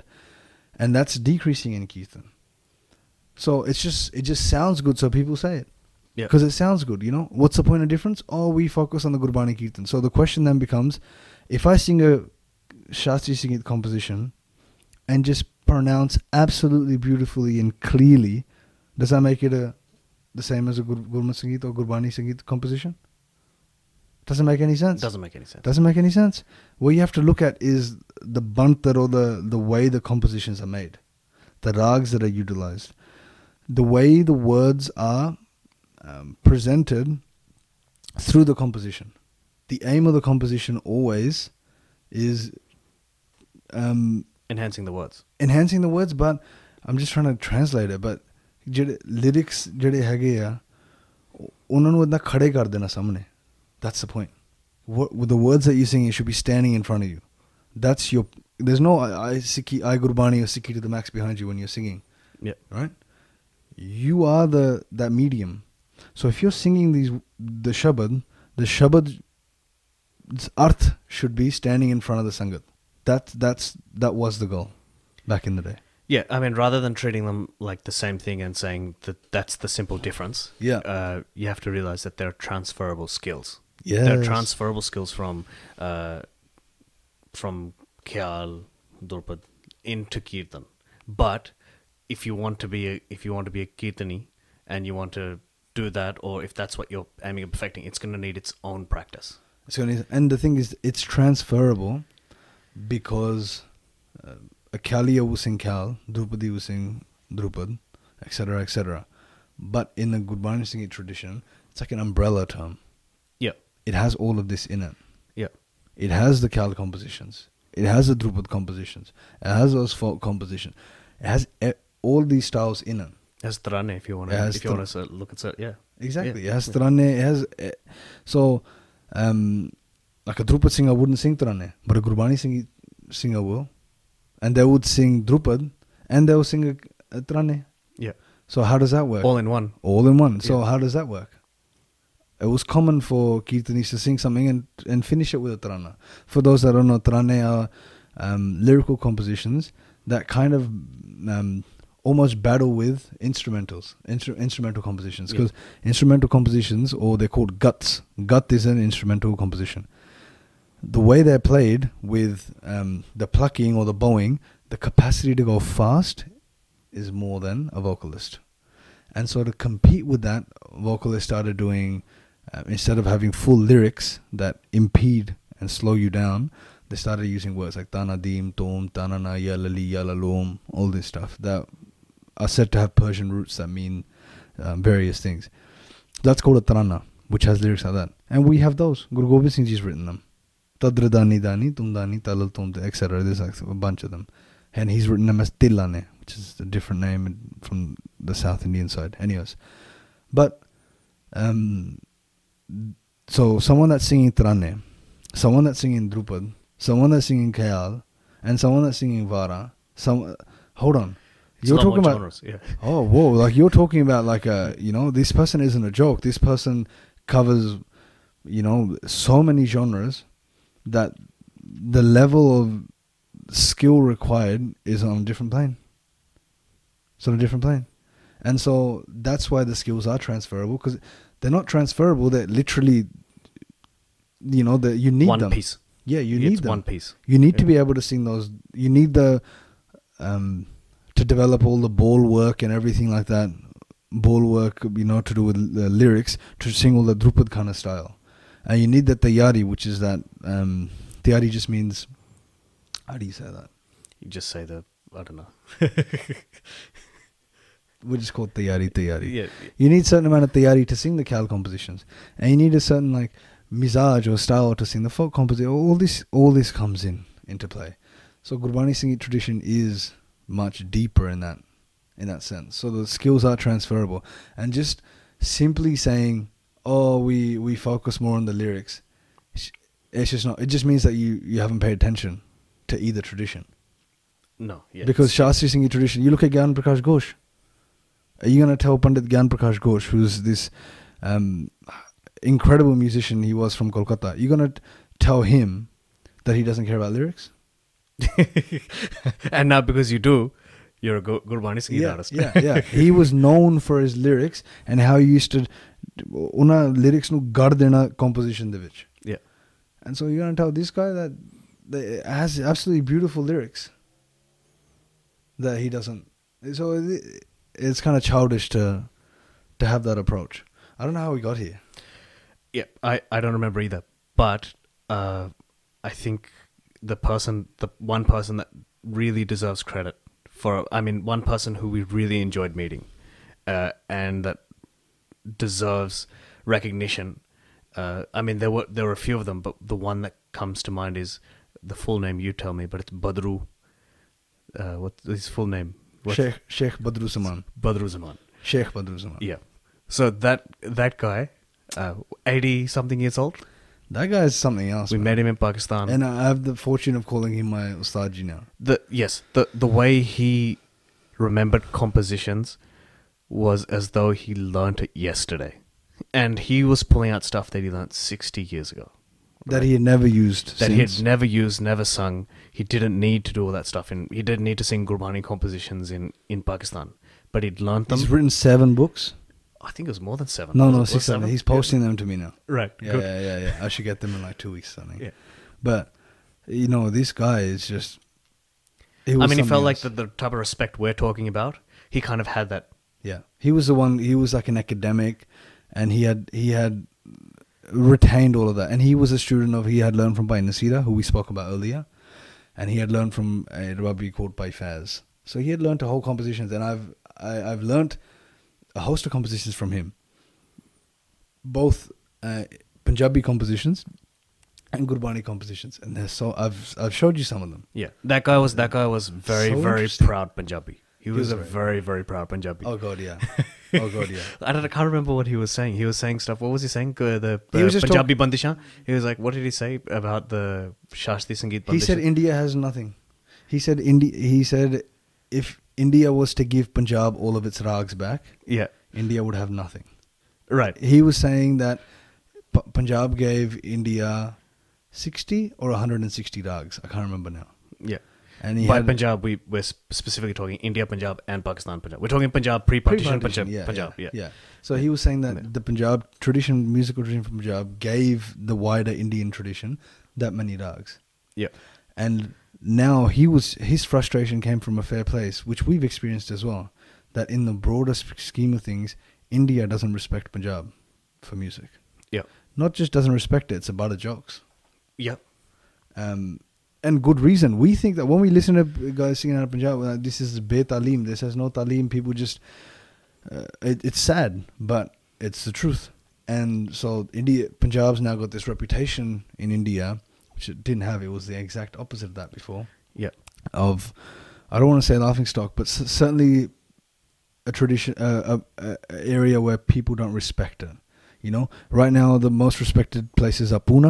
and that's decreasing in Keaton. So it's just it just sounds good, so people say it.
Yeah.
Because it sounds good, you know. What's the point of difference? Oh, we focus on the Gurbani Kirtan. So the question then becomes, if I sing a Shastri Sangeet composition and just pronounce absolutely beautifully and clearly, does that make it a the same as a Gur- Gurmat Sangeet or Gurbani Sangeet composition? Doesn't make any sense.
doesn't make any sense.
Doesn't make any sense. What you have to look at is the bantar or the, the way the compositions are made, the rags that are utilized, the way the words are um, presented through the composition. The aim of the composition always is um,
Enhancing the words.
enhancing the words, but I'm just trying to translate it. But ਜਿਹੜੇ lyrics ਜਿਹੜੇ ਹੈਗੇ ਆ ਉਹ- ਉਹਨਾਂ ਨੂੰ ਇਦਾਂ ਖੜੇ ਕਰ ਦੇਣਾ ਸਾਹਮਣੇ that's the point what with the words that you're singing should be standing in front of you that's your there's no i I Sikhi- I gurbani or sikhi to the max behind you when you're singing
Yeah,
right you are the that medium so if you're singing these the shabad the shabad's arth should be standing in front of the sangat that that's that was the goal back in the day
yeah. I mean, rather than treating them like the same thing and saying that that's the simple difference,
Yeah.
uh, you have to realize that they're transferable skills. they're
Yes.
transferable skills from uh, from Khyal, Durpad into Kirtan. But if you want to be a, if you want to be a Kirtani and you want to do that, or if that's what you're aiming at perfecting, it's going to need its own practice.
So, and- and the thing is, it's transferable because uh, a Kaliya will sing Kal, Drupadi will sing Drupad, etc., etc. But in the Gurbani Singhi tradition, it's like an umbrella term.
Yeah,
It has all of this in it.
yeah,
It has the Kal compositions. It has the Drupad compositions. It has those folk compositions. It has e- all these styles in it.
as Trane, if you want to,
As
if you
Tran-
want to look at it, yeah,
Exactly.
Yeah.
It has Trane. It has. eh, so, um, like a Drupad singer wouldn't sing Trane, but a Gurbani sing, singer will. And they would sing Drupad and they will sing a, a Trane.
yeah,
So, how does that work?
all in one.
All in one. So,
Yeah.
how does that work? It was common for Kirtanis to sing something and, and finish it with a Trana. For those that don't know, Trane are um, lyrical compositions that kind of um, almost battle with instrumentals, instru- instrumental compositions.
Yeah.
Because instrumental compositions, or they're called guts, gut is an instrumental composition. The way they're played with um, the plucking or the bowing, the capacity to go fast is more than a vocalist. And so to compete with that, vocalists started doing, uh, instead of having full lyrics that impede and slow you down, they started using words like tanadim, tom, tanana, yalali, yalalom, all this stuff that are said to have Persian roots that mean um, various things. That's called a tarana, which has lyrics like that. And we have those. Guru Gobind Singh Ji's written them. Tadradani Dani, Tumdani, Talal Tumde, etc. There's like a bunch of them. And he's written them as Tilane, which is a different name from the South Indian side. Anyways. But, um, so someone that's singing Trane, someone that's singing Drupad, someone that's singing Khayal, and someone that's singing Vara, some, hold on.
It's a lot more genres, yeah.
Oh, whoa! Like you're talking about like a you know this person isn't a joke. This person covers you know so many genres that the level of skill required is on a different plane. It's on a different plane, and so that's why the skills are transferable because they're not transferable. They're literally you know that you need
one
them.
piece.
Yeah, you
It's
need them.
one piece.
You need to
Yeah.
be able to sing those. You need the um, to develop all the ball work and everything like that. Ball work, you know, to do with the lyrics to sing all the Drupad kind of style, and you need that tayari, which is that um, tayari just means how do you say that?
You just say the I don't know.
We're just called tayari, tayari.
Yeah.
You need certain amount of tayari to sing the Khal compositions, and you need a certain like mizaj or style to sing the folk composition. All this, all this comes in into play. So Gurbani singing tradition is much deeper in that, in that sense. So the skills are transferable, and just simply saying, "Oh, we we focus more on the lyrics," sh- it's just not. It just means that you you haven't paid attention to either tradition.
No. Yeah.
Because Shastri Singhi tradition, you look at Gyan Prakash Ghosh. Are you going to tell Pandit Gyan Prakash Ghosh, who's this um, incredible musician he was from Kolkata, you going to tell him that he doesn't care about lyrics?
and now because you do, you're a Gu- Gurbani singing
yeah,
artist.
yeah, yeah. He was known for his lyrics and how he used to ਉਹਨਾਂ lyrics ਨੂੰ ਗੜ ਦੇਣਾ composition ਦੇ ਵਿੱਚ.
yeah.
And so you're going to tell this guy that that has absolutely beautiful lyrics that he doesn't. So it, it's kind of childish to to have that approach. I don't know how we got here.
Yeah, I, I don't remember either. But uh, I think the person, the one person that really deserves credit for, I mean, one person who we really enjoyed meeting uh, and that deserves recognition. Uh, I mean, there were there were a few of them, but the one that comes to mind is the full name. You tell me, but it's Badru. Uh, what's his full name? What's-
Sheikh Sheikh Badruzaman.
Badru Zaman.
Sheikh Badruzaman.
Yeah. So that that guy, eighty something years old.
That guy is something else.
We
man.
met him in Pakistan.
and I have the fortune of calling him my ustadji now.
the yes, the the way he remembered compositions was as though he learnt it yesterday, and he was pulling out stuff that he learnt sixty years ago
That he had never used
that he
since.
had never used, never sung. He didn't need to do all that stuff, and he didn't need to sing Gurbani compositions in in Pakistan, but he'd learnt them.
He's written seven books.
I think it was more than seven.
No,
Was it-
no,
was it
six, seven.
seven?
He's posting them to me now.
Yeah. right.
Yeah,
good.
yeah, yeah, yeah. I should get them in like two weeks, something.
Yeah.
But you know, this guy is just. He
I mean, he felt
something
like
else.
the, the type of respect we're talking about. He kind of had that.
Yeah, he was the one. He was like an academic, and he had he had retained all of that. And he was a student of. He had learned from Bhai Nasira, who we spoke about earlier, and he had learned from a Rabi called Bhai Faz. So he had learned a whole compositions, and I've I, I've learned a host of compositions from him. Both uh, Punjabi compositions and Gurbani compositions, and they're so I've I've showed you some of them.
Yeah, that guy was that guy was very
So
very
interesting.
proud Punjabi. He
was
was, a very very proud Punjabi.
Oh god, yeah. Oh god, yeah.
I don't. I can't remember what he was saying. He was saying stuff. What was he saying? Uh, the
He
uh,
was just
Punjabi bandishan. He was like, what did he say about the Shastri Sangeet bandishan?
He said India has nothing. He said India. He said if India was to give Punjab all of its rags back,
yeah,
India would have nothing.
right.
He was saying that P- Punjab gave India sixty or hundred and sixty rags. I can't remember now.
Yeah.
And he
By
had-
Punjab, we we're sp- specifically talking India, Punjab, and Pakistan, Punjab. We're talking Punjab pre-partition, Punjab,
Pre-partition,
Punjab. Yeah,
yeah. So he was saying that the Punjab tradition, musical tradition from Punjab, gave the wider Indian tradition that many rags.
yeah,
and now he was his frustration came from a fair place which we've experienced as well that in the broader sp- scheme of things india doesn't respect punjab for music
yeah,
not just doesn't respect it it's about the jokes
yeah.
um, and good reason we think that when we listen to guys singing out of punjab uh, this is be talim this has no talim people just uh, it, it's sad but it's the truth And so India, Punjab's now got this reputation in India, which it didn't have. It was the exact opposite of that before.
Yeah.
Of, I don't want to say laughing stock, but c- certainly a tradition, uh, a, a a area where people don't respect it. You know, right now the most respected places are Pune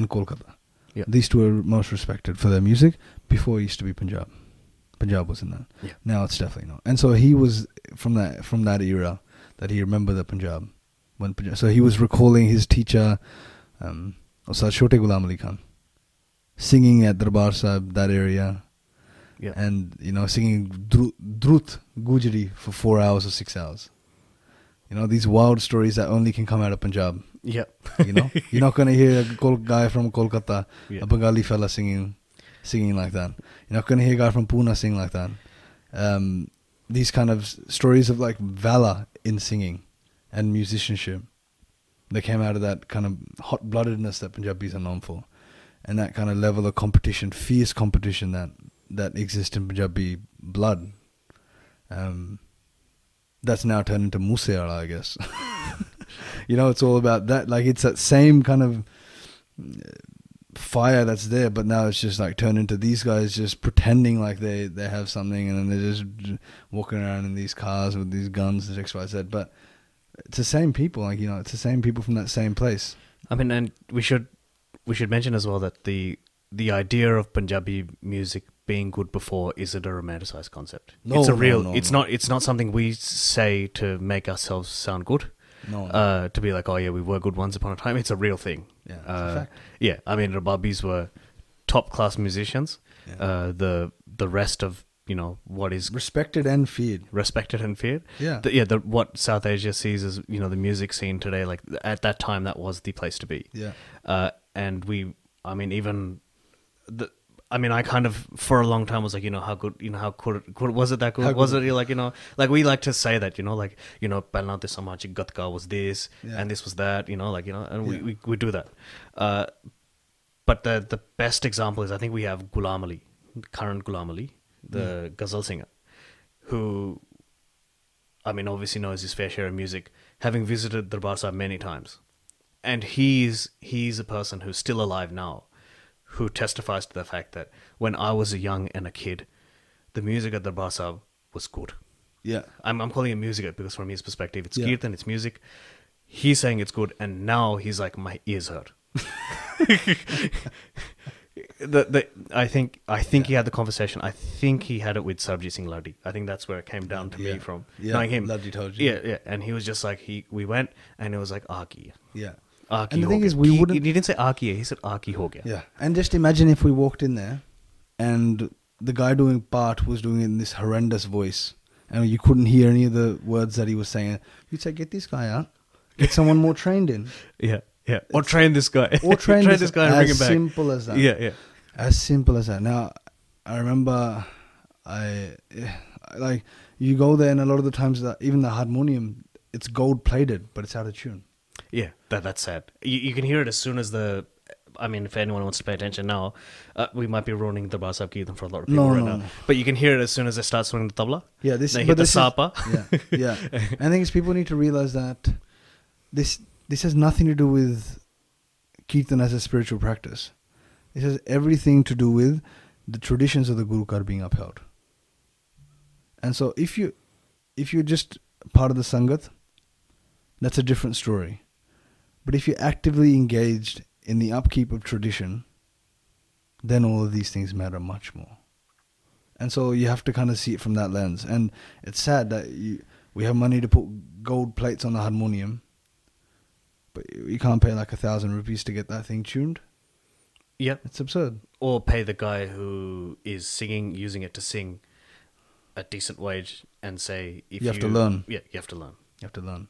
and Kolkata.
Yeah.
These two are most respected for their music. Before it used to be Punjab. Punjab was in that.
Yeah.
Now it's definitely not. And so he was from that from that era that he remembered the Punjab when Punjab. So he was recalling his teacher, um, Ustad Shote Ghulam Ali Khan, singing at Darbar Sahib that area,
Yeah.
and you know singing Dru- Drut Gujari for four hours or six hours. You know these wild stories that only can come out of Punjab.
yeah.
You know you're not gonna hear a Kol- guy from Kolkata,
Yeah.
a Bengali fella singing, singing like that. You're not gonna hear a guy from Pune sing like that. Um, these kind of s- stories of like valor in singing and musicianship that came out of that kind of hot bloodedness that Punjabis are known for, and that kind of level of competition, fierce competition that that exists in Punjabi blood. Um, that's now turned into Museara, I guess. you know, it's all about that. Like it's that same kind of uh, fire that's there, but now it's just like turned into these guys just pretending like they they have something, and then they're just j- walking around in these cars with these guns and X Y Z. But it's the same people, like you know, it's the same people from that same place.
I mean, and we should we should mention as well that the the idea of Punjabi music being good before isn't a romanticized concept.
No,
it's a
no,
real.
no,
it's
no.
not. It's not something we say to make ourselves sound good.
No, no.
Uh, to be like, oh yeah, we were good once upon a time. It's a real thing.
Yeah, it's a
Uh,
fact.
Yeah. I mean, Rababis were top class musicians.
Yeah.
Uh, the the rest of you know what is
Respected and feared.
respected and feared.
Yeah.
The, yeah. The, what South Asia sees as you know the music scene today. Like th- at that time, that was the place to be.
Yeah.
Uh, and we, I mean, even the. I mean, I kind of for a long time was like, you know, how good, you know, how good, good was it that good?
How
was
good-
it like, you know, like we like to say that, you know, like, you know, Balnate Samajik Gatka was this
Yeah.
and this was that, you know, like, you know, and we,
Yeah.
we, we do that. Uh, but the the best example is I think we have Ghulam Ali, current Ghulam Ali, the ghazal singer, who, I mean, obviously knows his fair share of music, having visited Darbar Sahib many times, and he's he's a person who's still alive now, who testifies to the fact that when I was a young and a kid, the music at Darbar Sahib was good.
Yeah.
I'm, I'm calling it music because from his perspective, it's
Yeah.
kirtan, it's music. He's saying it's good, and now he's like, my ears hurt. the, the, I think I think he had the conversation. I think he had it with Subjit Singh Ladi. I think that's where it came down to
Yeah.
me from
Yeah,
knowing him.
Ladi told you.
Yeah, yeah, and he was just like he. We went, and it was like Aki.
Yeah.
Aki
and the thing
ho
is,
gaya."
we
he,
wouldn't.
He didn't say Aki. He said Aki ho gaya.
Yeah. And just imagine if we walked in there and the guy doing part was doing it in this horrendous voice and you couldn't hear any of the words that he was saying. You'd say, get this guy out. Get someone more trained in.
yeah, yeah. Or train this guy.
Or train,
this, guy and
as
bring him back.
simple as that.
Yeah, yeah.
As simple as that. Now, I remember I, I- like, you go there and a lot of the times that even the harmonium, it's gold plated, but it's out of tune.
Yeah, that that's sad. You, you can hear it as soon as the. I mean, if anyone wants to pay attention now, uh, we might be ruining the Basab Geetham for a lot of people
No,
right
no,
now.
no.
But you can hear it as soon as they start swinging the tabla.
Yeah, this.
they
but
hit the
this is-
sapa.
yeah, yeah. And the thing is, people need to realize that this this has nothing to do with kirtan as a spiritual practice. This has everything to do with the traditions of the Guru are being upheld. And so, if you if you're just part of the sangat, that's a different story. But if you're actively engaged in the upkeep of tradition, then all of these things matter much more. And so you have to kind of see it from that lens. And it's sad that you, we have money to put gold plates on the harmonium, but you can't pay like a thousand rupees to get that thing tuned.
yeah,
It's absurd.
or pay the guy who is singing using it to sing a decent wage and say if
You have to learn.
Yeah, you have to learn.
You have to learn.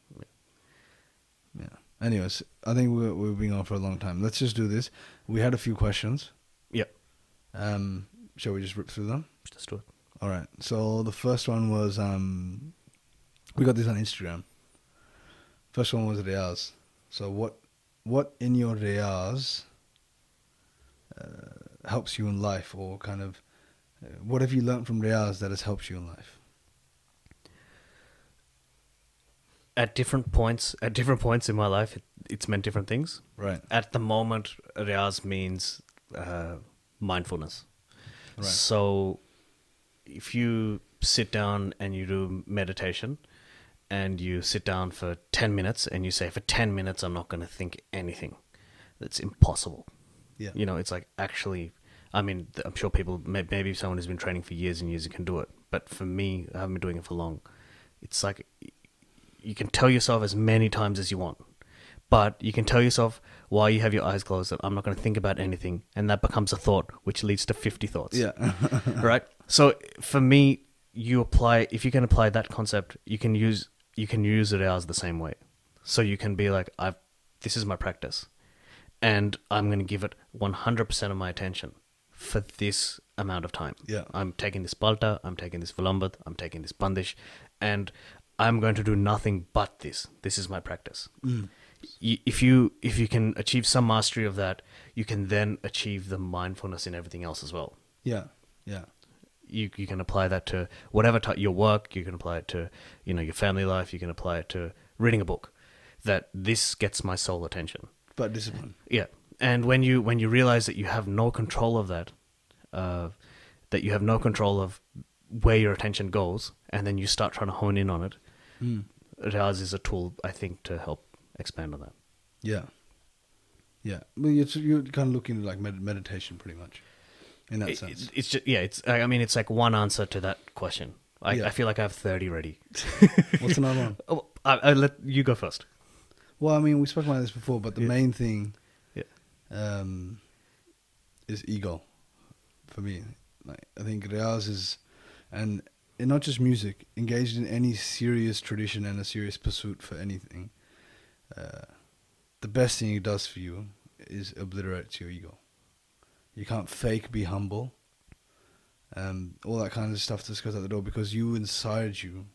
Yeah. Anyways, I think we're, we've been on for a long time. Let's just do this. We had a few questions.
Yeah,
Um, shall we just rip through them?
just do it.
All right. So the first one was um, we got this on Instagram. First one was Reaz. So what what in your Reaz uh, helps you in life, or kind of uh, what have you learnt from Reaz that has helped you in life?
at different points at different points in my life it, it's meant different things
Right.
at the moment riaz means uh, mindfulness
Right.
so if you sit down and you do meditation and you sit down for 10 minutes and you say for 10 minutes i'm not going to think anything that's impossible
Yeah.
you know it's like actually i mean th- i'm sure people may- maybe someone who's been training for years and years can do it but for me i haven't been doing it for long it's like y- you can tell yourself as many times as you want but you can tell yourself while you have your eyes closed that i'm not going to think about anything and that becomes a thought which leads to 50 thoughts
Yeah.
right so for me you apply if you can apply that concept you can use you can use it ours the same way so you can be like i've this is my practice and i'm going to give it 100% of my attention for this amount of time
Yeah.
i'm taking this palta i'm taking this vilambat i'm taking this bandish and i'm going to do nothing but this this is my practice Y- if you if you can achieve some mastery of that you can then achieve the mindfulness in everything else as well
yeah. Yeah.
you you can apply that to whatever type your work you can apply it to you know your family life you can apply it to reading a book that this gets my sole attention
But discipline.
yeah and when you when you realize that you have no control of that uh, that you have no control of where your attention goes and then you start trying to hone in on it Raz is a tool i think to help expand on that
Yeah. Yeah. Well, you're, you're kind of looking at like med- meditation pretty much in that
It-
sense.
it's just yeah it's i I mean it's like one answer to that question i,
Yeah.
I feel like i have 30 ready
What's another one?
oh, I, I let you go first
Well, I mean, we spoke about this before, but the
Yeah.
main thing
yeah
um, is ego for me. Like, I think Reaz is, and, and not just music, engaged in any serious tradition and a serious pursuit for anything. Uh, the best thing it does for you is obliterates your ego. You can't fake be humble, um, all that kind of stuff just goes out the door because you inside you,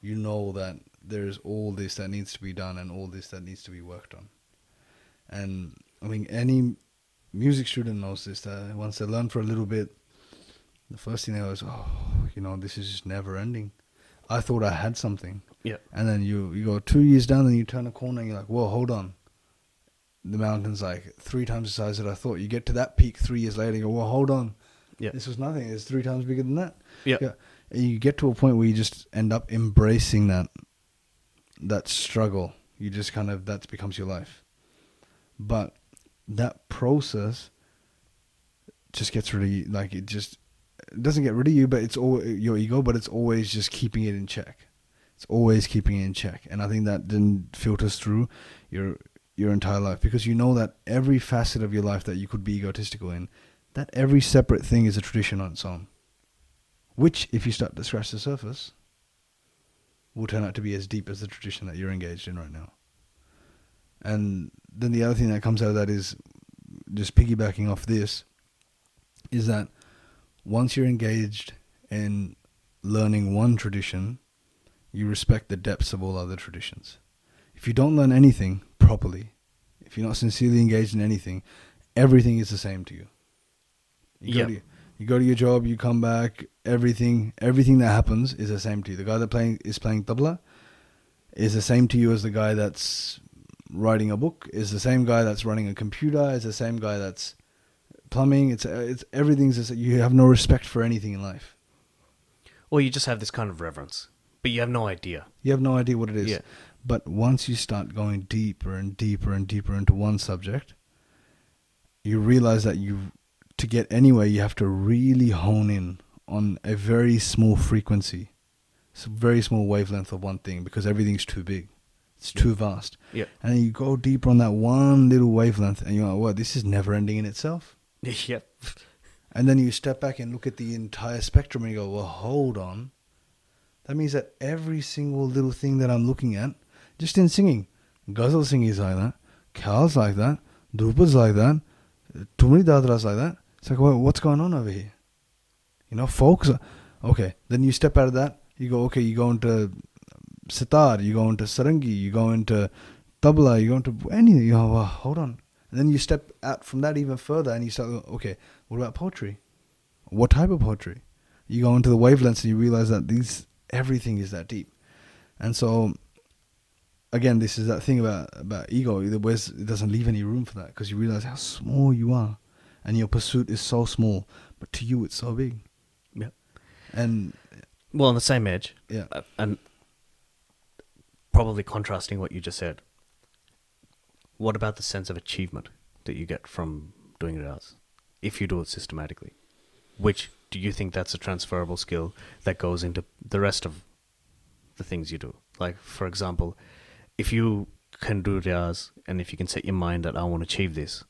you know that there's all this that needs to be done and all this that needs to be worked on. And I mean, any music student knows this that once they learn for a little bit, the first thing they go is, oh, you know, this is just never ending. I thought I had something.
yeah
And then you, you go two years down, then you turn a corner and you're like, whoa, hold on. The mountain's like three times the size that I thought. You get to that peak three years later and you go, well, hold on.
Yeah.
This was nothing. It's three times bigger than that.
Yeah.
And you get to a point where you just end up embracing that that struggle. You just kind of that becomes your life. But that process just gets really like it just it doesn't get rid of you, but it's all your ego, but it's always just keeping it in check. It's always keeping it in check, and I think that then filters through your your entire life because you know that every facet of your life that you could be egotistical in, that every separate thing is a tradition on its own. Which, if you start to scratch the surface, will turn out to be as deep as the tradition that you're engaged in right now. And then the other thing that comes out of that is just piggybacking off this is that once you're engaged in learning one tradition, you respect the depths of all other traditions. If you don't learn anything properly, if you're not sincerely engaged in anything, everything is the same to you. You go,
Yeah.
to, you go to your job, you come back, everything everything that happens is the same to you. The guy that playing is playing tabla is the same to you as the guy that's writing a book, is the same guy that's running a computer, is the same guy that's plumbing. It's uh, it's everything's just, you have no respect for anything in life.
Or you just have this kind of reverence, but you have no idea.
You have no idea what it is.
Yeah.
But once you start going deeper and deeper and deeper into one subject, you realize that you to get anywhere you have to really hone in on a very small frequency. It's a very small wavelength of one thing because everything's too big. It's too vast.
Yeah.
And then you go deeper on that one little wavelength and you're like, Wow, this is never ending in itself.
yep.
And then you step back and look at the entire spectrum and you go, well, hold on. That means that every single little thing that I'm looking at, just in singing, ghazal singing is like that, khyal's like that, drupa's like that, tumri dadra's like that. It's like, well, what's going on over here? You know, folks. are- Okay, then you step out of that. You go, okay, you go into sitar, you go into sarangi, you go into tabla, you go into anything. You go, well, hold on. And then you step out from that even further and you start, going, okay, what about poetry? What type of poetry? You go into the wavelengths and you realize that these everything is that deep. And so again, this is that thing about about ego. It, was, it doesn't leave any room for that because you realize how small you are, and your pursuit is so small, but to you it's so big.
Yeah.
And
Well, on the same edge,
Yeah.
uh, and probably contrasting what you just said. What about the sense of achievement that you get from doing it else, if you do it systematically? Which do you think that's a transferable skill that goes into the rest of the things you do? Like, for example, if you can do riyaz and if you can set your mind that I want to achieve this,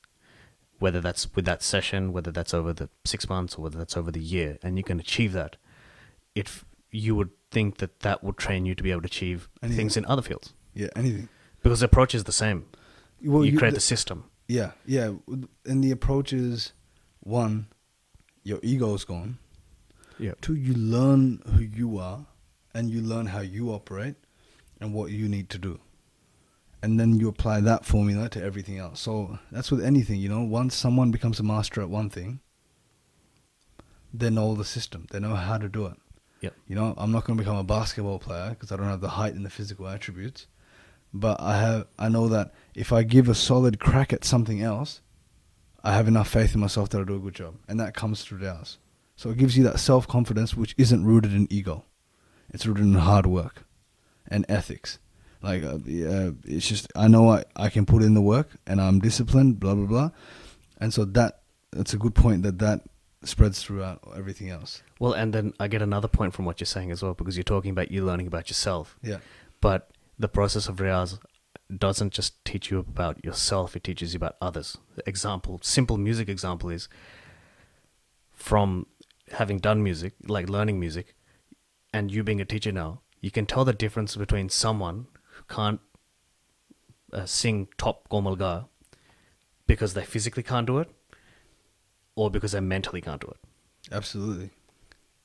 whether that's with that session, whether that's over the six months or whether that's over the year, and you can achieve that, if you would think that that would train you to be able to achieve
Anything.
things in other fields
yeah, anything.
because the approach is the same.
Well,
you,
you-
create
the-
the system.
Yeah, yeah. And the approach is one, your ego's gone.
Yeah.
Two, you learn who you are and you learn how you operate and what you need to do. And then you apply that formula to everything else. So that's with anything, you know. Once someone becomes a master at one thing, they know the system, they know how to do it.
Yeah.
You know, I'm not going to become a basketball player because I don't have the height and the physical attributes. But I have, I know that if I give a solid crack at something else, I have enough faith in myself that I'll do a good job, and that comes through ours. So it gives you that self confidence, which isn't rooted in ego. It's rooted in hard work and ethics. Like uh, uh, it's just I know I, I can put in the work and I'm disciplined, blah blah blah, and so that that's a good point that that spreads throughout everything else.
Well, and then I get another point from what you're saying as well because you're talking about you learning about yourself.
Yeah.
But the process of Riaz doesn't just teach you about yourself, it teaches you about others. The example, simple music example is from having done music, like learning music, and you being a teacher now, you can tell the difference between someone who can't uh, sing top Komal Ga because they physically can't do it or because they mentally can't do it
Absolutely.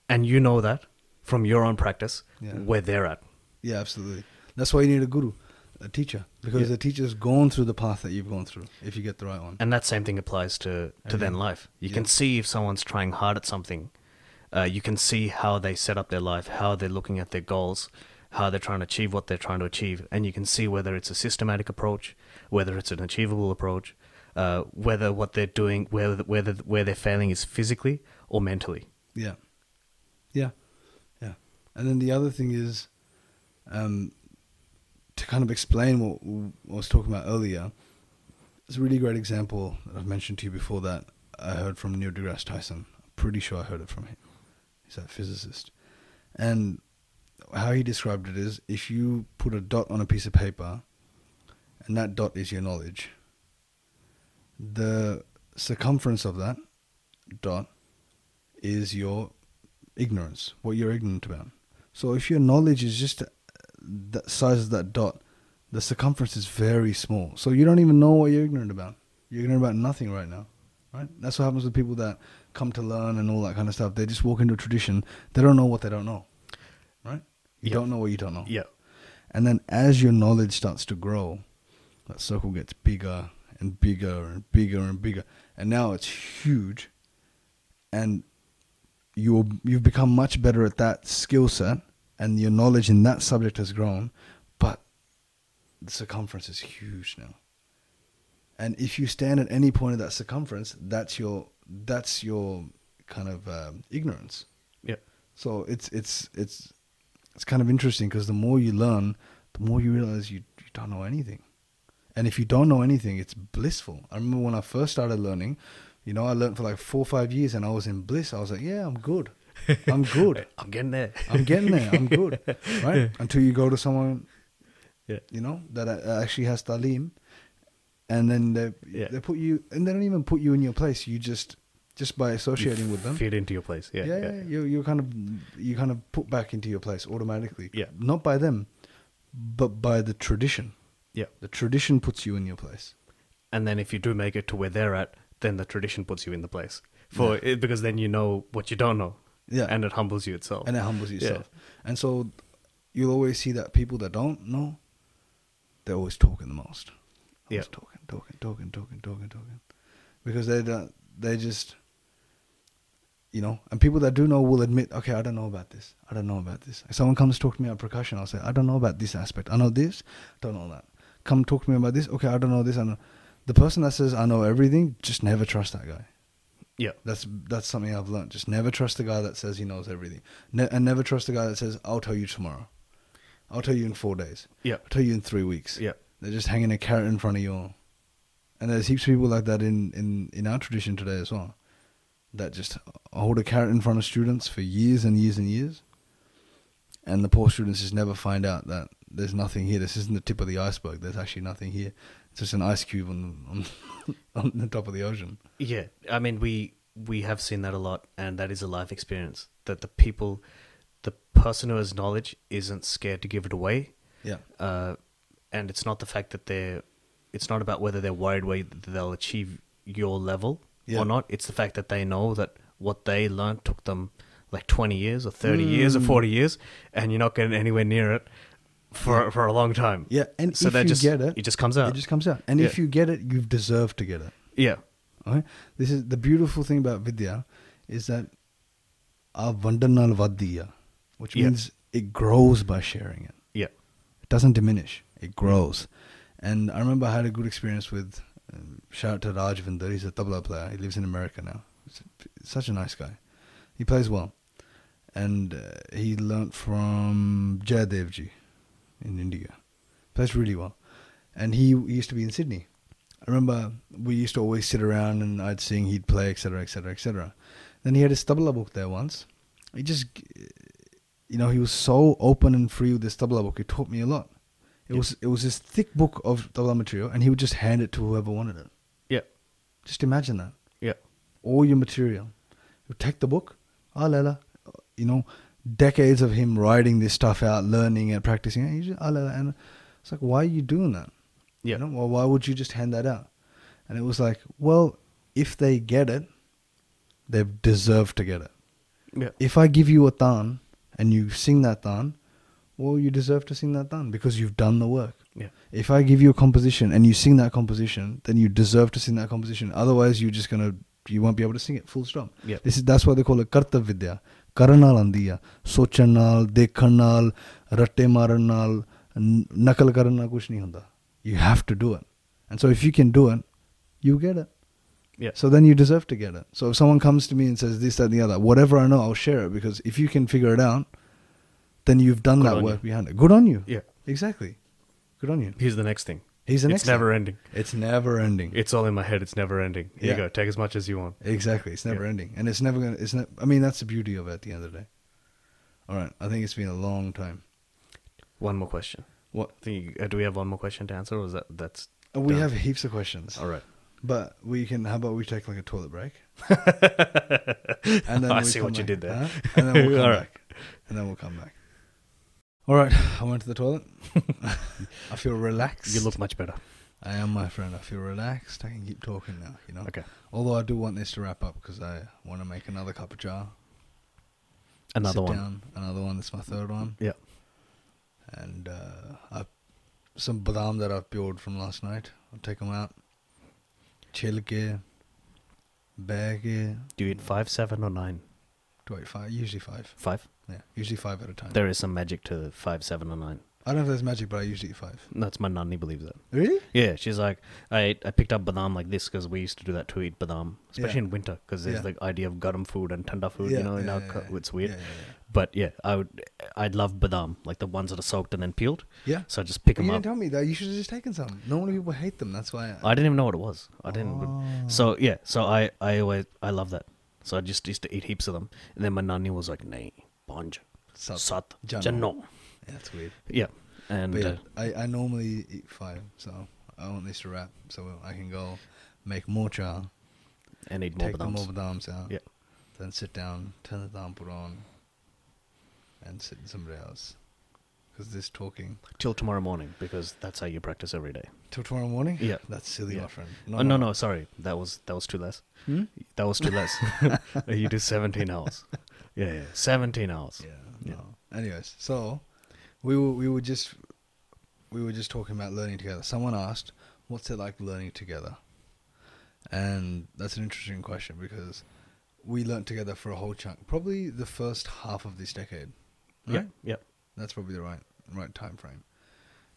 and you know that from your own practice
Yeah.
where they're at.
Yeah, absolutely. That's why you need a guru, a teacher, because
Yeah.
the teacher's gone through the path that you've gone through. If you get the right one.
And that same thing applies to, to then life. You can
Yeah.
see if someone's trying hard at something. Uh, you can see how they set up their life, how they're looking at their goals, how they're trying to achieve what they're trying to achieve. And you can see whether it's a systematic approach, whether it's an achievable approach, uh, whether what they're doing, whether, whether where they're failing is physically or mentally.
Yeah. Yeah. Yeah. And then the other thing is um, to kind of explain what, what I was talking about earlier. It's a really great example that I've mentioned to you before that I heard from Neil deGrasse Tyson. I'm pretty sure I heard it from him. He's that physicist. And how he described it is if you put a dot on a piece of paper and that dot is your knowledge, the circumference of that dot is your ignorance, what you're ignorant about. So if your knowledge is just the size of that dot, the circumference is very small. So you don't even know what you're ignorant about. You're ignorant about nothing right now, right? That's what happens with people that come to learn and all that kind of stuff. They just walk into a tradition. They don't know what they don't know, right? You
Yeah.
don't know what you don't know.
Yeah.
And then as your knowledge starts to grow, that circle gets bigger and bigger and bigger and bigger. And now it's huge. And you you've become much better at that skill set and your knowledge in that subject has grown, but the circumference is huge now. And if you stand at any point of that circumference, that's your that's your kind of um, ignorance.
Yeah.
So it's it's it's it's kind of interesting because the more you learn, the more you realize you, you don't know anything. And if you don't know anything, it's blissful. I remember when I first started learning, you know, I learned for like four or five years and I was in bliss. I was like, yeah, I'm good. I'm good.
I'm getting there.
I'm getting there. I'm good. Right? Until you go to someone,
Yeah.
you know, that uh, actually has talim and then they,
Yeah.
they put you, and they don't even put you in your place. You just, just by associating with them
Fit into your place. Yeah.
yeah, yeah, you you kind of you kind of put back into your place automatically.
Yeah.
Not by them, but by the tradition.
yeah.
The tradition puts you in your place.
and then if you do make it to where they're at, then the tradition puts you in the place for it, because then you know what you don't know,
Yeah.
and it humbles you itself.
And it humbles
Yeah.
yourself. And so you'll always see that people that don't know, they're always talking the most.
Yeah.
Always talking, talking, talking, talking, talking, talking. Because they don't they just you know, and people that do know will admit, okay, I don't know about this. I don't know about this. If someone comes talk to me about percussion, I'll say, I don't know about this aspect. I know this, don't know that. Come talk to me about this. Okay, I don't know this. I know. The person that says I know everything, just never trust that guy.
Yeah.
That's that's something I've learned. Just never trust the guy that says he knows everything, ne- and never trust the guy that says I'll tell you tomorrow. I'll tell you in four days.
Yeah.
I'll tell you in three weeks.
Yeah.
They're just hanging a carrot in front of you. And there's heaps of people like that in, in, in our tradition today as well. That just hold a carrot in front of students for years and years and years. And the poor students just never find out that there's nothing here. This isn't the tip of the iceberg. There's actually nothing here. It's just an ice cube on on, on the top of the ocean.
Yeah, I mean we we have seen that a lot, and that is a life experience that the people, the person who has knowledge, isn't scared to give it away.
Yeah.
Uh, and it's not the fact that they're, it's not about whether they're worried whether they'll achieve your level
Yeah.
or not. It's the fact that they know that what they learned took them like twenty years or thirty
Hmm.
years or forty years, and you're not getting anywhere near it for for a long time.
Yeah. And
so
if
that
you
just
get it,
it just comes out.
It just comes out. And if
Yeah.
you get it, you've deserved to get it.
yeah,
Okay? This is the beautiful thing about vidya is that avandanal vadya, which
Yeah.
means it grows by sharing it.
yeah,
It doesn't diminish. It grows. And I remember I had a good experience with um, shout out to Rajvinder. He's a tabla player. He lives in America now. He's such a nice guy. He plays well, and uh, he learnt from Jayadevji in India. Plays really well, and he, he used to be in Sydney. I remember we used to always sit around, and I'd sing, he'd play, etc., etc., etc. Then he had his tabla book there once. He just you know, he was so open and free with this tabla book. It taught me a lot. It
Yep.
was it was this thick book of tabla material, and he would just hand it to whoever wanted it.
yeah,
Just imagine that,
yeah,
all your material. He would take the book, ah lala, you know, decades of him writing this stuff out, learning it, practicing it. And he just, ah lala, and it's like, why are you doing that?
yeah,
You know, well, why would you just hand that out? And it was like, well, if they get it, they deserve to get it
yeah.
if I give you a tan and you sing that tan, well, you deserve to sing that tan because you've done the work.
Yeah.
If I give you a composition and you sing that composition, then you deserve to sing that composition. Otherwise, you're just gonna you won't be able to sing it. Full stop.
Yeah.
This is that's why they call it karta vidya, karanal andiya, sochanal, dekhanal, ratte maranal, n- nakal karana kuch nahi hunda. You have to do it. And so if you can do it, you get it.
Yeah.
So then you deserve to get it. So if someone comes to me and says this, that, and the other, whatever I know, I'll share it because if you can figure it out, then you've done
Good
that
on
work
you.
behind it. Good on you.
Yeah.
Exactly. Good on you.
Here's the next thing.
He's the next
It's never
thing.
ending.
It's never ending.
It's all in my head. It's never ending. Here
Yeah.
you go. Take as much as you want.
exactly. It's never ending, and it's never gonna. It's not. I mean, that's the beauty of it. At the end of the day. All right. I think it's been a long time.
One more question.
What
I think you, uh, do we have one more question to answer, or is that that's
uh, we
done?
have heaps of questions.
All right.
But we can. How about we take like a toilet break?
I
we
see
come
what you
back,
did there.
huh? And then we'll come
All right.
back. And then we'll come back. All right. I went to the toilet. I feel relaxed.
You look much better.
I am, my friend. I feel relaxed. I can keep talking now. You know.
Okay.
Although I do want this to wrap up because I want to make another cup of jar.
Another
sit
one.
Down, another one. That's my third one.
Yeah.
And uh, I, some badam that I've peeled from last night. I'll take them out. Chilke, bag,
Do you eat five, seven, or nine?
do I eat five? Usually five.
Five.
Yeah, usually five at a time.
There is some magic to five, seven, or nine.
I don't know if there's magic, but I usually eat five.
That's my nanny believes that.
Really?
Yeah, she's like, I ate- I picked up badam like this because we used to do that to eat badam, especially
Yeah.
in winter because there's
Yeah.
the idea of garam food and tanda food. you know, in our cu- it's weird.
Yeah, yeah,
But yeah, I would, I'd love badam like the ones that are soaked and then peeled.
yeah. Yeah.
So I just pick
But
them
you
up.
didn't tell me that. You should have just taken some. Normally people hate them. That's why. I,
I didn't even know what it was. I didn't.
Oh.
So yeah, so I I always I love that. So I just used to eat heaps of them, and then my nanny was like, "Nay, bonj,
Sat.
sat,
Janno."
sat janno."
yeah, that's weird.
Yeah, and
But yeah,
uh,
I, I normally eat five, so I want this to wrap so I can go make more char,
and eat more
take the
badams.
mobadams out,
Yeah,
then sit down, turn the dampur on, and sit in somebody else. Because this talking
till tomorrow morning because that's how you practice every day.
till tomorrow morning.
Yeah.
that's silly,
Yeah.
my friend.
oh no, no, sorry, that was that was too less.
Hmm?
That was too less. you do seventeen hours. Yeah, yeah, seventeen hours.
Yeah,
Yeah.
no. Anyways, so we were we were just we were just talking about learning together. Someone asked, "What's it like learning together?" And that's an interesting question because we learnt together for a whole chunk, probably the first half of this decade.
Yeah,
right?
yeah.
That's probably the right right time frame.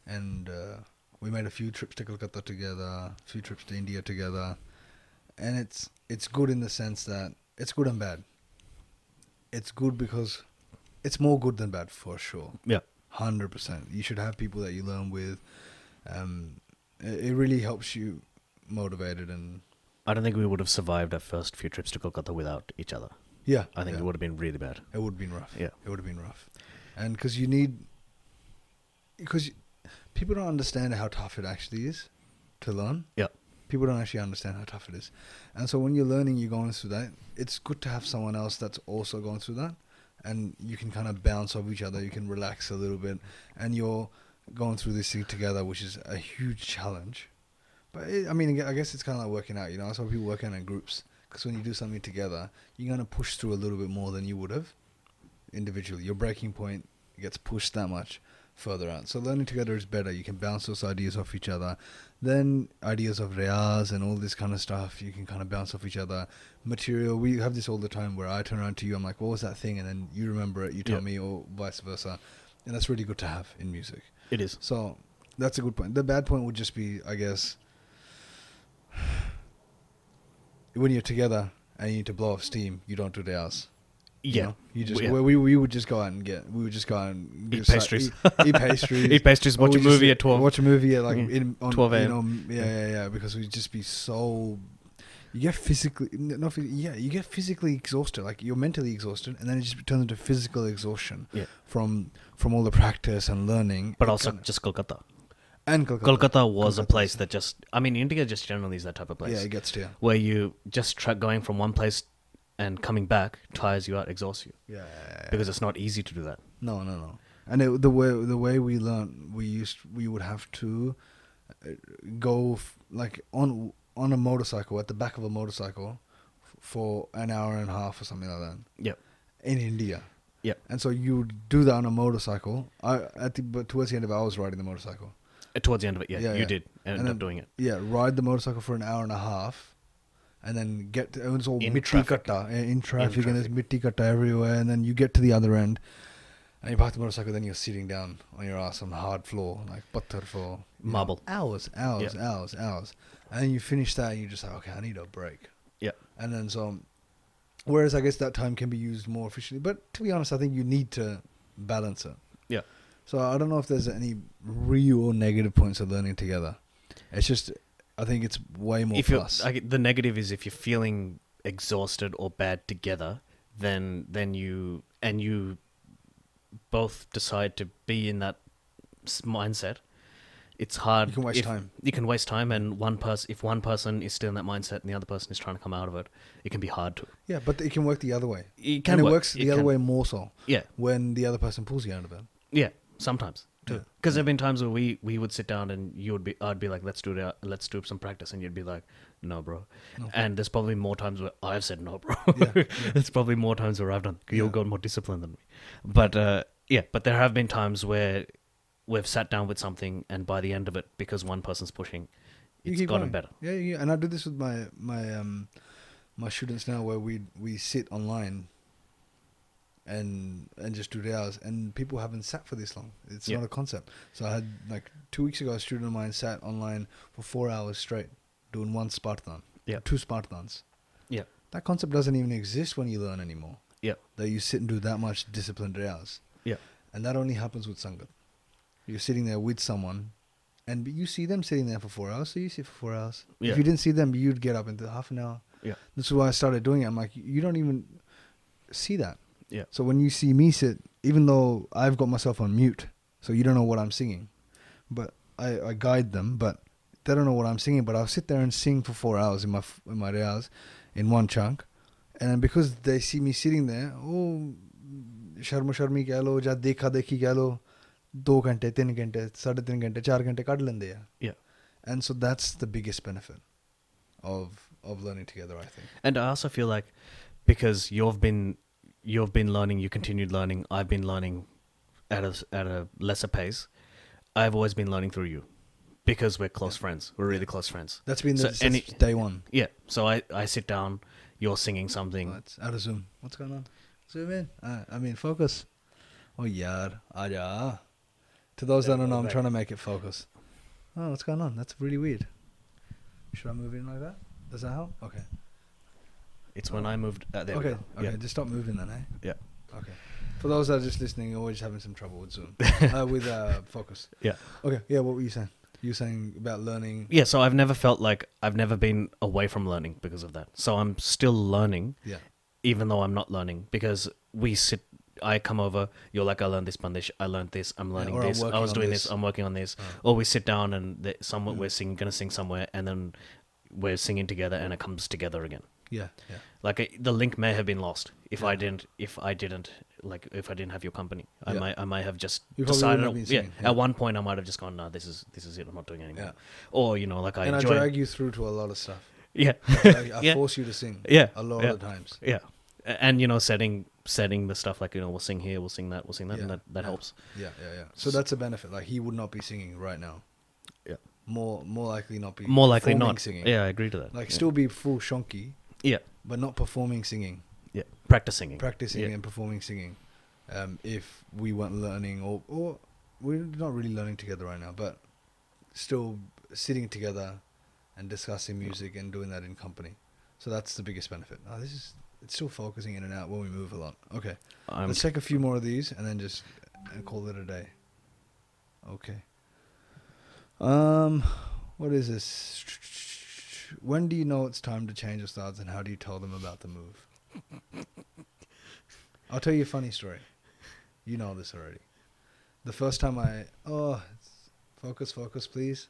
And uh, we made a few trips to Kolkata together, a few trips to India together, and it's it's good in the sense that it's good and bad. It's good because it's more good than bad for sure.
Yeah.
Hundred percent. You should have people that you learn with. Um, it, it really helps you motivated and
I don't think we would have survived our first few trips to Kolkata without each other.
yeah.
I think
yeah.
it would have been really bad.
It would have been rough.
Yeah.
It would have been rough. And because you need, because people don't understand how tough it actually is to learn.
Yeah.
People don't actually understand how tough it is. And so when you're learning, you're going through that, it's good to have someone else that's also going through that. And you can kind of bounce off each other. You can relax a little bit. And you're going through this thing together, which is a huge challenge. But it, I mean, I guess it's kind of like working out, you know? That's why people work out in groups. Because when you do something together, you're going to push through a little bit more than you would have individually. Your breaking point gets pushed that much further out. So learning together is better. You can bounce those ideas off each other. Then ideas of reas and all this kind of stuff, you can kind of bounce off each other. Material, we have this all the time where I turn around to you, I'm like, what was that thing? And then you remember it, you tell
Yeah.
me, or vice versa. And that's really good to have in music.
It is.
So that's a good point. The bad point would just be, I guess, when you're together and you need to blow off steam, you don't do the hours.
Yeah.
You, know? You just
Yeah.
we, we we would just go out and get we would just go out and
Eat
just, like,
pastries.
eat, eat pastries,
Eat pastries,
Or
watch
we
a
just
movie at 12.
watch a movie at like
Mm.
in, on,
12
you
a.m.
know, m- yeah, yeah, yeah, because we'd just be so. You get physically, n- not phys- yeah, you get physically exhausted. Like you're mentally exhausted, and then it just turns into physical exhaustion
Yeah.
from from all the practice and learning.
But
It
also
kinda-
just Kolkata.
and Kolkata.
Kolkata was a
Kolkata.
place that just, I mean, India just generally is that type of place.
Yeah, it gets to you.
where you just tra- going from one place and coming back tires you out, exhausts you.
Yeah, yeah, yeah.
Because it's not easy to do that.
No, no, no. And it, the way the way we learned, we used we would have to uh, go f- like on on a motorcycle at the back of a motorcycle f- for an hour and a half or something like that
Yep.
in India.
Yep.
And so you would do that on a motorcycle. I at the, but towards the end of it, I was riding the motorcycle.
Uh, Towards the end of it, yeah,
Yeah,
you
yeah.
did end
And
up
then-
doing it.
Yeah, ride the motorcycle for an hour and a half, and then get to, and it's all
In
mitti
traffic.
katta yeah, in traffic, and there's
traffic.
mitti katta everywhere, and then you get to the other end, and you park the motorcycle, then you're sitting down on your ass on hard floor like butter for you know,
Marble.
hours, hours,
Yeah.
hours, hours, and then you finish that, and you're just like, okay, I need a break,
Yeah.
and then so, whereas I guess that time can be used more efficiently, but to be honest, I think you need to balance it.
Yeah.
So I don't know if there's any real negative points of learning together. It's just I think it's way more
if
for
you're,
us.
I get- the negative is if you're feeling exhausted or bad together, then then you and you both decide to be in that s- mindset. It's hard.
You can waste
if-
time.
You can waste time, and one person, if one person is still in that mindset and the other person is trying to come out of it, it can be hard to.
yeah, but it can work the other way.
It can
and it
work.
works the
It
other
can.
way more so
Yeah,
when the other person pulls you out of it.
yeah. Sometimes too,
Yeah.
because there've been times where we we would sit down and you would be, I'd be like, let's do that, let's do some practice, and you'd be like, no, bro. And there's probably more times where I've said no, bro.
Yeah, yeah.
there's probably more times where I've done. You've
Yeah.
got more discipline than me, but uh, yeah. But there have been times where we've sat down with something, and by the end of it, because one person's pushing,
You
it's
keep
gotten
going.
better.
Yeah, yeah, and I do this with my my um my students now, where we we sit online and and just do the hours, and people haven't sat for this long. It's
Yeah.
not a concept. So I had like two weeks ago, a student of mine sat online for four hours straight, doing one Spartan,
Yeah.
two Spartans.
Yeah,
That concept doesn't even exist when you learn anymore.
yeah,
That you sit and do that much disciplined hours.
yeah,
And that only happens with Sangat. You're sitting there with someone, and you see them sitting there for four hours, so you sit for four hours.
Yeah.
If you didn't see them, you'd get up into half an hour.
yeah,
This is why I started doing it. I'm like, you don't even see that.
yeah.
So when you see me sit, even though I've got myself on mute, so you don't know what I'm singing, but I, I guide them, but they don't know what I'm singing. But I'll sit there and sing for four hours in my f- in my reals, in one chunk, and then because they see me sitting there, oh, शर्म शर्मी कह लो या देखा देखी कह लो दो घंटे तीन घंटे साढ़े तीन घंटे चार घंटे काट लेंदे आ
yeah.
and so that's the biggest benefit of of learning together I think
And I also feel like because you've been you've been learning, you continued learning. I've been learning at a at a lesser pace. I've always been learning through you because we're close friends. We're really close friends.
that's been the
So
since
any-
day one
yeah. So I I sit down. you're singing something.
What's out of Zoom? What's going on? Zoom in. Uh, I mean, focus. Oh, yar. Ah, yeah. To those that don't know, I'm trying to make it focus. Oh, what's going on? That's really weird. Should I move in like that? Does that help? Okay.
It's when I moved. Uh, there
okay.
we go.
Okay.
Yeah.
Just stop moving then, eh?
Yeah.
Okay. For those that are just listening, you're always having some trouble with Zoom, uh, with uh, focus.
Yeah.
Okay. Yeah. What were you saying? You were saying about learning.
Yeah, so I've never felt like I've never been away from learning because of that. So I'm still learning,
Yeah.
even though I'm not learning because we sit. I come over. You're like, I learned this, Bandish. I learned this. I'm learning
or I'm
this. I
working
was
on
doing this.
this. Hmm.
I'm working on this. Or we sit down and the, somewhere we're singing, gonna sing somewhere, and then we're singing together, and it comes together again.
Yeah. Yeah.
Like I, the link may have been lost if I didn't. If I didn't, like if I didn't have your company, I
Yeah.
might. I might have just
You probably
decided.
wouldn't have been
yeah,
singing, yeah.
At one point, I might have just gone, "No, this is this is it. I'm not doing it anymore."
Yeah.
Or you know, like I
and I
enjoy.
drag you through to a lot of stuff.
yeah.
I, I
Yeah.
force you to sing.
Yeah,
A lot
yeah.
of times.
Yeah, A- and you know, setting setting the stuff like you know, we'll sing here, we'll sing that, we'll sing that,
Yeah,
and that, that
yeah.
helps.
Yeah. Yeah. Yeah. So that's a benefit. Like he would not be singing right now.
Yeah,
More more likely not be
more likely
performing
not.
singing.
Yeah, I agree to that.
Like
yeah.
still be full shonky,
yeah,
but not performing singing,
yeah, practice singing,
practicing
Yeah.
and performing singing. Um, if we weren't learning or or we're not really learning together right now, but still sitting together and discussing music and doing that in company. So that's the biggest benefit. Oh, this is it's still focusing in and out when we move a lot. Okay.
I'm
Let's take a few more of these and then just uh, call it a day. Okay. Um, what is this? When do you know it's time to change your styles, and how do you tell them about the move? I'll tell you a funny story. You know this already. The first time I oh, it's- focus, focus, please.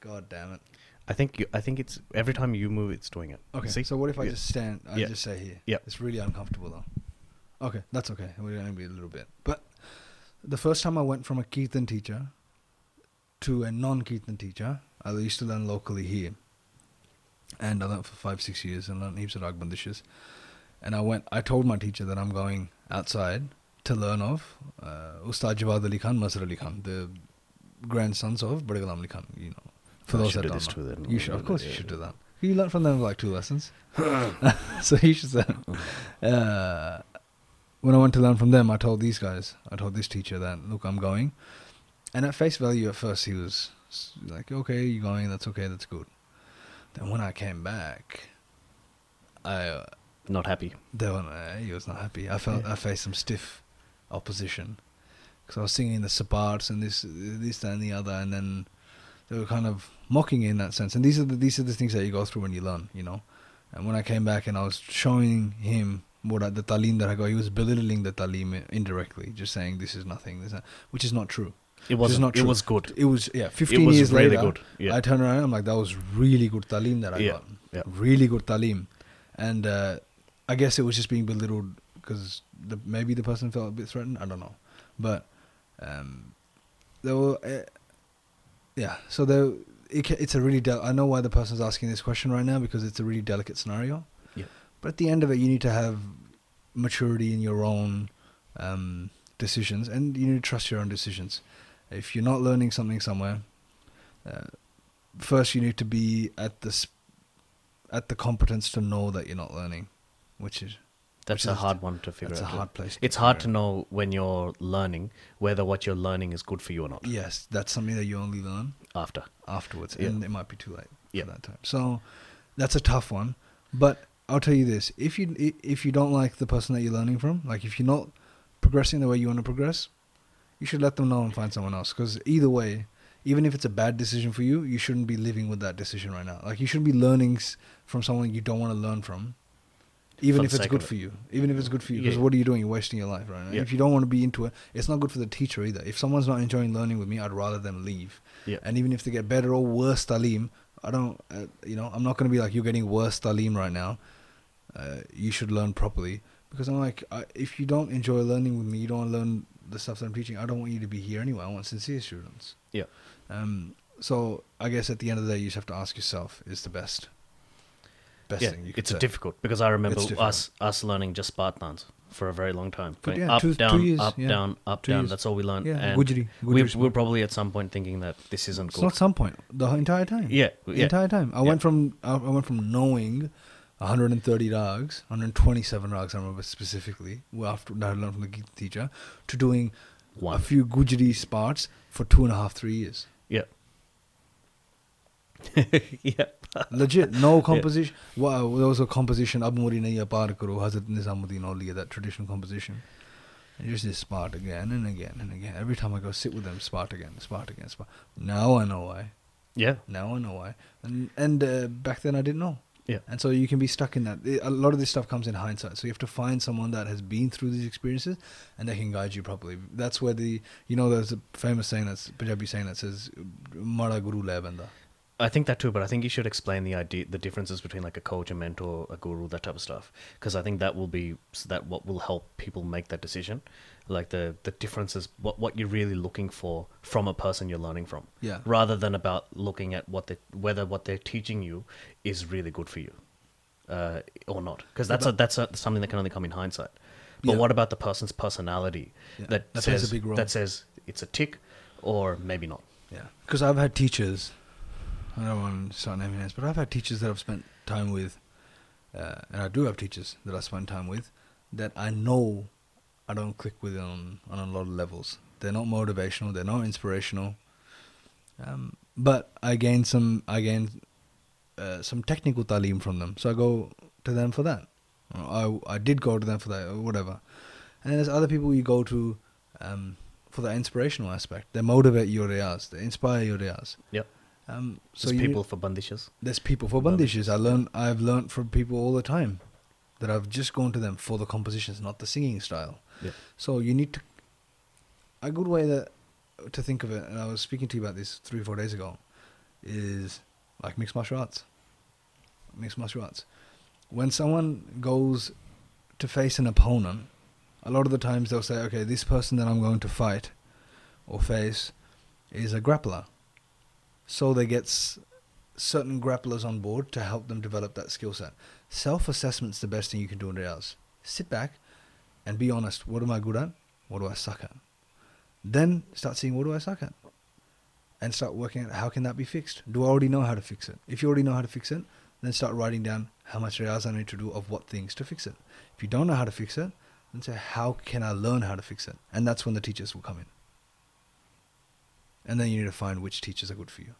God damn it.
I think you, I think it's every time you move, it's doing it.
Okay.
See?
So what if I
Yeah.
just stand? I
Yeah.
just say here.
Yeah.
It's really uncomfortable though. Okay, that's okay. We're going to be a little bit. But the first time I went from a Keithan teacher to a non-Keithan teacher, I used to learn locally here, and I learned for five, six years, and learned heaps of Ragbandishes. And I went. I told my teacher that I'm going outside to learn of uh, Ustad Jawad Ali Khan, Mazhar Ali Khan, the grandsons of Badagal Ali Khan. You know, for
I
those
should
that
do
don't
this
know,
too then.
you should. Of course, you
Yeah.
should do that. You learn from them for like two lessons. so you should say, uh, when I went to learn from them, I told these guys, I told this teacher that, look, I'm going. And at face value, at first, he was s- like, okay, you're going, that's okay, that's good. Then when I came back, I, uh,
Not happy.
they were, uh, he was not happy. I felt I faced some stiff opposition because I was singing the sabats and this, this, that, and the other, and then they were kind of mocking in that sense. And these are the, these are the things that you go through when you learn, you know. And when I came back and I was showing him what I, the talim that I got, he was belittling the talim indirectly, just saying this is nothing, this, that, which is not true.
It
Which is
wasn't.
not
It
true.
was good.
It was yeah, fifteen
was
years
really
later.
good, yeah.
I turn around, I'm like, that was really good talim that I
Yeah,
got.
yeah.
Really good talim, and uh, I guess it was just being belittled because the, maybe the person felt a bit threatened. I don't know, but um, there were uh, yeah. So there, it, ca- it's a really. Del- I know why the person's asking this question right now because it's a really delicate scenario.
Yeah.
But at the end of it, you need to have maturity in your own um, decisions, and you need to trust your own decisions. If you're not learning something somewhere, uh, first you need to be at the sp- at the competence to know that you're not learning, which is
That's
which
a
is-
hard one to figure
that's
out.
a hard place to
It's hard to
figure
know when you're learning whether what you're learning is good for you or not.
Yes, that's something that you only learn
After.
afterwards,
Yeah.
and it might be too late
Yeah.
at that time. So that's a tough one. But I'll tell you this: if you i- if you don't like the person that you're learning from, like if you're not progressing the way you want to progress, you should let them know and find someone else. Because either way, even if it's a bad decision for you, you shouldn't be living with that decision right now. Like you shouldn't be learning s- from someone you don't want to learn from. Even
For
if
the
it's
sake
good
of it.
for you, even if it's good for you, because
Yeah.
what are you doing? You're wasting your life right now.
Yeah.
If you don't want to be into it, it's not good for the teacher either. If someone's not enjoying learning with me, I'd rather them leave.
Yeah.
And even if they get better or worse talim, I don't, uh, you know, I'm not going to be like, you're getting worse talim right now. Uh, you should learn properly. Because I'm like, I, if you don't enjoy learning with me, you don't want to learn the stuff that I'm teaching, I don't want you to be here anyway. I want sincere students.
Yeah.
Um, so I guess at the end of the day, you just have to ask yourself, is the best? Best
yeah,
thing you could
it's
say.
difficult because I remember
It's difficult.
us us learning just Spartans for a very long time.
But
Going
yeah,
up,
two- two
down,
years,
up,
yeah.
down, up,
Two
down.
years.
That's all we learned.
Yeah,
and
Gujri-
we,
Gujri
we were probably at some point thinking that this isn't
It's
good.
not some point. The entire time.
Yeah,
The
yeah.
entire time. I
Yeah.
went from I I went from knowing 130 rags, 127 rags, I remember specifically, were after that I learned from the Gita teacher, to doing a
One.
few Gujari parts for two and a half, three years.
Yeah. yeah.
Legit, no composition. Wow, there was a composition, Ab Muri Naya Paar Karo, Hazrat Nizamuddin Auliya, that traditional composition. And just this part again and again and again. Every time I go sit with them, spot again, spot again, spot. Now I know why.
Yeah.
Now I know why. And, and uh, back then I didn't know.
Yeah.
And so you can be stuck in that. I- A lot of this stuff comes in hindsight. So you have to find someone that has been through these experiences and they can guide you properly. That's where the, you know, there's a famous saying that's Punjabi saying that says, Mara Guru le banda.
I think that too, but I think you should explain the idea, the differences between like a coach, a mentor, a guru, that type of stuff, because I think that will be so that what will help people make that decision, like the the differences, what what you're really looking for from a person you're learning from,
Yeah.
rather than about looking at what they whether what they're teaching you is really good for you, uh, or not, because that's a, that's a, something that can only come in hindsight. But
Yeah.
what about the person's personality
Yeah,
that,
that plays
says
a big role.
that says it's a tick, or maybe not.
Yeah. Because I've had teachers, I don't want to start naming names, but I've had teachers that I've spent time with, uh, and I do have teachers that I spend time with, that I know I don't click with on, on a lot of levels. They're not motivational, they're not inspirational. Um, but I gain some, I gain uh, some technical talim from them. So I go to them for that. I, I did go to them for that, or whatever. And there's other people you go to um, for that inspirational aspect. They motivate your riyaz, they inspire your riyaz.
Yep.
Um, so
So
you-
people for bandishes.
there's people for bandishes. I learn, I've learned from people all the time that I've just gone to them for the compositions, not the singing style.
Yep.
So you need to. A good way that to think of it, and I was speaking to you about this three or four days ago, is like mixed martial arts. Mixed martial arts. When someone goes to face an opponent, a lot of the times they'll say, okay, this person that I'm going to fight or face is a grappler. So they get s- certain grapplers on board to help them develop that skill set. Self assessment's the best thing you can do in reals. Sit back and be honest. What am I good at? What do I suck at? Then start seeing what do I suck at, and start working out how can that be fixed. Do I already know how to fix it? If you already know how to fix it, then start writing down how much reals I need to do of what things to fix it. If you don't know how to fix it, then say how can I learn how to fix it, and that's when the teachers will come in. And then you need to find which teachers are good for you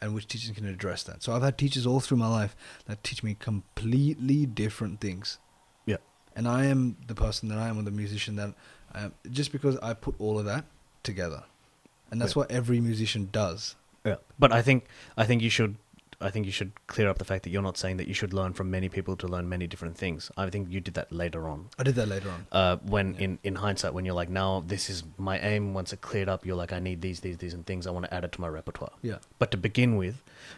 and which teachers can address that. So I've had teachers all through my life that teach me completely different things.
Yeah.
And I am the person that I am, or the musician that I am, just because I put all of that together. And that's
Yeah.
what every musician does.
Yeah, but I think I think you should I think you should clear up the fact that you're not saying that you should learn from many people to learn many different things. I think you did that later on.
I did that later on.
Uh, when in, in hindsight, when you're like, now this is my aim. Once it cleared up, you're like, I need these, these, these, and things. I want to add it to my repertoire.
Yeah.
But to begin with,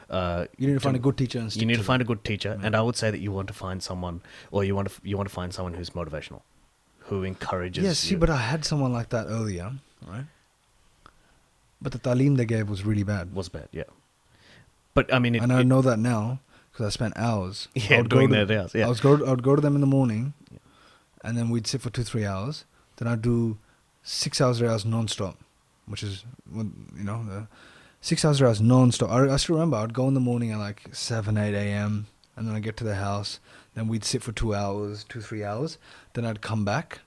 uh,
You need to find a good teacher Mm-hmm. and stick
you need
to
to find
them.
a good teacher, and I would say that you want to find someone, or you want to f- you want to find someone who's motivational, who encourages.
Yes, see,
you.
but I had someone like that earlier, right? But the talim they gave was really bad.
was bad. Yeah. But I mean, it,
and I
it-
know that now because I spent hours. I
Yeah,
would
doing
go to,
that hours, yeah.
I would go. I would go to them in the morning, and then we'd sit for two, three hours. Then I'd do six hours, three hours non-stop, which is when- you know, the six hours, three hours non-stop. I, I still remember. I'd go in the morning at like seven, eight a.m. And then I'd get to the house. Then we'd sit for two hours, two, three hours. Then I'd come back,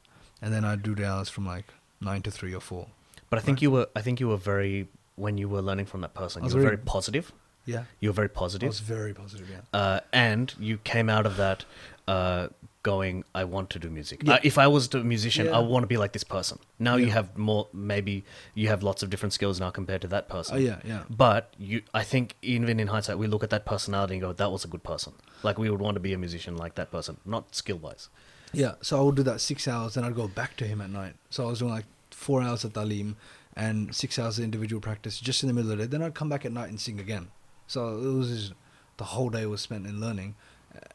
and then I'd do the hours from like nine to three or four.
But I think you were I think you were very when you were learning from that
I
person, you
was
were very
very-
positive.
Yeah,
You were very
it was
positive.
very positive. Yeah.
Uh, and you came out of that uh, going, I want to do music. Uh, if I was a musician,
Yeah.
I want to be like this person. Now you
Yeah.
have more, maybe you have lots of different skills now compared to that person.
Oh, yeah, yeah.
But you, I think even in hindsight, we look at that personality and go, that was a good person. Like we would want to be a musician like that person, not skill wise.
Yeah, so I would do that six hours, then I'd go back to him at night. So I was doing like four hours of talim and six hours of individual practice just in the middle of the day. Then I'd come back at night and sing again. So it was just, the whole day was spent in learning.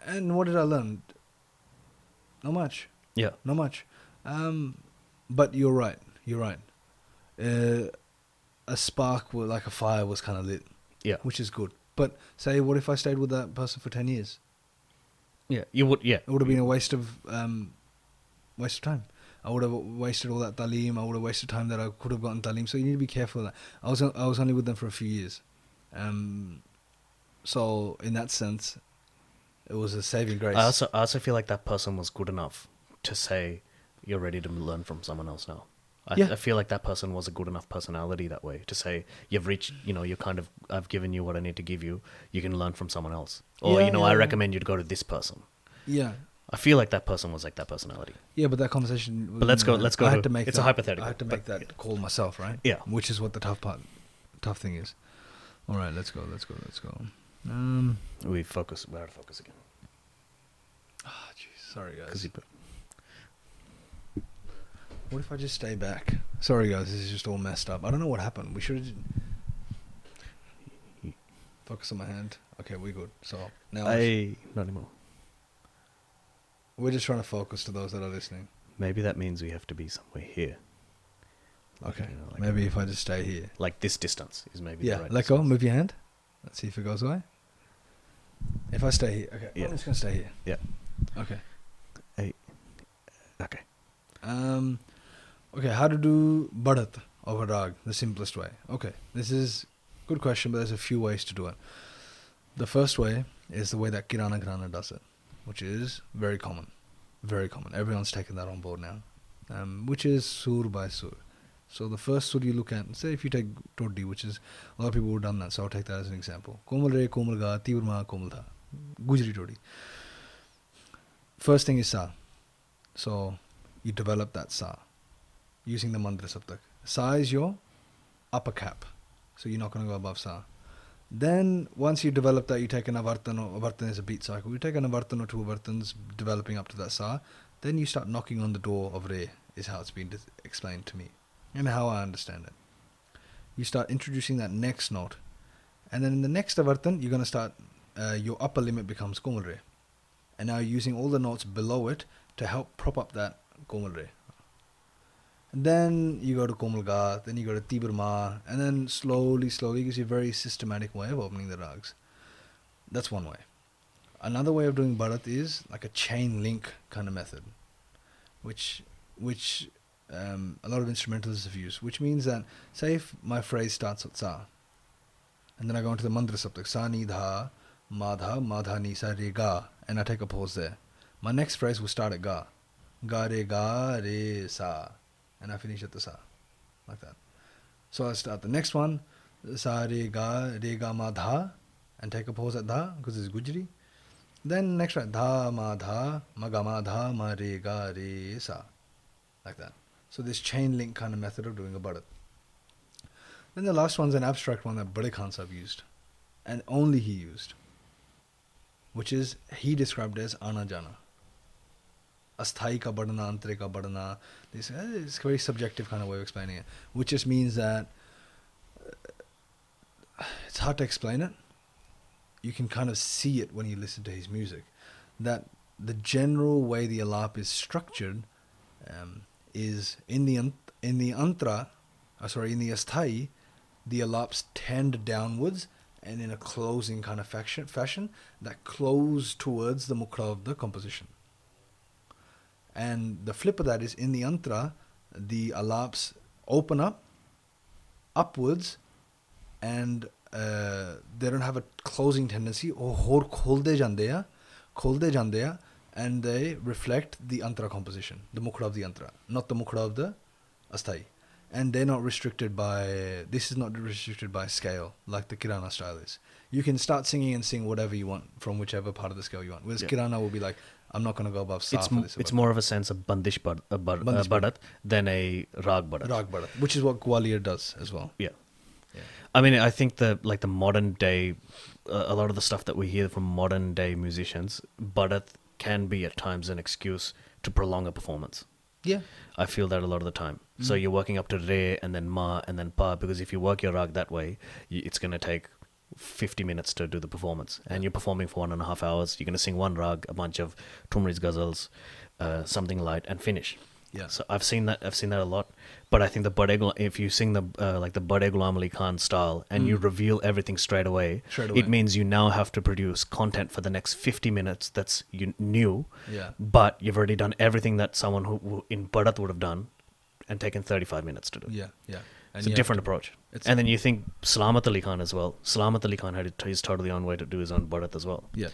And what did I learn? Not much,
Yeah.
not much. Um, but you're right, you're right. Uh, a spark, wa- like a fire, was kind of lit,
Yeah.
which is good. But say, what if I stayed with that person for 10 years?
Yeah. You would, yeah.
It would have been a waste of um, waste of time. I would have wasted all that talim. I would have wasted time that I could have gotten talim. So you need to be careful. Of that I was I was only with them for a few years, um, so in that sense, It was a saving grace.
I also I also feel like that person was good enough to say you're ready to learn from someone else now. I,
Yeah.
I feel like that person was a good enough personality that way to say you've reached you know you're kind of I've given you what I need to give you. You can learn from someone else, or
Yeah,
you know
yeah,
I
yeah.
recommend you to go to this person.
yeah,
I feel like that person was like that personality.
yeah, but that conversation.
But let's go- let's go
I
to-
had to make
it's
that,
a hypothetical,
I had to
but-
make that call myself, right?
Yeah.
Which is what the tough part, tough thing is. All right, let's go. Let's go. Let's go. Um.
We focus. We're out of focus again
ah, jeez, sorry,
because
guys. What if I just stay back? Sorry, guys. This is just all messed up. I don't know what happened. We should have. Focus on my hand. Okay, we're good. So now
I not anymore.
we're just trying to focus to those that are listening.
Maybe that means we have to be somewhere here.
Okay.
you know, like-
Maybe if I just stay here.
Like this distance is maybe.
Yeah,
The right
let go.
distance.
Move your hand. Let's see if it goes away. If I stay here, okay,
Yeah.
I'm just gonna stay here.
Yeah.
Okay.
Hey. Okay.
Um, okay, how to do bharat of a rag? The simplest way. Okay, this is good question, but there's a few ways to do it. The first way is the way that Kirana Grana does it, which is very common, very common. Everyone's taken that on board now, um, which is sur by sur. So the first sur you look at, say if you take Todi, which is a lot of people who've done that, so I'll take that as an example. Komal re komal ga, tibur ma komal tha, Gujri Todi. First thing is sa, so you develop that sa using the mantra saptak. Sa is your upper cap, so you're not going to go above sa. Then once you develop that, you take an avartan. Or, avartan is a beat cycle. You take an avartan or two avartans, developing up to that sa. Then you start knocking on the door of re. Is how it's been dis- explained to me, and how I understand it. You start introducing that next note, and then in the next avartan, you're going to start. Uh, your upper limit becomes komal re, and now you're using all the notes below it to help prop up that komal re. And then you go to Komalgat, then you go to Tiburma, and then slowly, slowly gives you a very systematic way of opening the rags. That's one way. Another way of doing Bharat is like a chain link kind of method, which which um, a lot of instrumentalists have used, which means that, say, if my phrase starts with sa, and then I go into the mantra saptak, sa ni dha, ma dha, ma dha ni sa re ga, and I take a pause there. My next phrase will start at ga, ga re ga re sa, and I finish at the sa, like that. So I start the next one, sa re ga re ga ma dha, and take a pause at dha because it's Gujri. Then next one, dha ma dha ma ga ma dha ma re ga re sa, like that. So this chain link kind of method of doing a bharat. Then the last one's an abstract one that Bade Khan Sahib used, and only he used, which is he described as ana jana. Asthai ka badana, antre ka badana. This eh, it's a very subjective kind of way of explaining it, which just means that uh, it's hard to explain it. You can kind of see it when you listen to his music. That the general way the alap is structured um, is in the ant- in the antra, uh, sorry, in the asthai, the elaps tend downwards and in a closing kind of faction, fashion that close towards the mukra of the composition. And the flip of that is in the antra, the elaps open up upwards and uh, they don't have a closing tendency or hor kholde jande hai, kholde jande hai, and they reflect the antra composition the mukra of the antra not the mukra of the asthai and they're not restricted by this is not restricted by scale like the kirana style is you can start singing and sing whatever you want from whichever part of the scale you want whereas
Yeah.
kirana will be like i'm not going to go above sa
it's
uh, for
m-
this
it's
above
more of a sense of bandish bad, uh, bar, uh,
Bandish bharat.
bharat than a rag bharat.
that. rag bharat which is what gwalior does as well
Yeah.
Yeah.
I mean, I think the like the modern day, uh, a lot of the stuff that we hear from modern day musicians, bharat can be at times an excuse to prolong a performance.
yeah
I feel that a lot of the time. So
Mm.
you're working up to re and then ma and then pa because if you work your rag that way, y it's going to take 50 minutes to do the performance. And you're performing for one and a half hours. You're going to sing one rag, a bunch of Tumri's ghazals, uh, something light, and finish.
Yeah.
So I've seen that. I've seen that a lot. But I think the Bade Gula- if you sing the uh, like the Bade Ghulam Ali Khan style and you reveal everything straight away,
Mm. Straight
it
away.
means you now have to produce content for the next 50 minutes that's you new
Yeah.
but you've already done everything that someone who, who in Bharat would have done and taken 35 minutes to do.
yeah yeah
It's
you
a
have
different
to-
approach.
it's-
and then you think Salamat Ali Khan as well. Salamat Ali Khan had his totally own way to do his own Bharat as well.
yeah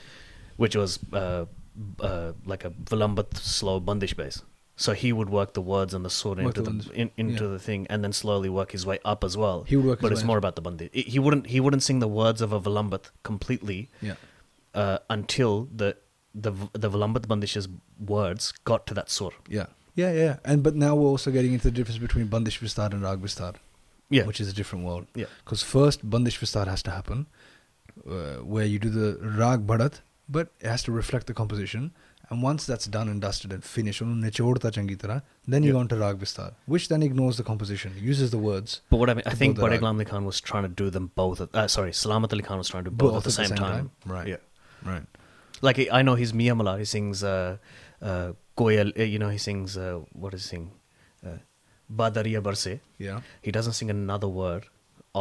which was uh, uh, like a Vilambat slow Bandish base. So he would work the words and the sword
Work
into
the
the
ones.
in, into
Yeah.
the thing, and then slowly work his way up as well.
He would work
but
his
it's
way
more
up.
about the Bandi. He he wouldn't he wouldn't sing the words of a Vilambat completely
Yeah.
uh, until the the the Vilambat Bandish's words got to that sur.
Yeah. Yeah, yeah. And but now we're also getting into the difference between Bandish Vistar and Rag Vistar.
Yeah.
Which is a different world.
Yeah.
Because first Bandish Vistar has to happen, uh, where you do the Rag Bharat, but it has to reflect the composition. And once that's done and dusted and finished, उन्होंने निचोड़ता चंगी तरह, then you
Yeah.
go on to Rag Vistar, which then ignores the composition, uses the words.
But what I mean, I
to
think
build the
Bade
rag.
Ghulam Ali Khan was trying to do them both. At, uh, sorry, Salamat Ali Khan was trying to do both, at the same, time.
Right.
Yeah.
Right.
Like I- I know he's Mia Mala. He sings uh, uh, Koyal. uh, You know he sings uh, what does he sing? Uh, Badariya Barse.
Yeah.
He doesn't sing another word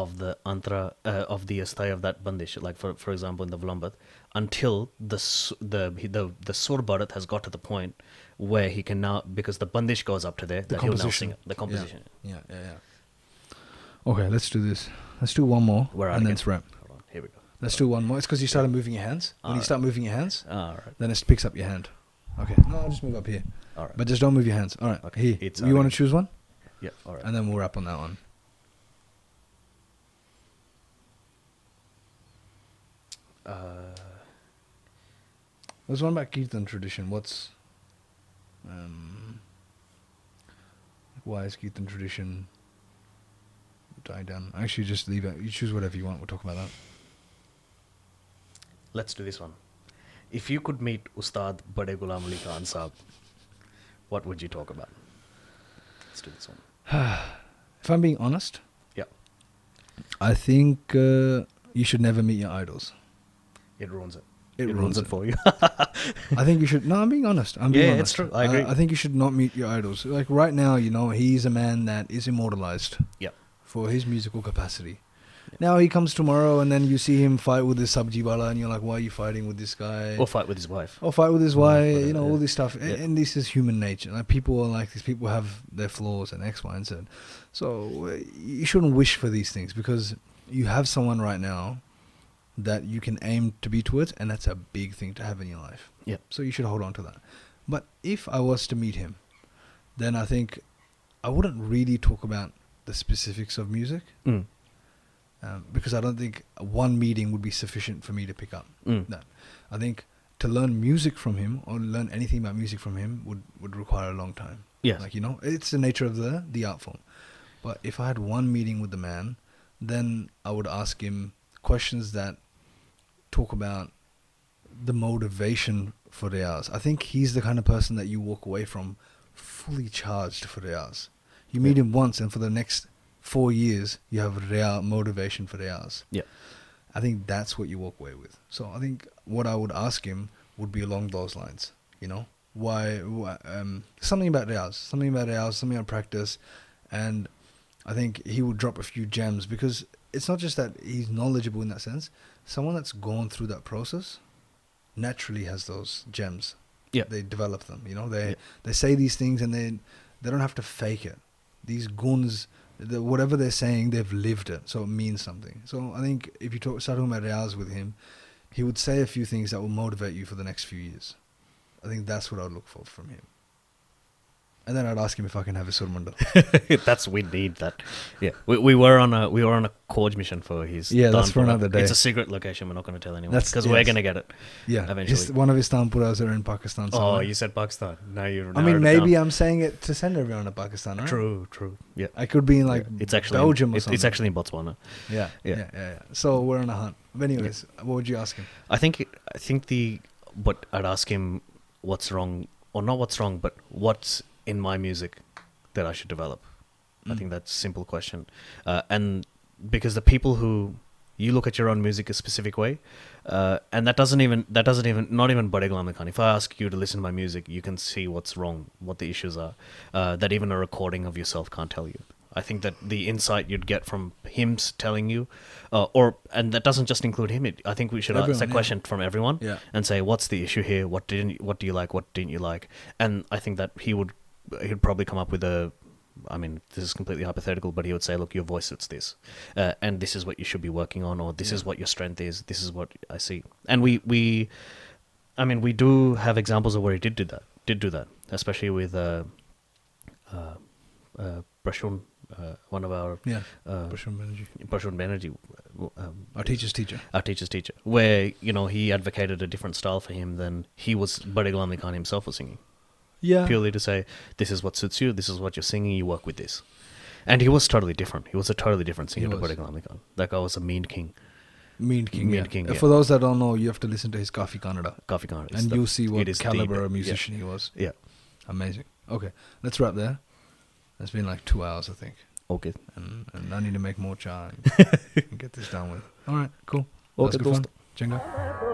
of the antra uh, of the astai of that bandish. Like for for example in the Vlambat, until the s- the the the Sur Bharat has got to the point where he can now because the bandish goes up to there that he'll now sing it, the
Yeah.
composition.
Yeah. yeah, yeah, Okay, let's do this. Let's do one more,
We're out
and then
again.
it's wrap.
Hold on, here we go.
Let's do one more. It's because you started moving your hands. When you
Alright.
start moving your hands,
All right.
then it picks up your hand. Okay. No, I'll just move up here.
All right.
But just don't move your hands. All right.
Okay,
Here.
it's
you want
alright.
to choose one,
yeah. All right.
and then we'll wrap on that one.
Uh,
There's one about Kirtan tradition. What's um, why is Kirtan tradition die down? Actually, just leave it. You choose whatever you want. We'll talk about that.
Let's do this one. If you could meet Ustad Bade Ghulam Ali Khan Saab, what would you talk about? Let's do this one.
If I'm being honest,
Yeah,
I think uh, you should never meet your idols.
it ruins it.
It ruins it.
for you.
I think you should. No, I'm being honest. I'm being
Yeah,
honest. Uh,
it's true. I agree.
I think you should not meet your idols. Like right now, you know, he's a man that is immortalized
yeah,
for his musical capacity. Now he comes tomorrow, and then you see him fight with this Sabjibala, and you're like, why are you fighting with this guy?
or fight with his wife.
or fight with his wife, you
whatever,
know, all
yeah.
this stuff. A- And,
Yeah.
this is human nature. Like people are like these. People have their flaws and X, Y, and Z. So uh, you shouldn't wish for these things because you have someone right now that you can aim to be towards, and that's a big thing to have in your life.
Yeah.
So you should hold on to that. But if I was to meet him, then I think I wouldn't really talk about the specifics of music
Mm.
um, because I don't think one meeting would be sufficient for me to pick up
Mm.
that. I think to learn music from him or learn anything about music from him would, would require a long time.
Yes.
Like, you know, it's the nature of the, the art form. But if I had one meeting with the man, then I would ask him questions that talk about the motivation for Riaz. I think he's the kind of person that you walk away from fully charged for Riaz. You meet him once, and for the next four years, you have Riaz motivation for Riaz.
Yeah,
I think that's what you walk away with. So I think what I would ask him would be along those lines. You know, why, why um, something about Reals, something about Reals, something about practice, and I think he would drop a few gems because it's not just that he's knowledgeable in that sense. Someone that's gone through that process naturally has those gems.
Yeah.
they develop them. You know, they
Yeah.
they say these things and they they don't have to fake it. These guns, the, whatever they're saying, they've lived it, so it means something. So I think if you talk, start talking about Reals with him, he would say a few things that will motivate you for the next few years. I think that's what I'd look for from him. And then I'd ask him if I can have a surmundal.
that's we need that. Yeah, we, we were on a we were on a Korj mission for his.
Yeah, that's for
Dhan Puran.
another day.
It's a secret location. We're not going to tell anyone
That's-
because we're
yes.
going to get it.
yeah, his,
Eventually.
one of his tampuras are in Pakistan.
Oh,
somewhere.
you said Pakistan. Now you're.
I mean, maybe I'm saying it to send everyone to Pakistan. Right?
True. True. Yeah.
I could be in like
Yeah, it's actually
Belgium or
it-
something.
It's actually in Botswana.
yeah, yeah,
yeah.
yeah, yeah. So we're on a hunt. But anyways, what would you ask him?
I think I think the but I'd ask him what's wrong or not what's wrong, but what's in my music that I should develop. I think that's a simple question, uh, and because the people who you look at your own music a specific way, uh, and that doesn't even that doesn't even not even Bade Ghulam Khan. If I ask you to listen to my music, you can see what's wrong, what the issues are, uh, that even a recording of yourself can't tell you. I think that the insight you'd get from him s- telling you, uh, or and that doesn't just include him. It, I think we should ask
Everyone,
that
yeah.
question from everyone
Yeah.
and say what's the issue here what didn't you, what do you like what didn't you like and i think that he would he'd probably come up with a i mean this is completely hypothetical but he would say look your voice it's this uh, and this is what you should be working on or this is what your strength is this is what i see and we we I mean, we do have examples of where he did do that. Did do that, especially with uh, uh, uh, Prashun, uh, one of our
Yeah.
uh,
Prashant Banerjee.
Prashun Banerjee, um,
Our teacher's teacher.
our teacher's teacher, where you know he advocated a different style for him than he was Bade Ghulam Ali Khan himself was singing,
Yeah.
purely to say this is what suits you, this is what you're singing, you work with this, and he was totally different. He was a totally different singer to
was.
Bade Ghulam Ali Khan. That guy was a mean king,
Mean King.
Mean
yeah.
King,
Uh,
yeah.
For those that don't know, you have to listen to his Kafi Kannada.
Kafi Khan. is
and
the-
you see what
it is the-
caliber
yeah.
of musician he was.
Yeah.
Amazing. Okay, let's wrap there. It's been like two hours, I think,
Okay.
and, and I need to make more chai. and get this done with. All right, cool.
Okay,
That's good fun.
dosto.
Jingle.
Thank you.